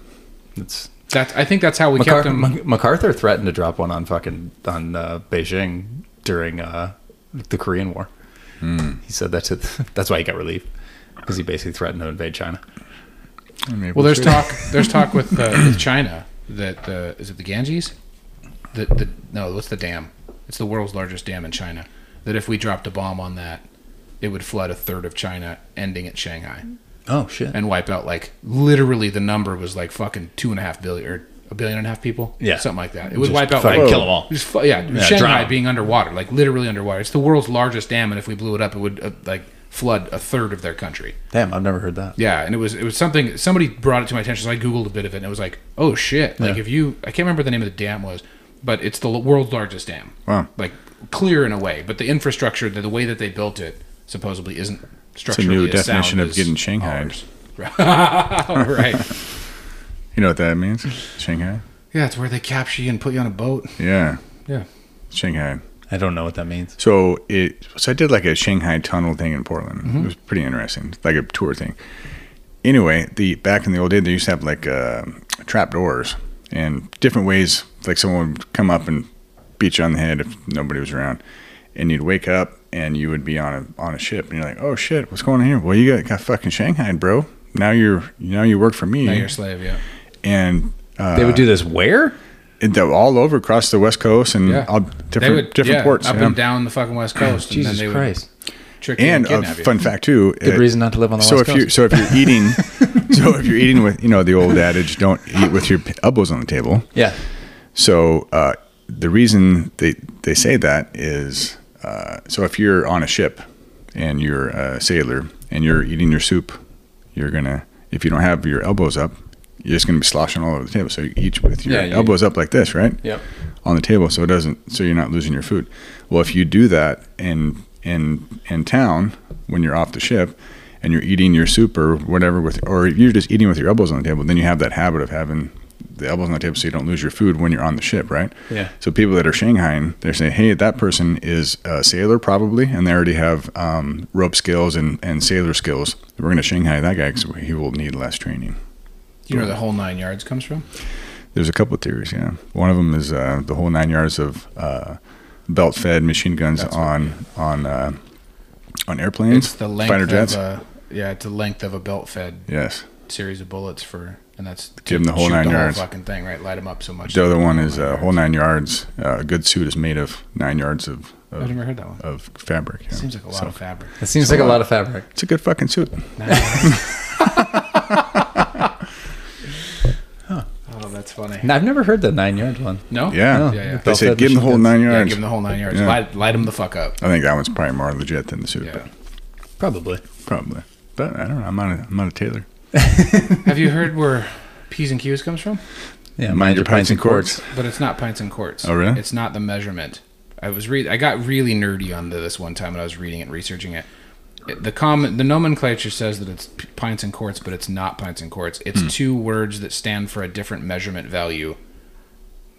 [SPEAKER 1] It's
[SPEAKER 7] that's I think that's how we
[SPEAKER 1] MacArthur,
[SPEAKER 7] kept them
[SPEAKER 1] Mac- MacArthur threatened to drop one on fucking on uh, Beijing during uh, the Korean War.
[SPEAKER 6] Hmm.
[SPEAKER 1] He said that's it. That's why he got relief because he basically threatened to invade China.
[SPEAKER 7] Well, there's talk. There's talk with, uh, with China that uh, is it the Ganges? The, the no, what's the dam? It's the world's largest dam in China. That if we dropped a bomb on that, it would flood a third of China, ending at Shanghai,
[SPEAKER 1] Oh shit!
[SPEAKER 7] and wipe out like literally the number was like fucking two and a half billion or a billion and a half people.
[SPEAKER 1] Yeah.
[SPEAKER 7] something like that. It would
[SPEAKER 1] Just
[SPEAKER 7] wipe out
[SPEAKER 1] fucking
[SPEAKER 7] like,
[SPEAKER 1] kill 'em all.
[SPEAKER 7] Just fu- yeah,
[SPEAKER 1] Yeah,
[SPEAKER 7] Shanghai
[SPEAKER 1] drown.
[SPEAKER 7] being underwater, like literally underwater. It's the world's largest dam, and if we blew it up, it would uh, like flood a third of their country.
[SPEAKER 1] Damn, I've never heard that.
[SPEAKER 7] Yeah, and it was it was something somebody brought it to my attention. So I googled a bit of it, and it was like, oh shit! Like
[SPEAKER 1] Yeah.
[SPEAKER 7] if you, I can't remember what the name of the dam was, but it's the l- world's largest dam.
[SPEAKER 6] Wow.
[SPEAKER 7] Like clear in a way, but the infrastructure, the, the way that they built it, supposedly isn't structurally.
[SPEAKER 6] new
[SPEAKER 7] as sound
[SPEAKER 6] definition of
[SPEAKER 7] as
[SPEAKER 6] getting Shanghaied.
[SPEAKER 7] ours. right.
[SPEAKER 6] You know what that means? Shanghai.
[SPEAKER 7] Yeah, it's where they capture you and put you on a boat.
[SPEAKER 6] Yeah,
[SPEAKER 7] Yeah.
[SPEAKER 6] Shanghai.
[SPEAKER 1] I don't know what that means.
[SPEAKER 6] So it. So I did like a Shanghai tunnel thing in Portland.
[SPEAKER 7] Mm-hmm.
[SPEAKER 6] It was pretty interesting, like a tour thing. Anyway, the back in the old day, they used to have like uh, trap doors and different ways. Like someone would come up and beat you on the head if nobody was around, and you'd wake up and you would be on a on a ship, and you're like, "Oh shit, what's going on here?" Well, you got, got fucking Shanghai, bro. Now you're now you work for me,
[SPEAKER 7] Now you're a slave. Yeah.
[SPEAKER 6] and uh,
[SPEAKER 1] they would do this where?
[SPEAKER 6] it- they're all over across the West Coast and
[SPEAKER 7] Yeah.
[SPEAKER 6] all
[SPEAKER 7] They
[SPEAKER 6] different
[SPEAKER 7] would
[SPEAKER 6] different
[SPEAKER 7] yeah,
[SPEAKER 6] ports.
[SPEAKER 7] up
[SPEAKER 6] yeah.
[SPEAKER 7] and down the fucking west coast. and then they would Trick you
[SPEAKER 6] And
[SPEAKER 7] and,
[SPEAKER 6] a
[SPEAKER 7] kidnap you.
[SPEAKER 6] fun fact too.
[SPEAKER 1] Good reason not to live on the
[SPEAKER 6] so
[SPEAKER 1] West
[SPEAKER 6] if you
[SPEAKER 1] Coast.
[SPEAKER 6] so if you're eating, so if you're eating with you know the old adage, don't eat with your p- elbows on the table.
[SPEAKER 1] Yeah.
[SPEAKER 6] So uh, the reason they they say that is uh, so if you're on a ship and you're a sailor and you're eating your soup, you're gonna if you don't have your elbows up, you're just gonna be sloshing all over the table. So you eat with your
[SPEAKER 1] Yeah, you-
[SPEAKER 6] elbows up like this, right?
[SPEAKER 1] Yep.
[SPEAKER 6] On the table, so it doesn't so you're not losing your food. Well, if you do that in in in town when you're off the ship. And you're eating your soup or whatever with, or you're just eating with your elbows on the table. Then you have that habit of having the elbows on the table so you don't lose your food when you're on the ship, right?
[SPEAKER 1] Yeah.
[SPEAKER 6] So people that are Shanghaiing, they're saying, hey, that person is a sailor probably, and they already have um, rope skills and, and sailor skills. We're going to Shanghai that guy because he will need less training.
[SPEAKER 7] you know where the whole nine yards comes from?
[SPEAKER 6] There's a couple of theories, yeah. One of them is uh, the whole nine yards of uh, belt-fed machine guns on on uh, on airplanes,
[SPEAKER 7] It's the length
[SPEAKER 6] fighter Mm. jets.
[SPEAKER 7] of uh, a yeah, it's the length of a belt fed
[SPEAKER 6] yes.
[SPEAKER 7] series of bullets for, and that's
[SPEAKER 6] Give 'em the whole
[SPEAKER 7] shoot
[SPEAKER 6] nine yards.
[SPEAKER 7] Whole fucking thing, right? Light them up so much.
[SPEAKER 6] The other one
[SPEAKER 7] Whole
[SPEAKER 6] is
[SPEAKER 7] nine
[SPEAKER 6] uh,
[SPEAKER 7] yards.
[SPEAKER 6] whole nine yards. Uh, a good suit is made of nine yards of
[SPEAKER 7] I've
[SPEAKER 6] of,
[SPEAKER 7] never heard that one.
[SPEAKER 6] of fabric. yeah.
[SPEAKER 7] Seems like a lot
[SPEAKER 6] So
[SPEAKER 7] of fabric.
[SPEAKER 1] It seems like a lot of fabric.
[SPEAKER 6] it's a good fucking suit.
[SPEAKER 7] Nine yards. Oh, that's funny.
[SPEAKER 1] No, I've never heard the nine yard one.
[SPEAKER 7] No.
[SPEAKER 6] Yeah.
[SPEAKER 7] Yeah. yeah.
[SPEAKER 6] They
[SPEAKER 1] Belt-fed
[SPEAKER 6] said, give him the
[SPEAKER 1] machine
[SPEAKER 6] whole
[SPEAKER 1] guns."
[SPEAKER 6] nine
[SPEAKER 7] Yeah,
[SPEAKER 6] yards.
[SPEAKER 7] give them the whole nine yards.
[SPEAKER 6] Yeah.
[SPEAKER 7] Light, light them the fuck up.
[SPEAKER 6] I think that one's probably more legit than the suit,
[SPEAKER 7] Yeah.
[SPEAKER 1] Probably.
[SPEAKER 6] but probably. But I don't know. I'm not a, I'm not a tailor.
[SPEAKER 7] Have you heard where P's and Q's comes from?
[SPEAKER 1] Yeah. Mind your pints and cords.
[SPEAKER 7] But it's not pints and quarts.
[SPEAKER 6] Oh, really?
[SPEAKER 7] It's not the measurement. I was read. I got really nerdy on this one time when I was reading it and researching it. It- The common, the nomenclature says that it's p- pints and quarts, but it's not pints and quarts. It's
[SPEAKER 1] Hmm.
[SPEAKER 7] two words that stand for a different measurement value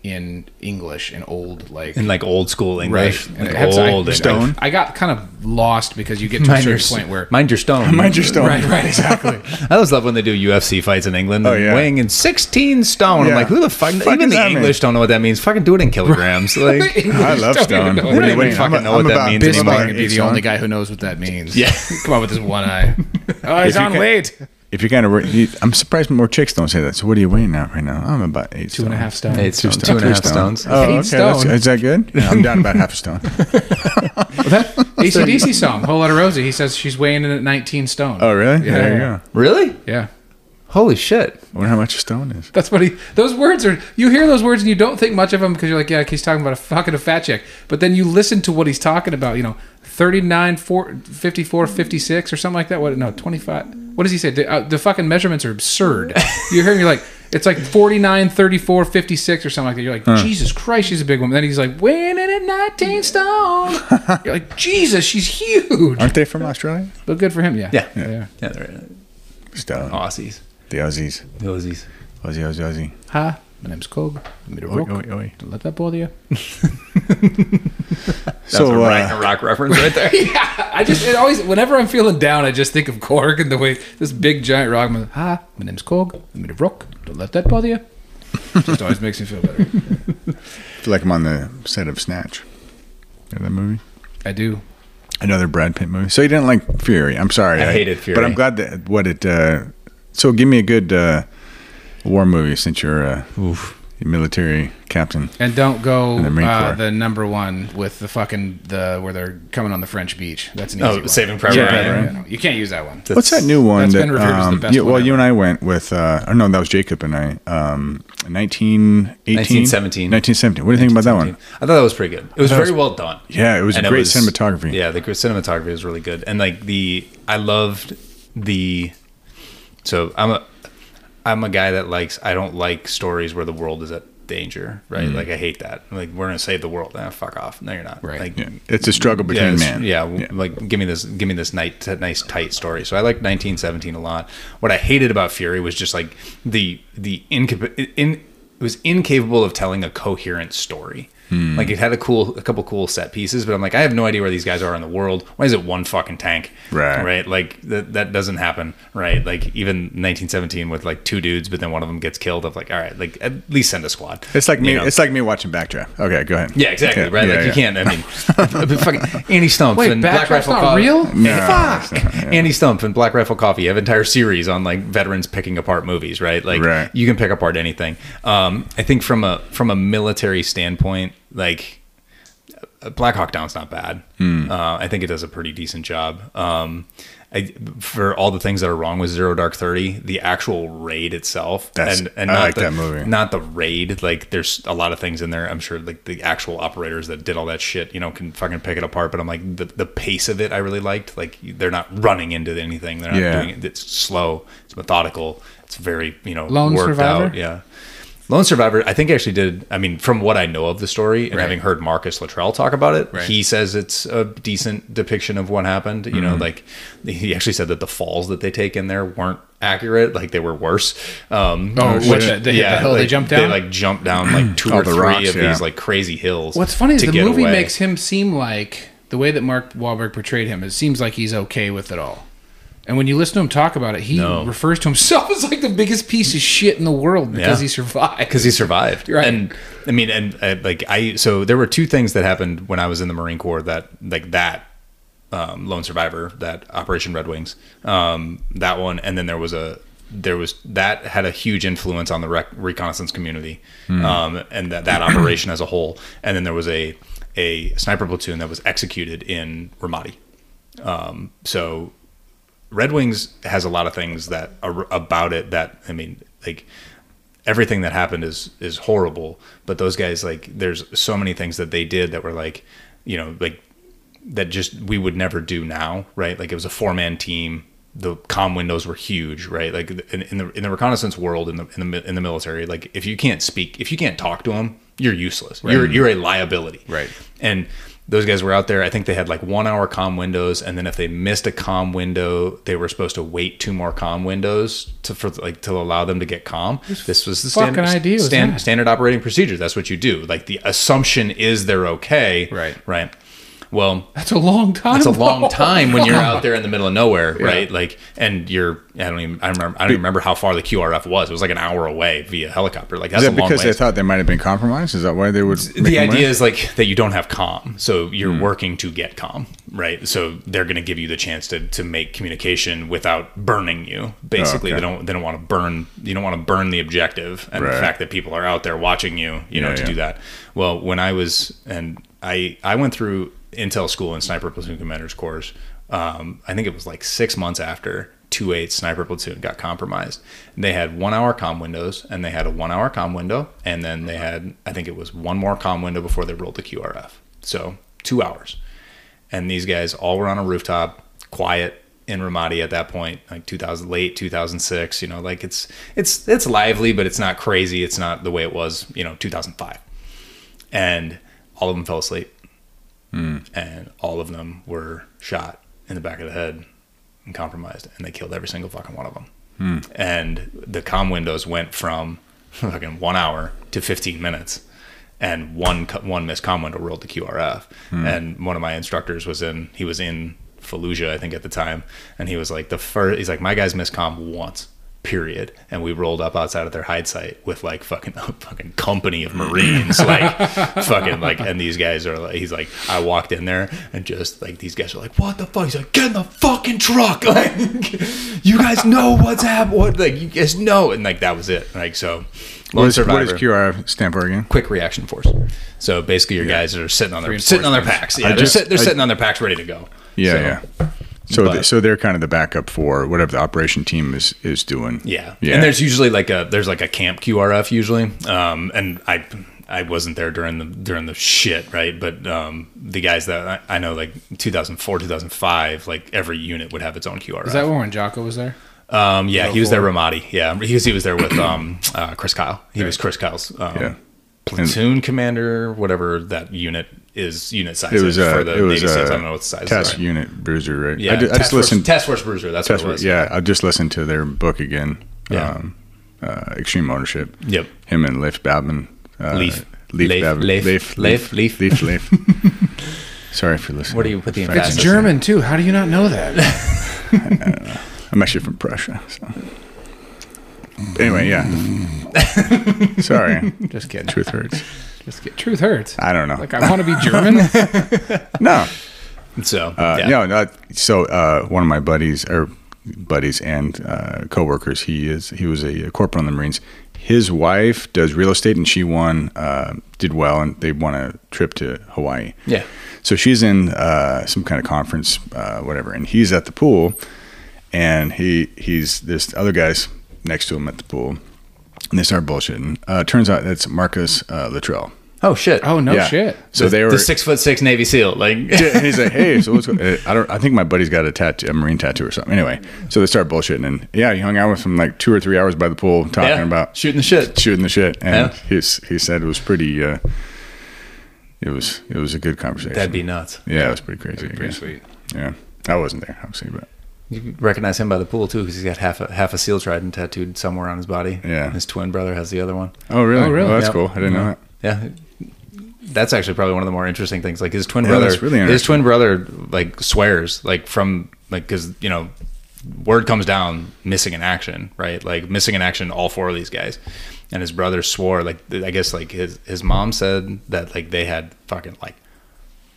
[SPEAKER 7] in English, in old like
[SPEAKER 1] In like old school English.
[SPEAKER 7] And
[SPEAKER 1] Like
[SPEAKER 7] it had- I-
[SPEAKER 1] old English.
[SPEAKER 6] Stone.
[SPEAKER 7] I got kind of lost because you get to a
[SPEAKER 1] Mind your,
[SPEAKER 7] certain
[SPEAKER 1] s-
[SPEAKER 7] point where
[SPEAKER 1] mind your stone.
[SPEAKER 6] Mind your stone.
[SPEAKER 7] right, right, exactly.
[SPEAKER 1] I always love when they do UFC fights in England.
[SPEAKER 6] Oh,
[SPEAKER 1] and
[SPEAKER 6] yeah.
[SPEAKER 1] Weighing in 16 stone. I'm
[SPEAKER 6] Yeah.
[SPEAKER 1] like, who the fuck?
[SPEAKER 6] Fuck
[SPEAKER 1] even
[SPEAKER 6] does
[SPEAKER 1] the
[SPEAKER 6] that mean?
[SPEAKER 1] English don't know what that means. Fucking do it in kilograms. like,
[SPEAKER 7] English
[SPEAKER 6] I love
[SPEAKER 7] don't
[SPEAKER 6] stone.
[SPEAKER 7] even know
[SPEAKER 6] What
[SPEAKER 7] what
[SPEAKER 1] do
[SPEAKER 7] it
[SPEAKER 1] you
[SPEAKER 7] means.
[SPEAKER 1] mean? fucking know what that means
[SPEAKER 6] about
[SPEAKER 1] anymore.
[SPEAKER 7] Bismarck
[SPEAKER 1] Mark
[SPEAKER 7] would
[SPEAKER 6] eight
[SPEAKER 7] be the
[SPEAKER 6] stone.
[SPEAKER 7] only guy who knows what that means.
[SPEAKER 1] Yeah.
[SPEAKER 7] Come on with this one eye. oh, he's
[SPEAKER 6] If you
[SPEAKER 7] on
[SPEAKER 6] can-
[SPEAKER 7] weight.
[SPEAKER 6] If you're kind of, you, I'm surprised more chicks don't say that. So what are you weighing now? Right now, I'm about eight.
[SPEAKER 7] Two and a half stone.
[SPEAKER 1] Eight
[SPEAKER 6] Two
[SPEAKER 1] stone,
[SPEAKER 6] stone.
[SPEAKER 1] two and a
[SPEAKER 6] Three
[SPEAKER 1] half
[SPEAKER 6] stone.
[SPEAKER 1] stones.
[SPEAKER 6] Oh,
[SPEAKER 7] Eight
[SPEAKER 6] okay. that's-
[SPEAKER 7] stone.
[SPEAKER 6] Is that good? Yeah, I'm down about half a stone.
[SPEAKER 7] ACDC song, Whole Lotta Rosie. He says she's weighing in at 19 stone.
[SPEAKER 6] Oh, really?
[SPEAKER 7] Yeah.
[SPEAKER 6] There you go.
[SPEAKER 1] Really?
[SPEAKER 7] Yeah.
[SPEAKER 1] Holy shit.
[SPEAKER 6] I wonder how much a stone is.
[SPEAKER 7] That's what he, those words are, you hear those words and you don't think much of them because you're like, yeah, he's talking about a fucking a fat chick. But then you listen to what he's talking about, you know, 39, 4, 54, 56 or something like that. What, no, 25. What does he say? The, uh, the fucking measurements are absurd. You're hearing, you're like, it's like 49, 34, 56 or something like that. You're like, Jesus Christ, she's a big woman. Then he's like, winning at 19 stone. You're like, Jesus, she's huge.
[SPEAKER 6] Aren't they from Australia?
[SPEAKER 7] But good for him, yeah.
[SPEAKER 1] Yeah.
[SPEAKER 7] Yeah.
[SPEAKER 1] Yeah, they're
[SPEAKER 6] Stone.
[SPEAKER 7] Oh.
[SPEAKER 1] Aussies.
[SPEAKER 6] The Aussies.
[SPEAKER 1] The Aussies.
[SPEAKER 6] Aussie, Aussie, Aussie.
[SPEAKER 7] Huh? My name's Cog. Let me to
[SPEAKER 6] Oi,
[SPEAKER 7] rock.
[SPEAKER 6] oi, oi.
[SPEAKER 7] Don't let that bother you.
[SPEAKER 1] That's a
[SPEAKER 6] So
[SPEAKER 1] Ryan
[SPEAKER 6] uh,
[SPEAKER 1] Rock reference right there.
[SPEAKER 7] I just it always whenever I'm feeling down, I just think of Korg and the way this big giant rock. I'm like, Hi, my name's Korg. I'm made of rock. Don't let that bother you. Just always makes me feel better.
[SPEAKER 6] I feel like I'm on the set of Snatch. You know that movie?
[SPEAKER 7] I do.
[SPEAKER 6] Another Brad Pitt movie. So you didn't like Fury. I'm sorry.
[SPEAKER 1] I hated Fury.
[SPEAKER 6] But I'm glad that what it. Uh, so give me a good uh, war movie since you're a military captain.
[SPEAKER 7] And don't go
[SPEAKER 6] And the Marine
[SPEAKER 7] uh,
[SPEAKER 6] Corps.
[SPEAKER 7] the number one with the fucking the where they're coming on the French beach. That's an easy
[SPEAKER 1] Oh,
[SPEAKER 7] one.
[SPEAKER 1] Saving Private
[SPEAKER 7] yeah,
[SPEAKER 1] Ryan.
[SPEAKER 7] yeah, yeah, no, you can't use that one.
[SPEAKER 6] What's that new one?
[SPEAKER 7] that's
[SPEAKER 6] that,
[SPEAKER 7] been reviewed as the
[SPEAKER 6] um,
[SPEAKER 7] best
[SPEAKER 6] you-
[SPEAKER 7] one
[SPEAKER 6] Well, you and
[SPEAKER 7] ever.
[SPEAKER 6] I went with. Uh, oh no, that was Jacob and I. Um, 1918?
[SPEAKER 1] 1917.
[SPEAKER 6] 1917. What do you think about that one?
[SPEAKER 1] I thought that was pretty good. It was
[SPEAKER 6] thought it was-
[SPEAKER 1] very well done.
[SPEAKER 6] Yeah, it was great cinematography.
[SPEAKER 1] Yeah, the gr- cinematography was really good, and like the I loved the. So I'm a I'm a guy that likes I don't like stories where the world is at danger, right?
[SPEAKER 6] Mm.
[SPEAKER 1] Like I hate that. Like we're gonna save the world, ah, fuck off. No, you're not.
[SPEAKER 7] Right.
[SPEAKER 1] Like,
[SPEAKER 6] Yeah. It's a struggle between
[SPEAKER 1] yeah, it's-
[SPEAKER 6] man.
[SPEAKER 1] yeah, w- like give me this, give me this night, t- nice tight story. So I liked 1917 a lot. What I hated about Fury was just like the the incap- in it was incapable of telling a coherent story.
[SPEAKER 6] Hmm.
[SPEAKER 1] Like it had a cool, a couple cool set pieces, but I'm like, I have no idea where these guys are in the world. Why is it one fucking tank?
[SPEAKER 6] Right.
[SPEAKER 1] right. Like that that doesn't happen, right? Like even 1917 with like two dudes, but then one of them gets killed. I'm like, all right, like at least send a squad.
[SPEAKER 6] It's like
[SPEAKER 1] You
[SPEAKER 6] me.
[SPEAKER 1] know?
[SPEAKER 6] It's like me watching Backdraft. Okay, go ahead.
[SPEAKER 1] Yeah, exactly.
[SPEAKER 6] Yeah,
[SPEAKER 1] right?
[SPEAKER 6] yeah,
[SPEAKER 1] like you
[SPEAKER 6] yeah.
[SPEAKER 1] can't. I mean, but fucking Andy Stump
[SPEAKER 7] Wait,
[SPEAKER 1] and
[SPEAKER 7] Backdraft's
[SPEAKER 1] Black Rifle
[SPEAKER 7] not
[SPEAKER 1] Coffee.
[SPEAKER 7] real?
[SPEAKER 6] No,
[SPEAKER 1] Fuck.
[SPEAKER 6] it's not, yeah.
[SPEAKER 1] Andy Stump and Black Rifle Coffee have entire series on like veterans picking apart movies, right? Like
[SPEAKER 6] Right.
[SPEAKER 1] you can pick apart anything. Um, I think from a from a military standpoint, like Black Hawk Down's not bad.
[SPEAKER 6] Hmm.
[SPEAKER 1] Uh, I think it does a pretty decent job. Um, I, for all the things that are wrong with Zero Dark Thirty, the actual raid itself,
[SPEAKER 6] That's- I
[SPEAKER 1] not
[SPEAKER 6] like
[SPEAKER 1] the-
[SPEAKER 6] that movie.
[SPEAKER 1] not the raid. Like, there's a lot of things in there. I'm sure like the actual operators that did all that shit, you know, can fucking pick it apart. But I'm like the, the pace of it, I really liked. Like, they're not running into anything. They're not
[SPEAKER 6] Yeah.
[SPEAKER 1] doing it. It's slow. It's methodical. It's very you know
[SPEAKER 7] Lone
[SPEAKER 1] worked
[SPEAKER 7] Survivor?
[SPEAKER 1] out. Yeah. Lone Survivor, I think actually did. I mean, from what I know of the story and having heard Marcus Luttrell talk about it, he says it's a decent depiction of what happened. You
[SPEAKER 6] Mm-hmm.
[SPEAKER 1] know, like he actually said that the falls that they take in there weren't accurate; like they were worse. Um,
[SPEAKER 7] Oh,
[SPEAKER 1] which-
[SPEAKER 7] shit. They hit the hill they
[SPEAKER 1] like,
[SPEAKER 7] jumped
[SPEAKER 1] They
[SPEAKER 7] down?
[SPEAKER 1] like jumped down like two
[SPEAKER 6] All
[SPEAKER 1] or
[SPEAKER 6] the
[SPEAKER 1] three
[SPEAKER 6] rocks,
[SPEAKER 1] of
[SPEAKER 6] yeah.
[SPEAKER 1] these like crazy hills.
[SPEAKER 7] What's funny is
[SPEAKER 1] to
[SPEAKER 7] the
[SPEAKER 1] get
[SPEAKER 7] movie
[SPEAKER 1] away.
[SPEAKER 7] makes him seem like the way that Mark Wahlberg portrayed him. It seems like he's okay with it all. And when you listen to him talk about it, he
[SPEAKER 1] No.
[SPEAKER 7] refers to himself as like the biggest piece of shit in the world because
[SPEAKER 1] Yeah.
[SPEAKER 7] he survived.
[SPEAKER 1] because he survived.
[SPEAKER 7] Right.
[SPEAKER 1] And I mean, and uh, like I, so there were two things that happened when I was in the Marine Corps that like that um, lone survivor, that Operation Red Wings, um, that one, and then there was a there was that had a huge influence on the rec- reconnaissance community um, and that that operation as a whole. And then there was a a sniper platoon that was executed in Ramadi. Um, so Red Wings has a lot of things that are about it that I mean, like everything that happened is is horrible. But those guys, like, there's so many things that they did that were like, you know, like that just we would never do now, right? Like it was a four man team. The com windows were huge, right? Like in, in the in the reconnaissance world, in the in the mi- in the military, like if you can't speak, if you can't talk to them, you're useless. You're you're a liability,
[SPEAKER 7] Right.
[SPEAKER 1] and those guys were out there. I think they had like one hour com windows, and then if they missed a com window, they were supposed to wait two more com windows to for like to allow them to get calm. This was the standard
[SPEAKER 7] fucking idea is
[SPEAKER 1] stan-
[SPEAKER 7] that?
[SPEAKER 1] standard operating procedure. That's what you do. Like the assumption is they're okay,
[SPEAKER 7] Right.
[SPEAKER 1] Right. Well,
[SPEAKER 7] That's a long time.
[SPEAKER 1] it's a long
[SPEAKER 7] though.
[SPEAKER 1] time when you're out there in the middle of nowhere, right? Like, and you're I don't even I remember I don't even remember how far the QRF was. It was like an hour away via helicopter. Like that's
[SPEAKER 6] Is
[SPEAKER 1] a
[SPEAKER 6] that
[SPEAKER 1] long
[SPEAKER 6] because they
[SPEAKER 1] ways
[SPEAKER 6] thought they might have been compromised? Is that why they would? make Hmm.
[SPEAKER 1] the
[SPEAKER 6] them
[SPEAKER 1] idea
[SPEAKER 6] wait?
[SPEAKER 1] is like that you don't have calm so you're working to get calm right so they're going to give you the chance to, to make communication without burning you basically
[SPEAKER 6] Oh, okay.
[SPEAKER 1] they don't they don't want to burn you don't want to burn the objective and the
[SPEAKER 6] Right.
[SPEAKER 1] fact that people are out there watching you you know
[SPEAKER 6] Yeah,
[SPEAKER 1] to
[SPEAKER 6] yeah.
[SPEAKER 1] do that well when i was and i i went through intel school and sniper platoon commander's course um, i think it was like six months after 2-8 sniper platoon got compromised they had one hour com windows and they had a one hour com window and then they had i think it was one more com window before they rolled the qrf so two hours and these guys all were on a rooftop, quiet in Ramadi at that point, like 2000 late 2006. You know, like it's it's it's lively, but it's not crazy. It's not the way it was, you know, 2005. And all of them fell asleep, and all of them were shot in the back of the head and compromised, and they killed every single fucking one of them. And the com windows went from fucking one hour to 15 minutes and one co- one missed comm window rolled to QRF.
[SPEAKER 6] Hmm.
[SPEAKER 1] And one of my instructors was in he was in Fallujah, I think, at the time, and he was like the first. He's like, my guys missed comm once, period. And we rolled up outside of their hide site with like fucking a fucking company of Marines, like fucking like. And these guys are like, he's like, I walked in there and just like these guys are like, what the fuck? He's like, get in the fucking truck, like you guys know what's happening, what like you guys know, and like that was it, like so.
[SPEAKER 6] What
[SPEAKER 1] Lone
[SPEAKER 6] is, what is
[SPEAKER 1] Survivor
[SPEAKER 6] QRF stand for again?
[SPEAKER 1] quick reaction force. So basically, your guys are sitting on their sitting on their packs. Yeah,
[SPEAKER 6] I
[SPEAKER 1] they're,
[SPEAKER 6] just-
[SPEAKER 1] sit, they're
[SPEAKER 6] I-
[SPEAKER 1] sitting on their packs, ready to go. So,
[SPEAKER 6] Yeah, yeah. So,
[SPEAKER 1] but-
[SPEAKER 6] th- so they're kind of the backup for whatever the operation team is is doing.
[SPEAKER 1] yeah,
[SPEAKER 6] yeah.
[SPEAKER 1] And there's usually like a there's like a camp QRF usually. Um, and I I wasn't there during the during the shit right, but um, the guys that I, I know like 2004 2005, like every unit would have its own QRF.
[SPEAKER 7] Is that when Jocko was there?
[SPEAKER 1] um, yeah, he was there Ramadi. Yeah, he was he was there with um uh, Chris Kyle. He was Chris Kyle's um,
[SPEAKER 6] Yeah.
[SPEAKER 1] platoon commander, whatever that unit is unit size
[SPEAKER 6] it was
[SPEAKER 1] is
[SPEAKER 6] a
[SPEAKER 1] for the
[SPEAKER 6] it was
[SPEAKER 1] Navy
[SPEAKER 6] uh, a
[SPEAKER 1] SEALs. I don't know what size
[SPEAKER 6] test
[SPEAKER 1] are.
[SPEAKER 6] unit bruiser, right?
[SPEAKER 1] Yeah,
[SPEAKER 6] I, ju- I
[SPEAKER 1] Task
[SPEAKER 6] just listened.
[SPEAKER 1] Force, Task Force Bruiser. That's
[SPEAKER 6] Test
[SPEAKER 1] what it
[SPEAKER 6] Force-
[SPEAKER 1] was.
[SPEAKER 6] yeah, I just listened to their book again.
[SPEAKER 1] Yeah.
[SPEAKER 6] Um, uh, Extreme Ownership.
[SPEAKER 1] Yep.
[SPEAKER 6] Him and Leif Babman. Uh,
[SPEAKER 1] Leif.
[SPEAKER 6] Leif.
[SPEAKER 1] Leif,
[SPEAKER 6] Babman.
[SPEAKER 1] Leif,
[SPEAKER 6] Leif.
[SPEAKER 1] Leif,
[SPEAKER 6] Leif. Leif. Leif. Sorry for listening.
[SPEAKER 1] Where do you put the
[SPEAKER 6] If I
[SPEAKER 1] emphasis?
[SPEAKER 7] It's
[SPEAKER 1] That's
[SPEAKER 7] German too. How do you not know that?
[SPEAKER 6] I'm actually from Prussia. So. Anyway, yeah. Sorry.
[SPEAKER 7] Just kidding.
[SPEAKER 6] Truth hurts.
[SPEAKER 7] Just kidding. Truth hurts.
[SPEAKER 6] I don't know.
[SPEAKER 7] Like I want to be German.
[SPEAKER 6] no.
[SPEAKER 1] So
[SPEAKER 6] Uh,
[SPEAKER 1] yeah.
[SPEAKER 6] No, no. So uh, one of my buddies, or buddies and uh, coworkers, he is he was a corporal in the Marines. His wife does real estate, and she won uh, did well, and they won a trip to Hawaii.
[SPEAKER 1] Yeah.
[SPEAKER 6] So she's in uh, some kind of conference, uh, whatever, and he's at the pool, and he he's this other guy's next to him at the pool, and they start bullshitting. Uh, turns out that's Marcus uh, Luttrell.
[SPEAKER 1] Oh shit.
[SPEAKER 7] Oh no
[SPEAKER 6] Yeah.
[SPEAKER 7] shit.
[SPEAKER 6] So
[SPEAKER 1] the,
[SPEAKER 6] they were
[SPEAKER 1] the six foot six Navy SEAL. Like
[SPEAKER 6] yeah, and he's like, "Hey, so what's?" Going? I don't. I think my buddy's got a tattoo, a marine tattoo or something. Anyway, so they start bullshitting, and yeah, he hung out with him like two or three hours by the pool, talking
[SPEAKER 1] Yeah,
[SPEAKER 6] about
[SPEAKER 1] shooting the shit.
[SPEAKER 6] shooting the shit, and
[SPEAKER 1] Yeah.
[SPEAKER 6] he's he said it was pretty. Uh, it was it was a good conversation.
[SPEAKER 1] that'd be nuts.
[SPEAKER 6] yeah, it was pretty crazy.
[SPEAKER 7] Pretty
[SPEAKER 6] yeah.
[SPEAKER 7] sweet.
[SPEAKER 6] Yeah, I wasn't there obviously, but
[SPEAKER 1] You recognize him by the pool too, because he's got half a half a SEAL trident tattooed somewhere on his body.
[SPEAKER 6] Yeah.
[SPEAKER 1] His twin brother has the other one.
[SPEAKER 6] oh really?
[SPEAKER 7] Oh, really?
[SPEAKER 6] Well, that's
[SPEAKER 1] Yep. Mm-hmm.
[SPEAKER 6] cool. I didn't know that.
[SPEAKER 1] Yeah. That's actually probably one of the more interesting things. Like his twin
[SPEAKER 6] Yeah,
[SPEAKER 1] brother,
[SPEAKER 6] that's really
[SPEAKER 1] his
[SPEAKER 6] interesting.
[SPEAKER 1] twin brother like swears like from like because you know word comes down missing in action right like missing in action all four of these guys and his brother swore like th- I guess like his his mom said that like they had fucking like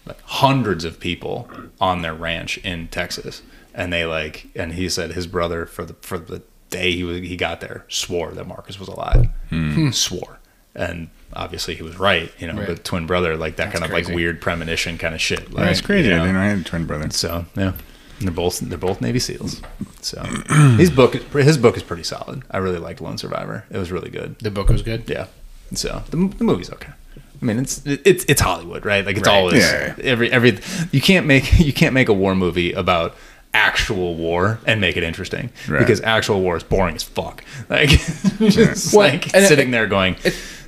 [SPEAKER 1] like hundreds of people on their ranch in Texas, and they like, and he said his brother for the for the day he was, he got there swore that Marcus was alive, swore, and obviously he was right, you know.
[SPEAKER 7] Hmm. Right.
[SPEAKER 1] But twin brother, like that kind of like
[SPEAKER 7] crazy.
[SPEAKER 1] weird premonition kind of shit. Like,
[SPEAKER 6] That's crazy.
[SPEAKER 1] you know?
[SPEAKER 6] I didn't know I had a twin brother.
[SPEAKER 1] So yeah, and they're both they're both Navy SEALs. So his book his book is pretty solid. I really liked Lone Survivor. It was really good.
[SPEAKER 7] The book was good.
[SPEAKER 1] Yeah. So the, the movie's okay. I mean, it's it's it's Hollywood, right? Like it's
[SPEAKER 7] Right.
[SPEAKER 1] always
[SPEAKER 6] Yeah.
[SPEAKER 1] every every you can't make you can't make a war movie about actual war and make it interesting
[SPEAKER 6] Right.
[SPEAKER 1] because actual war is boring as fuck. Like just
[SPEAKER 7] Well,
[SPEAKER 1] like
[SPEAKER 7] and it-
[SPEAKER 1] sitting there going,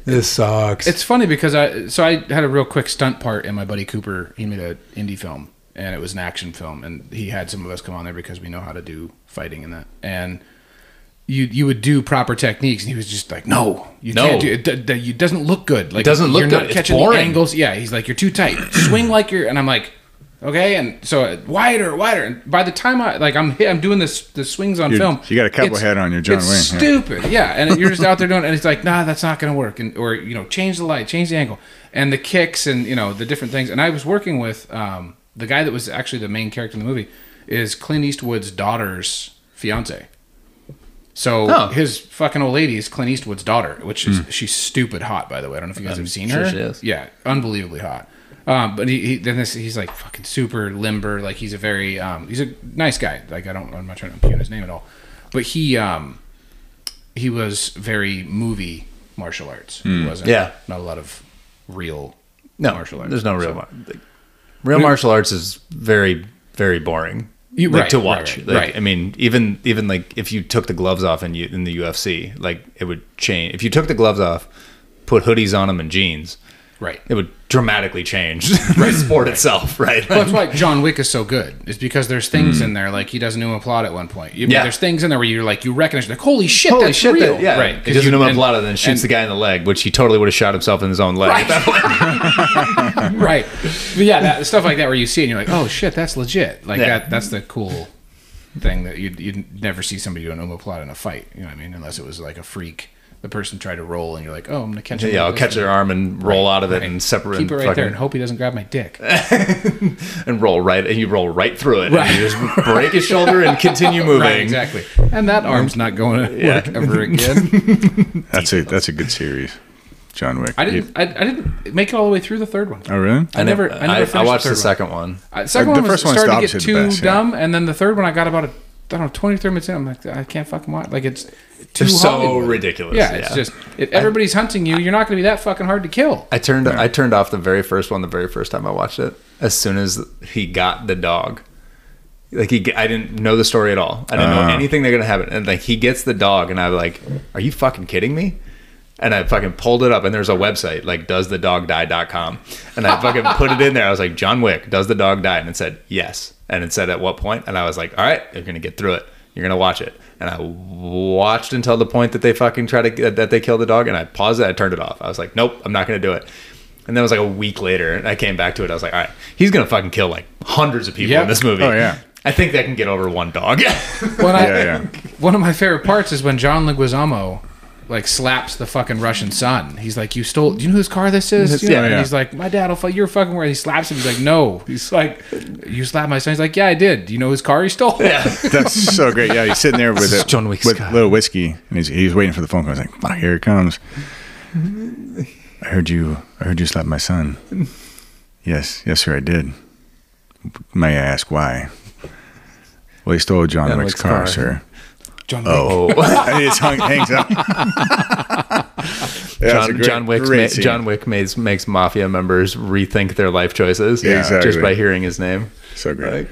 [SPEAKER 1] "This sucks."
[SPEAKER 7] It's funny because I so I had a real quick stunt part in my buddy Cooper. He made an indie film and it was an action film and he had some of us come on there because we know how to do fighting and that. And you you would do proper techniques and he was just like, no, you
[SPEAKER 1] No.
[SPEAKER 7] can't do it. It, it doesn't look good. Like
[SPEAKER 1] doesn't look
[SPEAKER 7] you're
[SPEAKER 1] good.
[SPEAKER 7] Not
[SPEAKER 1] It's
[SPEAKER 7] catching the
[SPEAKER 1] boring.
[SPEAKER 7] angles. Yeah, he's like you're too tight. Swing like you're and I'm like. Okay, and so uh, wider, wider, and by the time I like, I'm hit, I'm doing this the swings on
[SPEAKER 6] You're-
[SPEAKER 7] film.
[SPEAKER 6] you got a cowboy
[SPEAKER 7] it's-
[SPEAKER 6] hat on, you're John
[SPEAKER 7] it's
[SPEAKER 6] Wayne, yeah.
[SPEAKER 7] Stupid stupid. Yeah, and you're just out there doing, it, and it's like, nah, that's not going to work, and or you know, change the light, change the angle, and the kicks, and you know, the different things. And I was working with um, the guy that was actually the main character in the movie is Clint Eastwood's daughter's fiance. So
[SPEAKER 1] Oh.
[SPEAKER 7] his fucking old lady is Clint Eastwood's daughter, which is she's stupid hot. By the way, I don't know if you guys have seen
[SPEAKER 1] Hmm. sure
[SPEAKER 7] her.
[SPEAKER 1] she is.
[SPEAKER 7] Yeah, unbelievably hot. Um, but he, he then this he's like fucking super limber. Like he's a very um, he's a nice guy. Like I don't I'm not trying to impugn his name at all, but he um, he was very movie martial arts. He wasn't
[SPEAKER 1] Hmm. Yeah.
[SPEAKER 7] not a lot of real
[SPEAKER 1] no
[SPEAKER 7] martial arts.
[SPEAKER 1] There's no real
[SPEAKER 7] So-
[SPEAKER 1] mar- like, real martial arts is very very boring.
[SPEAKER 7] You-
[SPEAKER 1] like,
[SPEAKER 7] right,
[SPEAKER 1] to
[SPEAKER 7] right,
[SPEAKER 1] watch.
[SPEAKER 7] right,
[SPEAKER 1] like,
[SPEAKER 7] right.
[SPEAKER 1] I mean, even even like if you took the gloves off in you in the UFC, like it would change. If you took the gloves off, put hoodies on them and jeans,
[SPEAKER 7] right.
[SPEAKER 1] it would dramatically changed the sport itself, right? Hmm.
[SPEAKER 7] Well, that's why John Wick is so good. It's because there's things in there like he doesn't know how to plot at one point. You-
[SPEAKER 1] Yeah.
[SPEAKER 7] There's things in there where you're like you recognize like holy shit,
[SPEAKER 1] Holy
[SPEAKER 7] that's
[SPEAKER 1] shit!
[SPEAKER 7] real.
[SPEAKER 1] that- yeah,
[SPEAKER 7] right.
[SPEAKER 1] He
[SPEAKER 7] 'cause
[SPEAKER 1] doesn't
[SPEAKER 7] you-
[SPEAKER 1] know how to
[SPEAKER 7] and-
[SPEAKER 1] plot it, then shoots
[SPEAKER 7] and-
[SPEAKER 1] the guy in the leg, which he totally would have shot himself in his own leg.
[SPEAKER 7] right. But yeah, that, stuff like that where you see it and you're like, oh shit, that's legit. Like
[SPEAKER 1] Yeah.
[SPEAKER 7] that. That's the cool thing that you'd, you'd never see somebody do an omoplata in a fight. You know what I mean? Unless it was like a freak. The person tried to roll and you're like, oh, I'm gonna catch him.
[SPEAKER 1] yeah, I'll
[SPEAKER 7] with
[SPEAKER 1] catch
[SPEAKER 7] this.
[SPEAKER 1] their arm and roll out of it and separate
[SPEAKER 7] Keep it
[SPEAKER 1] and,
[SPEAKER 7] right there and
[SPEAKER 1] fucking,
[SPEAKER 7] hope he doesn't grab my dick.
[SPEAKER 1] and roll right, and you roll right through it.
[SPEAKER 7] Right.
[SPEAKER 1] And you just break his shoulder and continue moving.
[SPEAKER 7] Right, exactly. And that arm's not going to work
[SPEAKER 1] Yeah.
[SPEAKER 7] ever again.
[SPEAKER 6] That's a that's a good series, John Wick.
[SPEAKER 7] I didn't. I, I didn't make it all the way through the third one.
[SPEAKER 6] Oh really?
[SPEAKER 7] I never. I, never
[SPEAKER 1] I
[SPEAKER 7] finished
[SPEAKER 1] watched the,
[SPEAKER 7] third one.
[SPEAKER 1] second one.
[SPEAKER 7] Uh, second
[SPEAKER 6] Like, the
[SPEAKER 7] one was
[SPEAKER 6] first one's the
[SPEAKER 7] started to get
[SPEAKER 6] opposite
[SPEAKER 7] too
[SPEAKER 6] of the best, yeah.
[SPEAKER 7] dumb, and then the third one I got about a I don't know twenty thirty minutes in. I'm like I can't fucking watch. Like it's too
[SPEAKER 1] They're so
[SPEAKER 7] Hollywood.
[SPEAKER 1] ridiculous,
[SPEAKER 7] Yeah, it's
[SPEAKER 1] yeah.
[SPEAKER 7] just if everybody's hunting you. You're not going to be that fucking hard to kill.
[SPEAKER 1] I turned I turned off the very first one the very first time I watched it. As soon as he got the dog, like he, I didn't know the story at all. I didn't know
[SPEAKER 6] Ah.
[SPEAKER 1] anything they're gonna happen. And like he gets the dog, and I'm like, "Are you fucking kidding me?" And I fucking pulled it up, and there's a website like doesthedogdie.com, and I fucking put it in there. I was like, "John Wick, does the dog die?" And it said yes, and it said at what point, and I was like, "All right, you're gonna get through it. You're gonna watch it." And I watched until the point that they fucking try to that they kill the dog, and I paused it. I turned it off. I was like, "Nope, I'm not gonna do it." And then it was like a week later, and I came back to it. I was like, "All right, he's gonna fucking kill like hundreds of people
[SPEAKER 7] Yeah.
[SPEAKER 1] in this movie."
[SPEAKER 6] Oh, yeah.
[SPEAKER 1] I think that can get over one dog.
[SPEAKER 7] When I,
[SPEAKER 6] Yeah, yeah.
[SPEAKER 7] One of my favorite parts is when John Leguizamo like slaps the fucking Russian son. He's like, "You stole. Do you know whose car this is?" You know,
[SPEAKER 6] yeah,
[SPEAKER 7] And
[SPEAKER 6] yeah.
[SPEAKER 7] he's like, "My dad will fuck. You're fucking where." He slaps him. He's like, "No." He's like, "You slapped my son." He's like, "Yeah, I did. Do you know whose car he stole?" Yeah.
[SPEAKER 6] That's so great. Yeah, he's sitting there with it,
[SPEAKER 1] John Wick
[SPEAKER 6] with
[SPEAKER 1] Scott.
[SPEAKER 6] little whiskey, and he's he's waiting for the phone call. He's like, "Fuck, here it comes." I heard you. I heard you slap my son. Yes, yes, sir, I did. May I ask why? Well, he stole John
[SPEAKER 1] John
[SPEAKER 6] Wick's
[SPEAKER 1] Wick's
[SPEAKER 6] car,
[SPEAKER 1] car.
[SPEAKER 6] sir.
[SPEAKER 7] John
[SPEAKER 1] oh,
[SPEAKER 6] and he just hung, hangs up. That's a
[SPEAKER 1] John,
[SPEAKER 6] great-
[SPEAKER 1] John Wick.
[SPEAKER 6] great
[SPEAKER 1] Ma-
[SPEAKER 6] scene.
[SPEAKER 1] John Wick makes makes mafia members rethink their life choices.
[SPEAKER 6] Yeah,
[SPEAKER 1] just
[SPEAKER 6] exactly.
[SPEAKER 1] by hearing his name.
[SPEAKER 6] So great.
[SPEAKER 1] Like,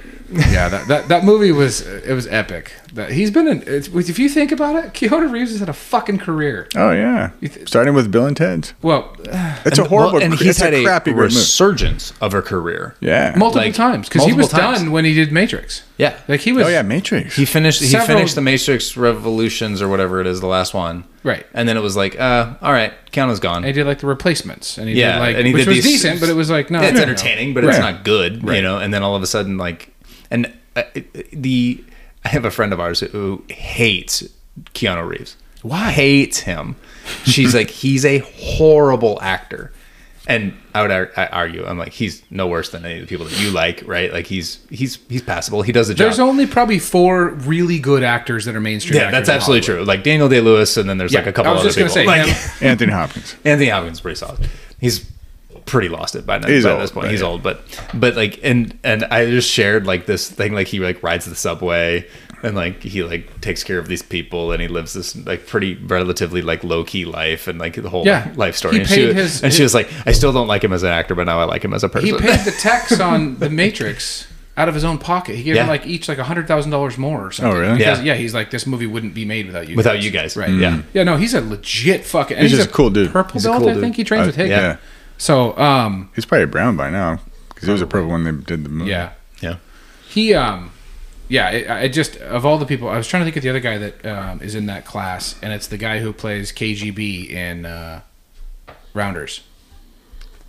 [SPEAKER 7] yeah, that, that that movie was it was epic. That he's been in. It's, if you think about it, Keanu Reeves has had a fucking career.
[SPEAKER 6] oh yeah, starting with Bill and Ted's.
[SPEAKER 7] Well,
[SPEAKER 6] It's a horrible.
[SPEAKER 1] Well, and he's
[SPEAKER 6] it's
[SPEAKER 1] had
[SPEAKER 6] a
[SPEAKER 1] a,
[SPEAKER 6] crappy good movie.
[SPEAKER 1] resurgence of a career.
[SPEAKER 6] Yeah.
[SPEAKER 7] multiple
[SPEAKER 1] Like,
[SPEAKER 7] times because he
[SPEAKER 1] multiple
[SPEAKER 7] was
[SPEAKER 1] times.
[SPEAKER 7] done when he did Matrix.
[SPEAKER 1] Yeah.
[SPEAKER 7] like he was.
[SPEAKER 6] oh yeah, Matrix.
[SPEAKER 1] He finished. He
[SPEAKER 7] Several-
[SPEAKER 1] finished the Matrix Revolutions or whatever it is, the last one.
[SPEAKER 7] Right.
[SPEAKER 1] And then it was like, uh, all right, Keanu's gone.
[SPEAKER 7] And he did like the replacements, and he
[SPEAKER 1] yeah,
[SPEAKER 7] did like
[SPEAKER 1] and he
[SPEAKER 7] which
[SPEAKER 1] did
[SPEAKER 7] was
[SPEAKER 1] these-
[SPEAKER 7] decent, but it was like no,
[SPEAKER 1] it's
[SPEAKER 7] no, no.
[SPEAKER 1] entertaining, but it's
[SPEAKER 6] Right.
[SPEAKER 1] not good, you know. And then all of a sudden, like, and uh, it- the I have a friend of ours who hates Keanu Reeves. Why hates him? She's like, he's a horrible actor. And I would ar- I argue, I'm like, he's no worse than any of the people that you like, right? Like he's he's he's passable. He does the job.
[SPEAKER 7] There's only probably four really good actors that are mainstream.
[SPEAKER 1] yeah,
[SPEAKER 7] actors
[SPEAKER 1] that's
[SPEAKER 7] in
[SPEAKER 1] absolutely
[SPEAKER 7] Hollywood.
[SPEAKER 1] true. Like Daniel Day Lewis, and then there's like
[SPEAKER 7] Yeah,
[SPEAKER 1] a couple
[SPEAKER 7] I was
[SPEAKER 1] other
[SPEAKER 7] just gonna
[SPEAKER 1] people.
[SPEAKER 7] say,
[SPEAKER 1] like,
[SPEAKER 7] him-
[SPEAKER 6] Anthony Hopkins.
[SPEAKER 1] Anthony Hopkins is pretty solid. He's pretty lost it by now.
[SPEAKER 6] He's
[SPEAKER 1] by
[SPEAKER 6] old,
[SPEAKER 1] this point,
[SPEAKER 6] right.
[SPEAKER 1] he's old, but but like and and I just shared like this thing like he like rides the subway and like he like takes care of these people and he lives this like pretty relatively like low key life and like the whole
[SPEAKER 7] Yeah.
[SPEAKER 1] life story.
[SPEAKER 7] He
[SPEAKER 1] and
[SPEAKER 7] paid
[SPEAKER 1] she,
[SPEAKER 7] his-
[SPEAKER 1] and she was
[SPEAKER 7] his-
[SPEAKER 1] like, I still don't like him as an actor, but now I like him as a person.
[SPEAKER 7] He paid the tax on the Matrix out of his own pocket. He gave
[SPEAKER 1] Yeah.
[SPEAKER 7] them like each like hundred thousand dollars more or something.
[SPEAKER 6] Oh, really?
[SPEAKER 7] Because,
[SPEAKER 1] Yeah.
[SPEAKER 7] yeah. He's like, this movie wouldn't be made without you.
[SPEAKER 1] without you guys,
[SPEAKER 7] Right.
[SPEAKER 1] Yeah,
[SPEAKER 7] Yeah. No, he's a legit fucking. and
[SPEAKER 6] He's just a cool dude.
[SPEAKER 7] Purple
[SPEAKER 1] He's a
[SPEAKER 7] belt,
[SPEAKER 1] cool
[SPEAKER 7] I
[SPEAKER 1] dude.
[SPEAKER 7] think he trains
[SPEAKER 6] Uh,
[SPEAKER 7] with Hickman.
[SPEAKER 1] yeah.
[SPEAKER 7] So, um,
[SPEAKER 6] He's probably brown by now because he was a purple when they did the movie.
[SPEAKER 7] yeah,
[SPEAKER 1] yeah.
[SPEAKER 7] he, um, yeah. It, I just of all the people, I was trying to think of the other guy that um, is in that class, and it's the guy who plays KGB in uh, Rounders.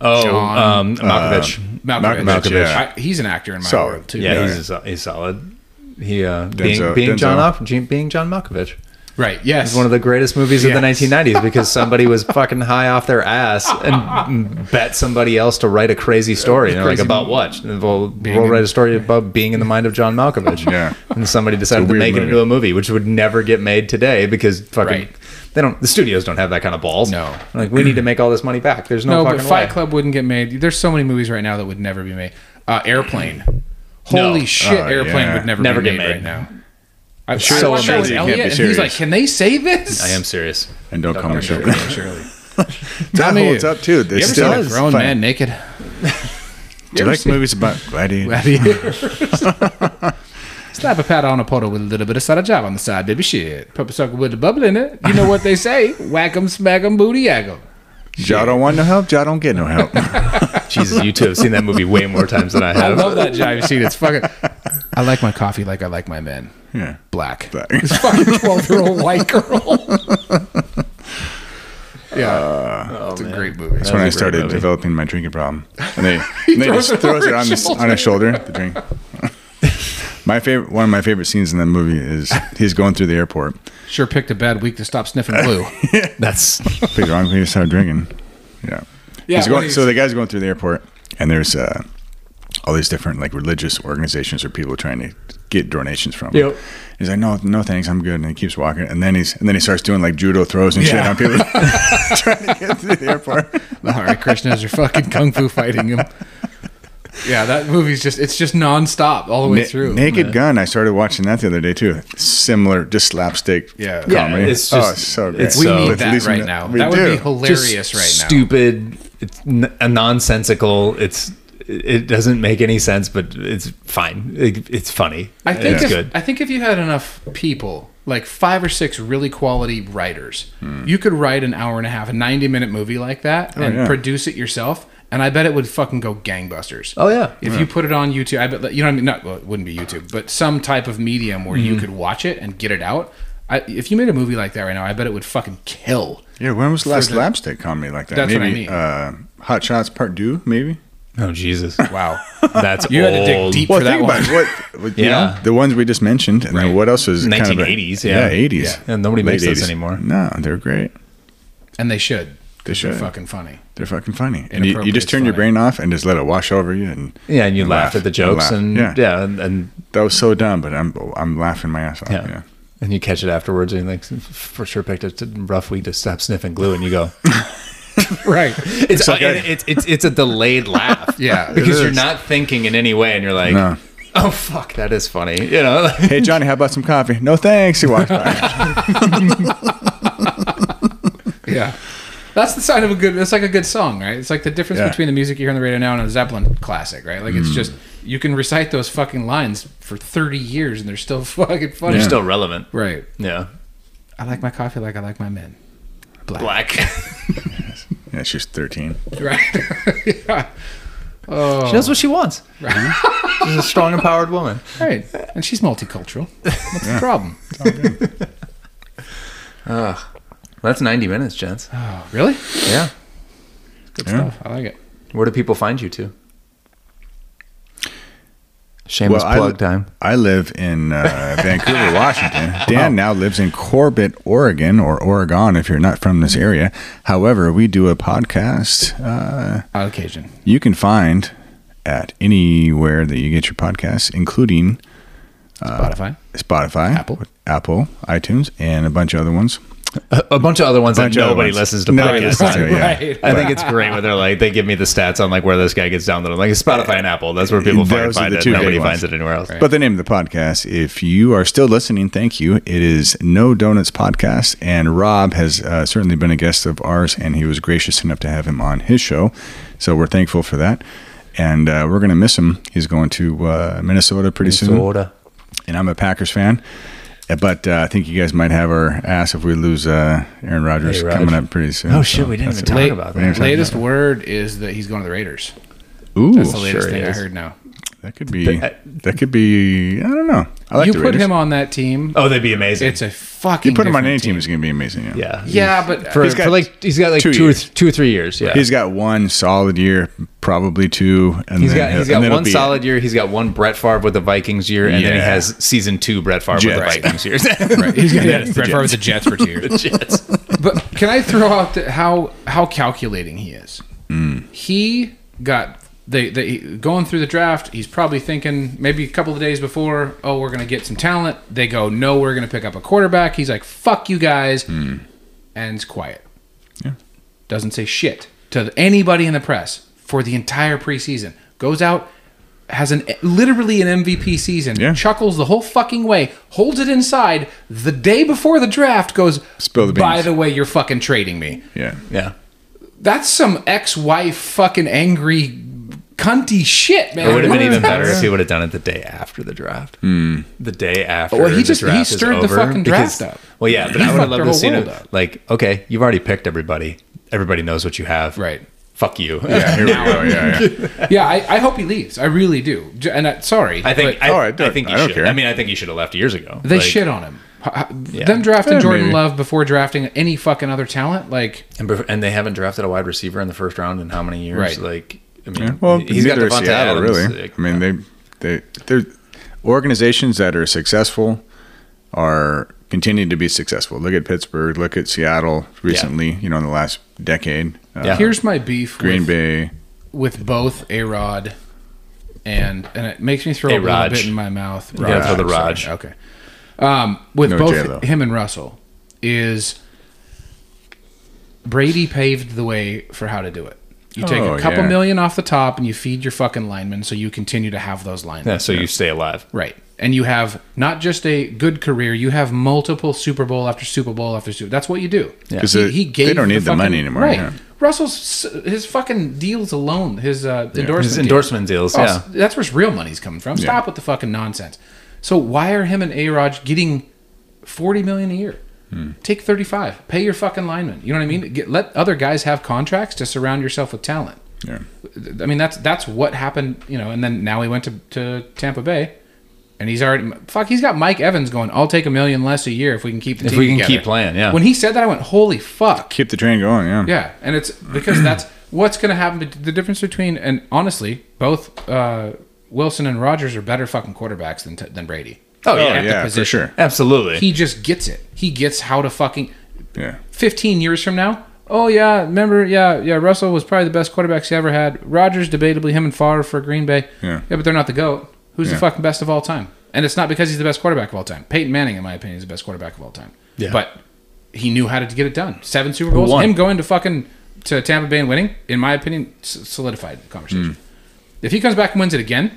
[SPEAKER 1] Oh,
[SPEAKER 7] John,
[SPEAKER 1] um, Malkovich.
[SPEAKER 6] uh,
[SPEAKER 7] Malkovich.
[SPEAKER 6] Malkovich, yeah.
[SPEAKER 7] I, he's an actor in my
[SPEAKER 6] Solid.
[SPEAKER 7] world too.
[SPEAKER 1] yeah,
[SPEAKER 6] yeah,
[SPEAKER 1] he's a sol- he's solid. He uh, being
[SPEAKER 6] Denzel-
[SPEAKER 1] being John
[SPEAKER 6] Denzel.
[SPEAKER 1] Ock- being John Malkovich.
[SPEAKER 7] right. Yes.
[SPEAKER 1] It's one of the greatest movies of the
[SPEAKER 7] Yes.
[SPEAKER 1] 1990s because somebody was fucking high off their ass and bet somebody else to write a crazy story. And they're like,
[SPEAKER 7] Crazy
[SPEAKER 1] about what? And We'll, we'll
[SPEAKER 7] in-
[SPEAKER 1] write a story about being in the mind of John Malkovich.
[SPEAKER 6] Yeah.
[SPEAKER 1] And somebody decided
[SPEAKER 6] It's a
[SPEAKER 1] to
[SPEAKER 6] weird
[SPEAKER 1] make it
[SPEAKER 6] movie.
[SPEAKER 1] into a movie, which would never get made today because fucking.
[SPEAKER 7] Right.
[SPEAKER 1] They don't. The studios don't have that kind of balls.
[SPEAKER 7] No.
[SPEAKER 1] like we need to make all this money back. There's no,
[SPEAKER 7] No, but
[SPEAKER 1] fucking
[SPEAKER 7] Fight
[SPEAKER 1] way.
[SPEAKER 7] Club wouldn't get made. There's so many movies right now that would never be made. Uh, Airplane. Holy
[SPEAKER 1] No.
[SPEAKER 7] shit,
[SPEAKER 6] Oh,
[SPEAKER 7] Airplane
[SPEAKER 6] yeah.
[SPEAKER 7] would never,
[SPEAKER 1] Never
[SPEAKER 7] be
[SPEAKER 1] get
[SPEAKER 7] made,
[SPEAKER 1] made.
[SPEAKER 7] right now. I'm
[SPEAKER 1] sure it's
[SPEAKER 7] watched that with
[SPEAKER 1] amazing.
[SPEAKER 6] It can't be
[SPEAKER 7] Elliot, and he's like,
[SPEAKER 6] serious.
[SPEAKER 7] "Can they say this?"
[SPEAKER 1] I am serious.
[SPEAKER 6] And don't call me sure.
[SPEAKER 7] Surely, surely.
[SPEAKER 6] That
[SPEAKER 7] Tommy,
[SPEAKER 6] holds up too.
[SPEAKER 7] You
[SPEAKER 6] It's still
[SPEAKER 7] ever seen a grown
[SPEAKER 6] fun.
[SPEAKER 7] man naked?
[SPEAKER 6] Do you like movies about gladiators?
[SPEAKER 7] Slap a pat on a photo with a little bit of soda job on the side, baby. Shit, pepper sucker with a bubble in it. You know what they say? Whack 'em, smack 'em, booty yak 'em.
[SPEAKER 6] Joe don't want no help. Joe don't get no help.
[SPEAKER 1] Jesus, you two have seen that movie way more times than I
[SPEAKER 7] I
[SPEAKER 1] have.
[SPEAKER 7] love that jive scene. It's fucking. I like my coffee like I like my men.
[SPEAKER 6] yeah.
[SPEAKER 7] Black.
[SPEAKER 6] Black.
[SPEAKER 7] This fucking twelve-year-old white girl. yeah,
[SPEAKER 6] Uh,
[SPEAKER 7] it's a great movie.
[SPEAKER 6] That's
[SPEAKER 1] was a
[SPEAKER 6] when I
[SPEAKER 1] great
[SPEAKER 6] started
[SPEAKER 1] movie.
[SPEAKER 6] developing my drinking problem. And they, and they
[SPEAKER 7] throws
[SPEAKER 6] just
[SPEAKER 7] it
[SPEAKER 6] throws it
[SPEAKER 7] over
[SPEAKER 6] on
[SPEAKER 7] his
[SPEAKER 6] his, on his shoulder to drink. my favorite, one of my favorite scenes in that movie is he's going through the airport.
[SPEAKER 7] Sure picked a bad week to stop sniffing glue.
[SPEAKER 1] That's
[SPEAKER 6] Pretty wrong. We just started drinking. Yeah.
[SPEAKER 7] Yeah,
[SPEAKER 6] He's
[SPEAKER 7] when
[SPEAKER 6] going,
[SPEAKER 7] he's-
[SPEAKER 6] so the guy's going through the airport, and there's uh, all these different like religious organizations or people trying to get donations from. him.
[SPEAKER 1] Yep.
[SPEAKER 6] He's like, no, no, thanks, I'm good, and he keeps walking, and then he's and then he starts doing like judo throws and shit
[SPEAKER 7] Yeah.
[SPEAKER 6] on people trying to get through the airport.
[SPEAKER 7] The Hare Krishnas are fucking kung fu fighting him. Yeah, that movie's just it's just nonstop all the way
[SPEAKER 6] Na-
[SPEAKER 7] through.
[SPEAKER 6] Naked Gun. I started watching that the other day too. Similar, just slapstick.
[SPEAKER 7] Yeah.
[SPEAKER 6] comedy.
[SPEAKER 7] Yeah,
[SPEAKER 1] it's just-
[SPEAKER 6] oh, it's so great.
[SPEAKER 1] it's
[SPEAKER 7] we
[SPEAKER 1] so-
[SPEAKER 7] need
[SPEAKER 1] With
[SPEAKER 7] that right now. That would be hilarious
[SPEAKER 1] just
[SPEAKER 7] right now.
[SPEAKER 1] Stupid. It's n- a nonsensical. It's it doesn't make any sense, but it's fine. It, it's funny.
[SPEAKER 7] I
[SPEAKER 1] and
[SPEAKER 7] think
[SPEAKER 1] it's
[SPEAKER 7] if,
[SPEAKER 1] good.
[SPEAKER 7] I think if you had enough people, like five or six really quality writers, you could write an hour and a half, a ninety-minute movie like that, and
[SPEAKER 6] yeah.
[SPEAKER 7] produce it yourself. And I bet it would fucking go gangbusters.
[SPEAKER 1] Oh, yeah.
[SPEAKER 7] If you put it on YouTube, I bet you know what I mean. Not well, it wouldn't be YouTube, but some type of medium where you could watch it and get it out. I, if you made a movie like that right now, I bet it would fucking kill.
[SPEAKER 6] Yeah, when was the last
[SPEAKER 7] the-
[SPEAKER 6] slapstick comedy like that?
[SPEAKER 7] That's what I
[SPEAKER 6] maybe
[SPEAKER 7] mean.
[SPEAKER 6] uh, Hot Shots Part Two, maybe.
[SPEAKER 1] oh Jesus,
[SPEAKER 7] Wow.
[SPEAKER 1] that's
[SPEAKER 7] You
[SPEAKER 1] old.
[SPEAKER 7] had to dig deep
[SPEAKER 6] Well,
[SPEAKER 7] for that
[SPEAKER 6] think
[SPEAKER 7] one.
[SPEAKER 6] about it. What, what- you
[SPEAKER 1] Yeah.
[SPEAKER 6] know, the ones we just mentioned, and then what else was kind of a-
[SPEAKER 1] 1980s, yeah.
[SPEAKER 6] eighties.
[SPEAKER 1] Yeah. And nobody makes those anymore.
[SPEAKER 6] No, they're great.
[SPEAKER 7] And they should. They
[SPEAKER 6] should.
[SPEAKER 7] should. Fucking funny.
[SPEAKER 6] They're fucking funny. And you, you just
[SPEAKER 7] Inappropriate's
[SPEAKER 6] turn your
[SPEAKER 7] funny.
[SPEAKER 6] brain off and just let it wash over you. And
[SPEAKER 1] Yeah, and you laughed at the jokes,
[SPEAKER 6] laugh.
[SPEAKER 1] and yeah, and, and
[SPEAKER 6] that was so dumb, but I'm I'm laughing my ass off.
[SPEAKER 1] yeah.
[SPEAKER 6] yeah.
[SPEAKER 1] And you catch it afterwards, and you're like, for sure picked a rough week to stop sniffing glue, and you go,
[SPEAKER 7] Right.
[SPEAKER 1] it's uh,
[SPEAKER 6] like
[SPEAKER 1] and
[SPEAKER 6] I-
[SPEAKER 1] it's, it's it's a delayed laugh,
[SPEAKER 7] Yeah, it
[SPEAKER 1] because you're
[SPEAKER 6] is.
[SPEAKER 1] not thinking in any way, and you're like,
[SPEAKER 6] No.
[SPEAKER 1] oh fuck, that is funny, you know.
[SPEAKER 6] hey Johnny, how about some coffee? No thanks. He walked by.
[SPEAKER 7] Yeah. That's the sign of a good. That's like a good song, right? It's like the difference
[SPEAKER 6] Yeah. Hmm.
[SPEAKER 7] between the music you hear on the radio now and a Zeppelin classic, right? Like it's just you can recite those fucking lines for thirty years and they're still fucking funny.
[SPEAKER 1] You're still relevant,
[SPEAKER 7] Right.
[SPEAKER 1] yeah.
[SPEAKER 7] I like my coffee like I like my men.
[SPEAKER 1] Black.
[SPEAKER 6] yeah, she's thirteen.
[SPEAKER 7] Right. yeah.
[SPEAKER 1] She knows what she wants. She's a strong, empowered woman.
[SPEAKER 7] Right. And she's multicultural. What's the problem?
[SPEAKER 1] That's 90 minutes, gents.
[SPEAKER 7] Oh, really?
[SPEAKER 1] Yeah.
[SPEAKER 7] Good
[SPEAKER 6] Yeah.
[SPEAKER 7] stuff. I like it.
[SPEAKER 1] Where do people find you two? Shameless
[SPEAKER 6] I-
[SPEAKER 1] plug time.
[SPEAKER 6] I live in uh, Vancouver, Washington. Dan now lives in Corbett, Oregon, or Oregon if you're not from this area. However, we do a podcast uh,
[SPEAKER 7] On occasion.
[SPEAKER 6] you can find at anywhere that you get your podcasts, including Uh,
[SPEAKER 7] Spotify.
[SPEAKER 6] Spotify,
[SPEAKER 7] Apple.
[SPEAKER 6] Apple, iTunes, and a bunch of other ones.
[SPEAKER 1] A, a bunch of other ones that
[SPEAKER 6] Bunch of other
[SPEAKER 1] nobody
[SPEAKER 6] ones.
[SPEAKER 1] listens to
[SPEAKER 6] Nobody
[SPEAKER 1] podcasts.
[SPEAKER 6] listens to it, yeah.
[SPEAKER 7] Right.
[SPEAKER 1] I think it's great when they're like they give me the stats on like where this guy gets downloaded. Like it's Spotify and Apple. That's where people fucking
[SPEAKER 6] Those are
[SPEAKER 1] find
[SPEAKER 6] the
[SPEAKER 1] it.
[SPEAKER 6] two big
[SPEAKER 1] Nobody
[SPEAKER 6] ones.
[SPEAKER 1] finds it anywhere else.
[SPEAKER 6] But the name of the podcast, if you are still listening, thank you. It is No Donuts Podcast, and Rob has uh, certainly been a guest of ours, and he was gracious enough to have him on his show. So we're thankful for that, and uh, we're going to miss him. He's going to uh, Minnesota pretty
[SPEAKER 1] Minnesota.
[SPEAKER 6] soon, and I'm a Packers fan. Uh, But uh, I think you guys might have our ass if we lose uh, Aaron Rodgers
[SPEAKER 1] Hey, Raj.
[SPEAKER 6] coming up pretty soon.
[SPEAKER 1] Oh, shit, we didn't
[SPEAKER 6] that's
[SPEAKER 1] even
[SPEAKER 6] it.
[SPEAKER 1] talk about that.
[SPEAKER 6] Talk
[SPEAKER 7] Latest
[SPEAKER 6] about
[SPEAKER 7] word is that he's going to the Raiders.
[SPEAKER 6] Ooh,
[SPEAKER 7] That's the latest
[SPEAKER 1] sure
[SPEAKER 7] thing I
[SPEAKER 1] is.
[SPEAKER 7] heard now.
[SPEAKER 6] that could be. That could be. I don't know. I like
[SPEAKER 7] you
[SPEAKER 6] the
[SPEAKER 7] put
[SPEAKER 6] Raiders.
[SPEAKER 7] him on that team.
[SPEAKER 1] Oh, they'd be amazing.
[SPEAKER 7] It's a fucking.
[SPEAKER 6] You put him on
[SPEAKER 7] different
[SPEAKER 6] any team, it's going to be amazing. Yeah.
[SPEAKER 1] yeah.
[SPEAKER 7] Yeah, but
[SPEAKER 1] For,
[SPEAKER 6] He's got
[SPEAKER 1] for like he's got like two,
[SPEAKER 6] two
[SPEAKER 1] or
[SPEAKER 6] years.
[SPEAKER 1] th- two or three years. Yeah.
[SPEAKER 6] He's got one solid year, probably two, and
[SPEAKER 1] He's
[SPEAKER 6] then
[SPEAKER 1] got
[SPEAKER 6] he'll-
[SPEAKER 1] he's
[SPEAKER 6] and
[SPEAKER 1] got
[SPEAKER 6] then it'll
[SPEAKER 1] one
[SPEAKER 6] be
[SPEAKER 1] solid year. He's got one Brett Favre with the Vikings year, and then he
[SPEAKER 6] Yeah.
[SPEAKER 1] has season two Brett Favre
[SPEAKER 6] Jets.
[SPEAKER 1] with the Vikings year. right.
[SPEAKER 7] He's gonna yeah, Brett Favre with the Jets for two years.
[SPEAKER 1] Jets.
[SPEAKER 7] But can I throw out the, how how calculating he is?
[SPEAKER 6] Hmm.
[SPEAKER 7] He got they they going through the draft. He's probably thinking maybe a couple of days before. Oh, we're gonna get some talent. They go, no, we're gonna pick up a quarterback. He's like, fuck you guys, and it's quiet.
[SPEAKER 6] Hmm. Yeah.
[SPEAKER 7] Doesn't say shit to anybody in the press for the entire preseason. Goes out. Has an literally an MVP season,
[SPEAKER 6] Yeah.
[SPEAKER 7] chuckles the whole fucking way, holds it inside. The day before the draft, goes
[SPEAKER 6] Spill the
[SPEAKER 7] By
[SPEAKER 6] beans.
[SPEAKER 7] the way, you're fucking trading me.
[SPEAKER 6] Yeah.
[SPEAKER 1] Yeah.
[SPEAKER 7] That's some ex-wife fucking angry cunty shit, man.
[SPEAKER 1] It would have been
[SPEAKER 7] What
[SPEAKER 1] even
[SPEAKER 7] is that?
[SPEAKER 1] better if he would have done it the day after the draft. The day after.
[SPEAKER 7] Hmm. Well,
[SPEAKER 1] the
[SPEAKER 7] he just- he
[SPEAKER 1] draft is
[SPEAKER 7] stirred the
[SPEAKER 1] over,
[SPEAKER 7] fucking draft up.
[SPEAKER 1] Well, yeah, but
[SPEAKER 7] He
[SPEAKER 1] I would have
[SPEAKER 7] fucked
[SPEAKER 1] loved
[SPEAKER 7] their
[SPEAKER 1] to
[SPEAKER 7] whole
[SPEAKER 1] see
[SPEAKER 7] world
[SPEAKER 1] it.
[SPEAKER 7] up.
[SPEAKER 1] Like, okay, you've already picked everybody. everybody knows what you have.
[SPEAKER 7] Right.
[SPEAKER 1] Fuck you.
[SPEAKER 6] Yeah, here we go. Yeah, yeah.
[SPEAKER 7] Yeah, I, I hope he leaves. I really do. J- And I, sorry,
[SPEAKER 1] I think
[SPEAKER 7] but
[SPEAKER 1] I,
[SPEAKER 6] Oh, I don't-
[SPEAKER 1] I think he
[SPEAKER 6] I don't
[SPEAKER 1] should.
[SPEAKER 6] care.
[SPEAKER 1] I mean, I think he should have left years ago.
[SPEAKER 7] they
[SPEAKER 1] Like,
[SPEAKER 7] shit on him. H- h-
[SPEAKER 1] Yeah.
[SPEAKER 7] Them drafting
[SPEAKER 6] Eh,
[SPEAKER 7] Jordan
[SPEAKER 6] maybe.
[SPEAKER 7] Love before drafting any fucking other talent, like
[SPEAKER 1] and, bef- and they haven't drafted a wide receiver in the first round in how many years?
[SPEAKER 7] Right.
[SPEAKER 1] Like, I mean,
[SPEAKER 6] Yeah, Well,
[SPEAKER 1] he's got
[SPEAKER 6] neither is
[SPEAKER 1] Devontae
[SPEAKER 6] Seattle,
[SPEAKER 1] Adams.
[SPEAKER 6] really.
[SPEAKER 1] Like,
[SPEAKER 6] I mean, they they they're organizations that are successful are continuing to be successful. Look at Pittsburgh. Look at Seattle recently. You know, in the last decade. Uh,
[SPEAKER 1] Yeah.
[SPEAKER 7] here's my beef
[SPEAKER 6] Green
[SPEAKER 7] with,
[SPEAKER 6] Bay.
[SPEAKER 7] with both A Rod and and it makes me throw a little
[SPEAKER 1] A-Rod.
[SPEAKER 7] bit in my mouth.
[SPEAKER 1] You gotta throw the
[SPEAKER 7] Rod,
[SPEAKER 1] Raj.
[SPEAKER 7] sorry. Okay. Um, with
[SPEAKER 6] No
[SPEAKER 7] both
[SPEAKER 6] J, though.
[SPEAKER 7] him and Russell is Brady paved the way for how to do it. You take
[SPEAKER 6] Oh,
[SPEAKER 7] a couple
[SPEAKER 6] yeah.
[SPEAKER 7] million off the top and you feed your fucking linemen so you continue to have those linemen.
[SPEAKER 1] yeah, so you stay alive.
[SPEAKER 7] Right. And you have not just a good career, you have multiple Super Bowl after Super Bowl after Super That's what you do.
[SPEAKER 1] Yeah.
[SPEAKER 6] 'Cause they- they don't need the money anymore,
[SPEAKER 7] Right.
[SPEAKER 6] yeah.
[SPEAKER 7] Russell's, s- his fucking deals alone, his uh, endorsement.
[SPEAKER 1] His
[SPEAKER 7] deal.
[SPEAKER 1] endorsement deals,
[SPEAKER 7] Oh,
[SPEAKER 1] yeah.
[SPEAKER 7] s- That's where his real money's coming from. Stop with the fucking nonsense. So why are him and A-Rod getting 40 million a year? Take 35. Pay your fucking lineman. You know what I mean? Get, let other guys have contracts to surround yourself with talent.
[SPEAKER 6] Yeah.
[SPEAKER 7] I mean, that's that's what happened, you know. And then now he went to, to Tampa Bay, and he's already fuck. He's got Mike Evans going. I'll take a million less a year if we can keep the
[SPEAKER 1] If
[SPEAKER 7] team
[SPEAKER 1] we can
[SPEAKER 7] together."
[SPEAKER 1] keep playing, yeah.
[SPEAKER 7] When he said that, I went, "Holy fuck!"
[SPEAKER 6] Keep the train going. Yeah.
[SPEAKER 7] Yeah, and it's because that's what's going to happen. But The difference between and honestly, both uh, Wilson and Rogers are better fucking quarterbacks than than Brady.
[SPEAKER 1] Oh,
[SPEAKER 6] Oh,
[SPEAKER 1] yeah.
[SPEAKER 6] yeah, for
[SPEAKER 7] position.
[SPEAKER 6] sure.
[SPEAKER 1] Absolutely.
[SPEAKER 7] He just gets it. He gets how to fucking.
[SPEAKER 6] Yeah.
[SPEAKER 7] 15 years from now, oh yeah, remember, yeah, yeah, Russell was probably the best quarterback he ever had. Rogers, debatably him and Favre for Green Bay.
[SPEAKER 6] Yeah.
[SPEAKER 7] but they're not the goat. Who's
[SPEAKER 6] Yeah.
[SPEAKER 7] the fucking best of all time? And it's not because he's the best quarterback of all time. Peyton Manning, in my opinion, is the best quarterback of all time.
[SPEAKER 1] Yeah.
[SPEAKER 7] but he knew how to get it done. Seven Super Bowls.
[SPEAKER 1] won?
[SPEAKER 7] Him going to fucking to Tampa Bay and winning, in my opinion, s- solidified the conversation.
[SPEAKER 6] Hmm.
[SPEAKER 7] If he comes back and wins it again.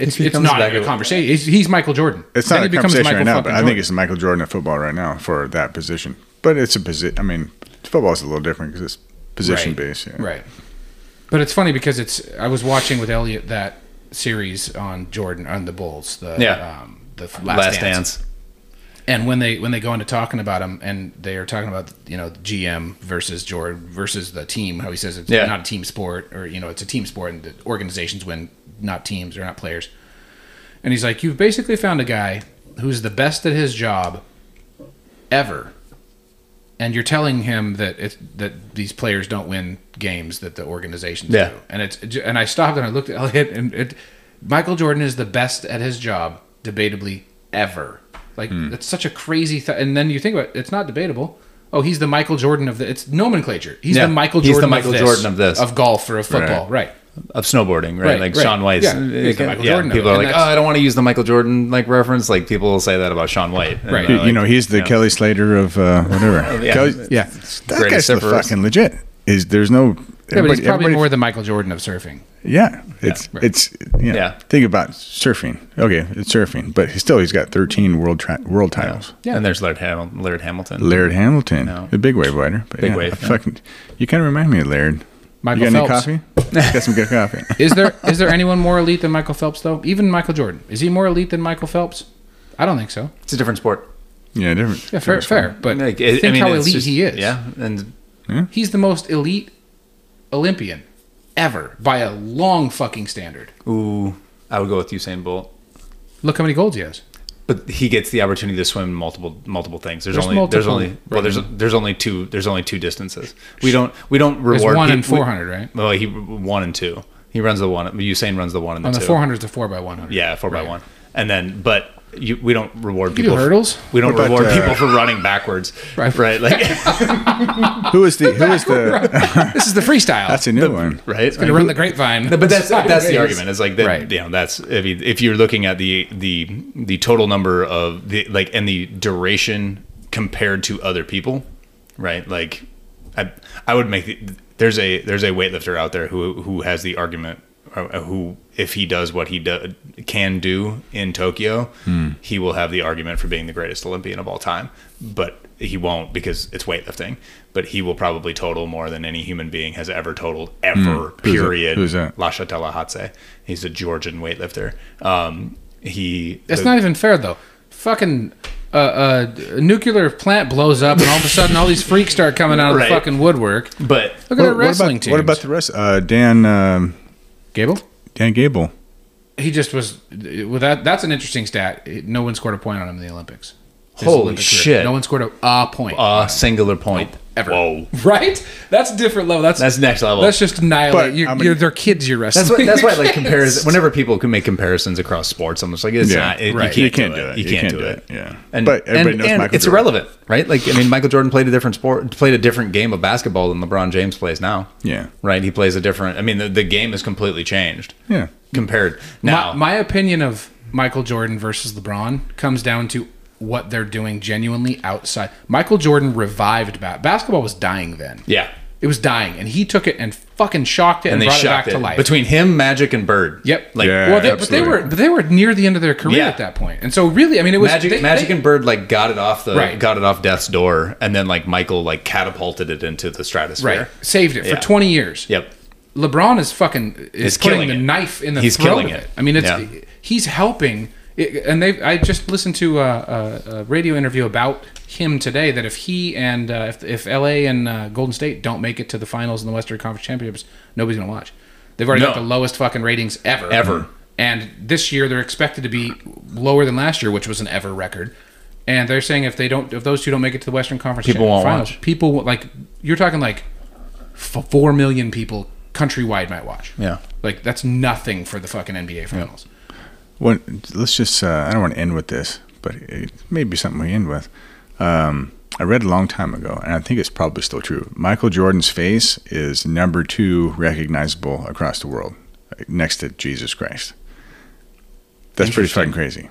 [SPEAKER 7] It's,
[SPEAKER 1] he
[SPEAKER 7] it's
[SPEAKER 1] comes
[SPEAKER 7] not
[SPEAKER 1] back
[SPEAKER 7] a
[SPEAKER 1] and-
[SPEAKER 7] conversation. He's, he's Michael Jordan.
[SPEAKER 6] It's
[SPEAKER 7] Then
[SPEAKER 6] not
[SPEAKER 7] he
[SPEAKER 6] a
[SPEAKER 7] becomes
[SPEAKER 6] conversation
[SPEAKER 7] Michael
[SPEAKER 6] right now,
[SPEAKER 7] fucking
[SPEAKER 6] but I
[SPEAKER 7] Jordan.
[SPEAKER 6] think it's the Michael Jordan of football right now for that position. But it's a position. I mean, football's a little different because it's position based. Yeah.
[SPEAKER 7] Right. But it's funny because it's I was watching with Elliot that series on Jordan on the Bulls, the
[SPEAKER 1] Yeah.
[SPEAKER 7] um, the f-
[SPEAKER 1] Last,
[SPEAKER 7] last, dance.
[SPEAKER 1] dance.
[SPEAKER 7] And when they when they go into talking about him and they are talking about you know GM versus Jordan versus the team, how he says it's
[SPEAKER 1] Yeah.
[SPEAKER 7] not a team sport or you know it's a team sport and the organizations win, not teams or not players. And he's like, you've basically found a guy who's the best at his job ever and you're telling him that it's that these players don't win games that the organizations
[SPEAKER 1] Yeah.
[SPEAKER 7] do. And it's and I stopped and I looked at Elliot and it, Michael Jordan is the best at his job, debatably ever. Like
[SPEAKER 1] Hmm.
[SPEAKER 7] that's such a crazy thing. And then you think about it, it's not debatable. Oh, he's the Michael Jordan of the. It's nomenclature. He's
[SPEAKER 1] Yeah.
[SPEAKER 7] the Michael
[SPEAKER 1] He's the
[SPEAKER 7] Jordan.
[SPEAKER 1] Michael
[SPEAKER 7] of this,
[SPEAKER 1] Jordan of this.
[SPEAKER 7] of golf or of football. Right.
[SPEAKER 1] Of snowboarding, right?
[SPEAKER 7] Right,
[SPEAKER 1] like
[SPEAKER 7] right.
[SPEAKER 1] Sean White.
[SPEAKER 7] Yeah. He's the Michael Jordan of
[SPEAKER 1] people
[SPEAKER 7] it,
[SPEAKER 1] are
[SPEAKER 7] and
[SPEAKER 1] like, oh,
[SPEAKER 7] that's-
[SPEAKER 1] I don't want to use the Michael Jordan like reference. Like people will say that about Sean White. And
[SPEAKER 7] Right.
[SPEAKER 1] they're
[SPEAKER 6] You- you
[SPEAKER 1] like,
[SPEAKER 6] know, he's the
[SPEAKER 1] yeah.
[SPEAKER 6] Kelly Slater of uh,
[SPEAKER 7] Oh,
[SPEAKER 6] whatever.
[SPEAKER 1] Yeah.
[SPEAKER 6] Kelly, yeah. That
[SPEAKER 1] Greatest
[SPEAKER 6] guy's the
[SPEAKER 1] surfer.
[SPEAKER 6] fucking legit. Is there's no.
[SPEAKER 7] Yeah, but he's
[SPEAKER 6] everybody-
[SPEAKER 7] probably
[SPEAKER 6] everybody-
[SPEAKER 7] more the Michael Jordan of surfing.
[SPEAKER 6] Yeah, it's
[SPEAKER 7] right.
[SPEAKER 6] it's you know,
[SPEAKER 1] Yeah.
[SPEAKER 6] Think about surfing. Okay, it's surfing, but still he's got 13 world tri- world titles.
[SPEAKER 1] Yeah. And there's Laird, Ham- Laird Hamilton.
[SPEAKER 6] Laird Hamilton,
[SPEAKER 1] No.
[SPEAKER 6] the big wave rider. But
[SPEAKER 1] Big
[SPEAKER 6] yeah,
[SPEAKER 1] wave,
[SPEAKER 6] I
[SPEAKER 1] yeah.
[SPEAKER 6] Fucking, you kind of remind me of Laird.
[SPEAKER 7] Michael
[SPEAKER 6] you got
[SPEAKER 7] Phelps.
[SPEAKER 6] any coffee? got some good coffee.
[SPEAKER 7] Is there is there anyone more elite than Michael Phelps though? Even Michael Jordan is he more elite than Michael Phelps? I don't think so.
[SPEAKER 1] It's a different sport.
[SPEAKER 6] Yeah, different.
[SPEAKER 7] Yeah, fair,
[SPEAKER 6] different
[SPEAKER 7] fair. But
[SPEAKER 1] Like, it-
[SPEAKER 7] think how
[SPEAKER 1] it's
[SPEAKER 7] elite
[SPEAKER 1] just-
[SPEAKER 7] he is.
[SPEAKER 1] Yeah. And
[SPEAKER 7] He's the most elite Olympian ever by a long fucking standard.
[SPEAKER 1] ooh, I would go with Usain Bolt.
[SPEAKER 7] Look how many golds he has.
[SPEAKER 1] But he gets the opportunity to swim multiple multiple things. There's,
[SPEAKER 7] There's
[SPEAKER 1] only there's
[SPEAKER 7] multiple
[SPEAKER 1] only well there's there's only two there's only two distances. We don't we don't
[SPEAKER 7] There's
[SPEAKER 1] reward
[SPEAKER 7] one
[SPEAKER 1] peop-
[SPEAKER 7] in
[SPEAKER 1] we-
[SPEAKER 7] 400, right?
[SPEAKER 1] Well, he one and two. He runs the one. Usain runs the one and the
[SPEAKER 7] On the
[SPEAKER 1] two.
[SPEAKER 7] 400 is a 4 by 100.
[SPEAKER 1] Yeah, four by
[SPEAKER 7] Right.
[SPEAKER 1] one. And then, but you, we don't reward
[SPEAKER 7] do
[SPEAKER 1] people. for-
[SPEAKER 7] hurdles?
[SPEAKER 1] We don't
[SPEAKER 6] What about,
[SPEAKER 1] reward
[SPEAKER 6] uh,
[SPEAKER 1] people for running backwards.
[SPEAKER 7] Right.
[SPEAKER 1] Right. Like,
[SPEAKER 6] sport. Who is the who is the?
[SPEAKER 7] This is the freestyle.
[SPEAKER 6] That's a new one.
[SPEAKER 1] right.
[SPEAKER 7] Gonna run the grapevine.
[SPEAKER 1] No, but that's that's the
[SPEAKER 7] Sideways.
[SPEAKER 1] argument. It's like that,
[SPEAKER 7] Right.
[SPEAKER 1] you know that's I mean if you're looking at the the the total number of the like and the duration compared to other people, right? Like I I would make the, there's a there's a weightlifter out there who who has the argument uh, who if he does what he do, can do in Tokyo,
[SPEAKER 6] Hmm.
[SPEAKER 1] he will have the argument for being the greatest Olympian of all time, but he won't because it's weightlifting. But he will probably total more than any human being has ever totaled ever.
[SPEAKER 6] Hmm. Who's that?
[SPEAKER 1] Period.
[SPEAKER 6] Who's that?
[SPEAKER 1] Lasha Talahatse. He's a Georgian weightlifter. Um, he.
[SPEAKER 7] That's
[SPEAKER 1] the-
[SPEAKER 7] not even fair though. Fucking a, a nuclear plant blows up, and all of a sudden, all these freaks start coming out of
[SPEAKER 1] Right.
[SPEAKER 7] the fucking woodwork.
[SPEAKER 1] But
[SPEAKER 7] Look at our wrestling
[SPEAKER 6] about,
[SPEAKER 7] teams.
[SPEAKER 6] What about the rest? Uh, Dan um,
[SPEAKER 7] Gable?
[SPEAKER 6] Dan Gable.
[SPEAKER 7] He just was. Well, that that's an interesting stat. No one scored a point on him in the Olympics. His
[SPEAKER 1] Holy
[SPEAKER 7] Olympic career.
[SPEAKER 1] shit.
[SPEAKER 7] No one scored a, a point.
[SPEAKER 1] a singular point
[SPEAKER 7] Ever.
[SPEAKER 1] Whoa,
[SPEAKER 7] right? That's a different level. That's
[SPEAKER 1] that's next level.
[SPEAKER 7] that's just annihilate.
[SPEAKER 6] But,
[SPEAKER 7] You're,
[SPEAKER 6] I mean-
[SPEAKER 7] you're their kids. You're wrestling.
[SPEAKER 1] That's why. That's why. Like
[SPEAKER 7] compares.
[SPEAKER 1] compares. Whenever people can make comparisons across sports, I'm just like, it's
[SPEAKER 6] Yeah,
[SPEAKER 1] not. It,
[SPEAKER 7] right.
[SPEAKER 1] You can't do it. You can't, do, it.
[SPEAKER 6] yeah.
[SPEAKER 1] And,
[SPEAKER 6] But everybody
[SPEAKER 1] and-
[SPEAKER 6] knows
[SPEAKER 1] and
[SPEAKER 6] Michael
[SPEAKER 1] it's
[SPEAKER 6] Jordan.
[SPEAKER 1] irrelevant, right? Like, I mean, Michael Jordan played a different sport, played a different game of basketball than LeBron James plays now.
[SPEAKER 6] Yeah.
[SPEAKER 1] Right. He plays a different. I mean, the, the game has completely changed.
[SPEAKER 6] Yeah.
[SPEAKER 1] Compared
[SPEAKER 7] My,
[SPEAKER 1] now.
[SPEAKER 7] my opinion of Michael Jordan versus LeBron comes down to what they're doing genuinely outside. Michael Jordan revived bat. basketball was dying then.
[SPEAKER 1] yeah.
[SPEAKER 7] It was dying, and he took it and fucking shocked it and,
[SPEAKER 1] And they
[SPEAKER 7] brought it
[SPEAKER 1] shocked
[SPEAKER 7] back
[SPEAKER 1] it
[SPEAKER 7] to life.
[SPEAKER 1] between him, Magic, and Bird.
[SPEAKER 7] Yep.
[SPEAKER 1] Like
[SPEAKER 6] Yeah.
[SPEAKER 7] well, they, but they
[SPEAKER 6] absolutely.
[SPEAKER 7] were but they were near the end of their career
[SPEAKER 1] Yeah.
[SPEAKER 7] at that point, and so really, I mean, it was
[SPEAKER 1] Magic,
[SPEAKER 7] they-
[SPEAKER 1] Magic,
[SPEAKER 7] they-
[SPEAKER 1] and Bird like got it off the
[SPEAKER 7] Right.
[SPEAKER 1] got it off death's door, and then like Michael like catapulted it into the stratosphere.
[SPEAKER 7] right saved it
[SPEAKER 1] Yeah.
[SPEAKER 7] for twenty years.
[SPEAKER 1] Yep.
[SPEAKER 7] LeBron is fucking is
[SPEAKER 1] He's
[SPEAKER 7] putting
[SPEAKER 1] killing
[SPEAKER 7] the
[SPEAKER 1] it.
[SPEAKER 7] knife in the
[SPEAKER 1] He's
[SPEAKER 7] throat
[SPEAKER 1] killing
[SPEAKER 7] of
[SPEAKER 1] it.
[SPEAKER 7] it. I mean, it's
[SPEAKER 1] Yeah.
[SPEAKER 7] he's helping, it, and they. I just listened to a, a, a radio interview about him today that if he and uh, if, if LA and uh, Golden State don't make it to the finals in the Western Conference Championships, nobody's gonna watch. They've already got
[SPEAKER 1] No.
[SPEAKER 7] the lowest fucking ratings ever.
[SPEAKER 1] Ever.
[SPEAKER 7] And this year they're expected to be lower than last year, which was an ever record. And they're saying if they don't, if those two don't make it to the Western Conference
[SPEAKER 1] People
[SPEAKER 7] Cha-
[SPEAKER 1] won't
[SPEAKER 7] finals,
[SPEAKER 1] watch.
[SPEAKER 7] people won't- like you're talking like f- four million people countrywide might watch.
[SPEAKER 1] Yeah.
[SPEAKER 7] like that's nothing for the fucking NBA Finals.
[SPEAKER 6] What, let's just, uh, I don't want to end with this, but it may be something we end with. Um, I read a long time ago, and I think it's probably still true. Michael Jordan's face is number two recognizable across the world, uh, next to Jesus Christ. That's pretty fucking crazy.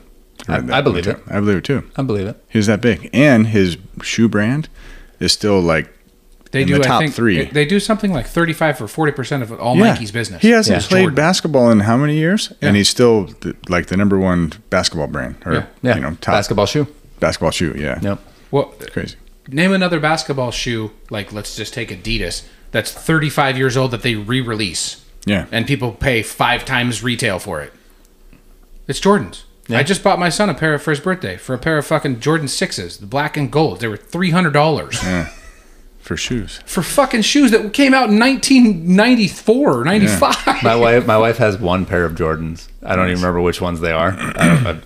[SPEAKER 1] I-
[SPEAKER 6] read that
[SPEAKER 1] I believe
[SPEAKER 6] long time. I believe it too.
[SPEAKER 1] I believe it.
[SPEAKER 6] He's that big, and his shoe brand is still like
[SPEAKER 7] They
[SPEAKER 6] In
[SPEAKER 7] do
[SPEAKER 6] the top
[SPEAKER 7] I think,
[SPEAKER 6] three.
[SPEAKER 7] They do something like thirty-five or forty percent of all Nike's business.
[SPEAKER 6] He hasn't
[SPEAKER 1] Yeah.
[SPEAKER 6] played
[SPEAKER 7] Jordan.
[SPEAKER 6] basketball in how many years,
[SPEAKER 7] Yeah.
[SPEAKER 6] and he's still the, like the number one basketball brand or
[SPEAKER 7] Yeah.
[SPEAKER 1] Yeah.
[SPEAKER 6] you know top
[SPEAKER 1] Basketball
[SPEAKER 6] basketball
[SPEAKER 1] shoe.
[SPEAKER 6] basketball shoe. Yeah,
[SPEAKER 1] Yep.
[SPEAKER 7] Well,
[SPEAKER 6] crazy.
[SPEAKER 7] name another basketball shoe like let's just take Adidas that's thirty-five years old that they re-release.
[SPEAKER 6] Yeah,
[SPEAKER 7] and people pay five times retail for it. It's Jordans. I just bought my son a pair of for his birthday for a pair of fucking Jordan sixes, the black and gold. They were three hundred dollars
[SPEAKER 6] for shoes.
[SPEAKER 7] for fucking shoes that came out in nineteen ninety four or ninety five.
[SPEAKER 1] My wife, my wife has one pair of Jordans. I don't even remember which ones they are. I, don't,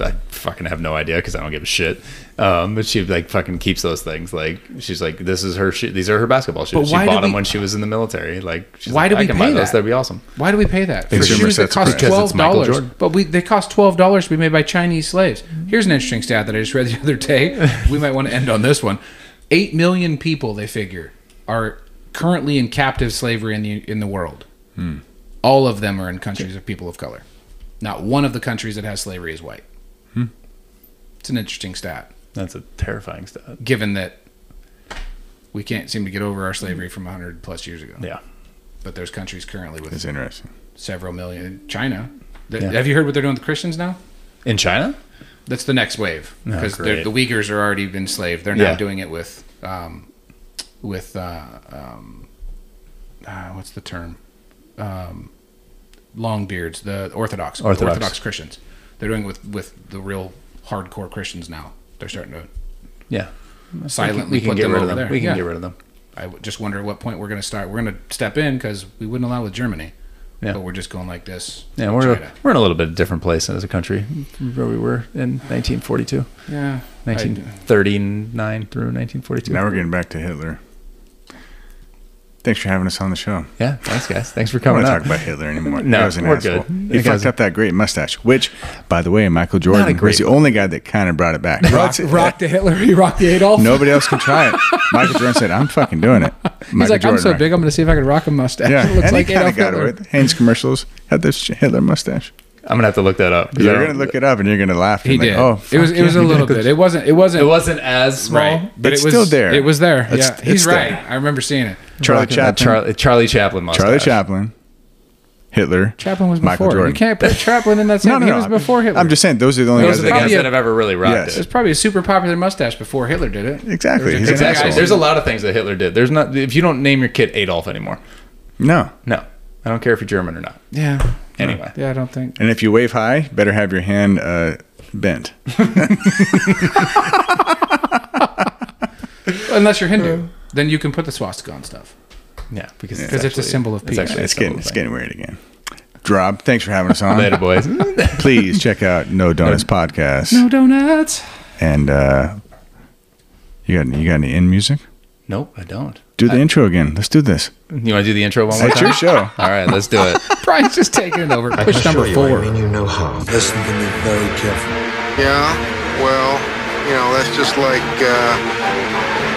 [SPEAKER 1] I, I fucking have no idea because I don't give a shit. Um, but she like fucking keeps those things. Like she's like, this is her. Shoe. These are her basketball shoes.
[SPEAKER 7] But
[SPEAKER 1] she
[SPEAKER 7] why do
[SPEAKER 1] bought them
[SPEAKER 7] we-
[SPEAKER 1] when she was in the military. Like she's
[SPEAKER 7] Why
[SPEAKER 1] like,
[SPEAKER 7] do
[SPEAKER 1] I
[SPEAKER 7] we
[SPEAKER 1] can
[SPEAKER 7] pay
[SPEAKER 1] buy those.
[SPEAKER 7] that?
[SPEAKER 1] That'd be awesome.
[SPEAKER 7] Why do we pay that for
[SPEAKER 6] Consumer
[SPEAKER 7] shoes that
[SPEAKER 6] sets the
[SPEAKER 7] cost
[SPEAKER 6] price.
[SPEAKER 1] Because
[SPEAKER 7] twelve
[SPEAKER 1] it's Michael
[SPEAKER 7] dollars?
[SPEAKER 1] Jordan.
[SPEAKER 7] But we they cost twelve dollars to be made by Chinese slaves. Here's an interesting stat that I just read the other day. we might want to end on this one. Eight million people, they figure, are currently in captive slavery in the in the world.
[SPEAKER 1] Hmm.
[SPEAKER 7] All of them are in countries of people of color. Not one of the countries that has slavery is white.
[SPEAKER 1] Hmm.
[SPEAKER 7] It's an interesting stat,
[SPEAKER 1] That's a terrifying stat.
[SPEAKER 7] given that we can't seem to get over our slavery from 100 plus years ago.
[SPEAKER 1] Yeah.
[SPEAKER 7] But there's countries currently with
[SPEAKER 6] It's interesting.
[SPEAKER 7] several million. China. Th-
[SPEAKER 1] Yeah.
[SPEAKER 7] Have you heard what they're doing with the Christians now?
[SPEAKER 1] In China,
[SPEAKER 7] That's the next wave
[SPEAKER 1] Oh,
[SPEAKER 7] because
[SPEAKER 1] great.
[SPEAKER 7] the Uyghurs are already been enslaved. They're now
[SPEAKER 1] Yeah.
[SPEAKER 7] doing it with, um, with uh, um, uh, what's the term? Um, long beards, the Orthodox,
[SPEAKER 1] Orthodox.
[SPEAKER 7] Christians. They're doing it with with the real hardcore Christians now. They're starting to
[SPEAKER 1] yeah.
[SPEAKER 7] silently
[SPEAKER 1] we can
[SPEAKER 7] put
[SPEAKER 1] get
[SPEAKER 7] them
[SPEAKER 1] rid
[SPEAKER 7] over
[SPEAKER 1] of them.
[SPEAKER 7] there.
[SPEAKER 1] We can
[SPEAKER 7] Yeah.
[SPEAKER 1] get rid of them.
[SPEAKER 7] I w- just wonder at what point we're going to start. We're going to step in because we wouldn't allow with Germany,
[SPEAKER 1] Yeah.
[SPEAKER 7] but we're just going like this.
[SPEAKER 1] Yeah,
[SPEAKER 7] with
[SPEAKER 1] we're
[SPEAKER 7] China.
[SPEAKER 1] we're in a little bit different place as a country from where we were in 1942,
[SPEAKER 7] yeah. I-
[SPEAKER 1] 1939 through 1942.
[SPEAKER 6] Now we're getting back to Hitler. Thanks for having us on the show.
[SPEAKER 1] Yeah, thanks guys. Thanks for
[SPEAKER 6] I don't
[SPEAKER 1] coming
[SPEAKER 6] want to
[SPEAKER 1] up.
[SPEAKER 6] talk about Hitler anymore.
[SPEAKER 1] No,
[SPEAKER 6] That was an
[SPEAKER 1] we're
[SPEAKER 6] asshole.
[SPEAKER 1] good.
[SPEAKER 6] He
[SPEAKER 1] That
[SPEAKER 6] fucked
[SPEAKER 1] guy's-
[SPEAKER 6] up that great mustache, which, by the way, Michael
[SPEAKER 1] a
[SPEAKER 6] Jordan
[SPEAKER 1] great-
[SPEAKER 6] was the only guy that kind of brought it back. Well,
[SPEAKER 7] Rock,
[SPEAKER 6] it's-
[SPEAKER 7] rock the Hitler, he rocked the Adolf.
[SPEAKER 6] Nobody else can try it. Michael Jordan said, "I'm fucking doing it." Michael
[SPEAKER 7] He's like, I'm
[SPEAKER 6] Jordan,
[SPEAKER 7] so
[SPEAKER 6] right?
[SPEAKER 7] big, I'm going to see if I can rock a mustache.
[SPEAKER 6] Yeah,
[SPEAKER 7] it looks
[SPEAKER 6] and
[SPEAKER 7] like
[SPEAKER 6] he kind
[SPEAKER 7] Adolf
[SPEAKER 6] of got
[SPEAKER 7] Hitler.
[SPEAKER 6] away. Haynes commercials had this Hitler mustache.
[SPEAKER 1] I'm gonna have to look that up. 'cause I
[SPEAKER 6] You're
[SPEAKER 1] don't-
[SPEAKER 6] gonna look it up and you're gonna laugh.
[SPEAKER 7] He
[SPEAKER 6] and
[SPEAKER 7] did.
[SPEAKER 6] Like, oh,
[SPEAKER 7] it was
[SPEAKER 6] fuck
[SPEAKER 7] it was
[SPEAKER 6] yeah,
[SPEAKER 7] a
[SPEAKER 6] he
[SPEAKER 7] little
[SPEAKER 6] did.
[SPEAKER 7] bit. It wasn't it wasn't
[SPEAKER 1] It wasn't as small.
[SPEAKER 7] right, but
[SPEAKER 6] It's
[SPEAKER 7] it was
[SPEAKER 6] still there.
[SPEAKER 7] It was there.
[SPEAKER 6] It's-
[SPEAKER 7] yeah, he's
[SPEAKER 6] it's
[SPEAKER 7] right.
[SPEAKER 6] there.
[SPEAKER 7] I remember seeing it.
[SPEAKER 6] Charlie
[SPEAKER 1] That
[SPEAKER 6] Chaplin.
[SPEAKER 1] Charlie, Charlie Chaplin mustache.
[SPEAKER 6] Charlie Chaplin. Hitler.
[SPEAKER 7] Chaplin was
[SPEAKER 6] Michael
[SPEAKER 7] before. You
[SPEAKER 6] Jordan.
[SPEAKER 7] can't put Chaplin in that same.
[SPEAKER 6] No, no,
[SPEAKER 7] he
[SPEAKER 6] no.
[SPEAKER 7] was before Hitler.
[SPEAKER 6] I'm just saying those are the only
[SPEAKER 1] Those are
[SPEAKER 6] guys. that
[SPEAKER 7] Those
[SPEAKER 1] the guys
[SPEAKER 7] Probably
[SPEAKER 1] that
[SPEAKER 7] a-
[SPEAKER 1] have ever really rocked
[SPEAKER 6] Yes.
[SPEAKER 1] it.
[SPEAKER 7] It's probably a super popular mustache before Hitler did it.
[SPEAKER 6] Exactly.
[SPEAKER 7] There's
[SPEAKER 6] He's
[SPEAKER 7] a couple
[SPEAKER 6] an
[SPEAKER 7] guys-
[SPEAKER 1] Exactly.
[SPEAKER 6] asshole.
[SPEAKER 1] There's a lot of things that Hitler did. There's not if you don't name your kid Adolf anymore.
[SPEAKER 6] no.
[SPEAKER 1] No, I don't care if you're German or not.
[SPEAKER 7] Yeah.
[SPEAKER 1] Anyway,
[SPEAKER 7] Yeah, I don't think.
[SPEAKER 6] And if you wave high, better have your hand uh, bent.
[SPEAKER 7] Unless you're Hindu, then you can put the swastika on stuff
[SPEAKER 1] Yeah, because
[SPEAKER 7] because it's, a symbol of peace.
[SPEAKER 1] actually- That's
[SPEAKER 6] It's getting
[SPEAKER 1] the
[SPEAKER 6] it's
[SPEAKER 1] thing.
[SPEAKER 6] getting weird again. Drop. Thanks for having us on.
[SPEAKER 1] Later, boys.
[SPEAKER 6] Please check out No Donuts podcast.
[SPEAKER 7] no donuts.
[SPEAKER 6] And uh, you got you got any end music?
[SPEAKER 1] nope, I don't.
[SPEAKER 6] Do the
[SPEAKER 7] Uh,
[SPEAKER 6] intro again. Let's do this.
[SPEAKER 1] You want to do the intro one more
[SPEAKER 6] It's
[SPEAKER 1] time?
[SPEAKER 6] your show.
[SPEAKER 1] All right, let's do it.
[SPEAKER 7] Brian's just taking it over.
[SPEAKER 2] I
[SPEAKER 7] Push
[SPEAKER 2] can
[SPEAKER 7] number
[SPEAKER 2] assure you, I
[SPEAKER 7] four.
[SPEAKER 2] mean you no harm.
[SPEAKER 3] Listen to me very carefully.
[SPEAKER 4] Yeah, well, you know, that's just like uh,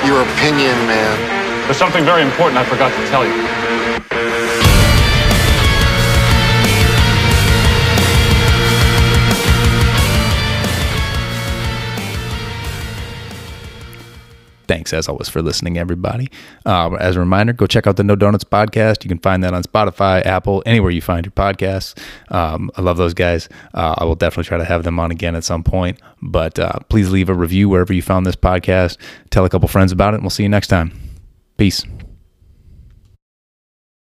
[SPEAKER 4] your opinion, man.
[SPEAKER 5] There's something very important I forgot to tell you.
[SPEAKER 1] Thanks, as always, for listening, everybody. Uh, as a reminder, go check out the No Donuts podcast. You can find that on Spotify, Apple, anywhere you find your podcasts. Um, I love those guys. Uh, I will definitely try to have them on again at some point. But uh, please leave a review wherever you found this podcast. Tell a couple friends about it, and we'll see you next time. Peace.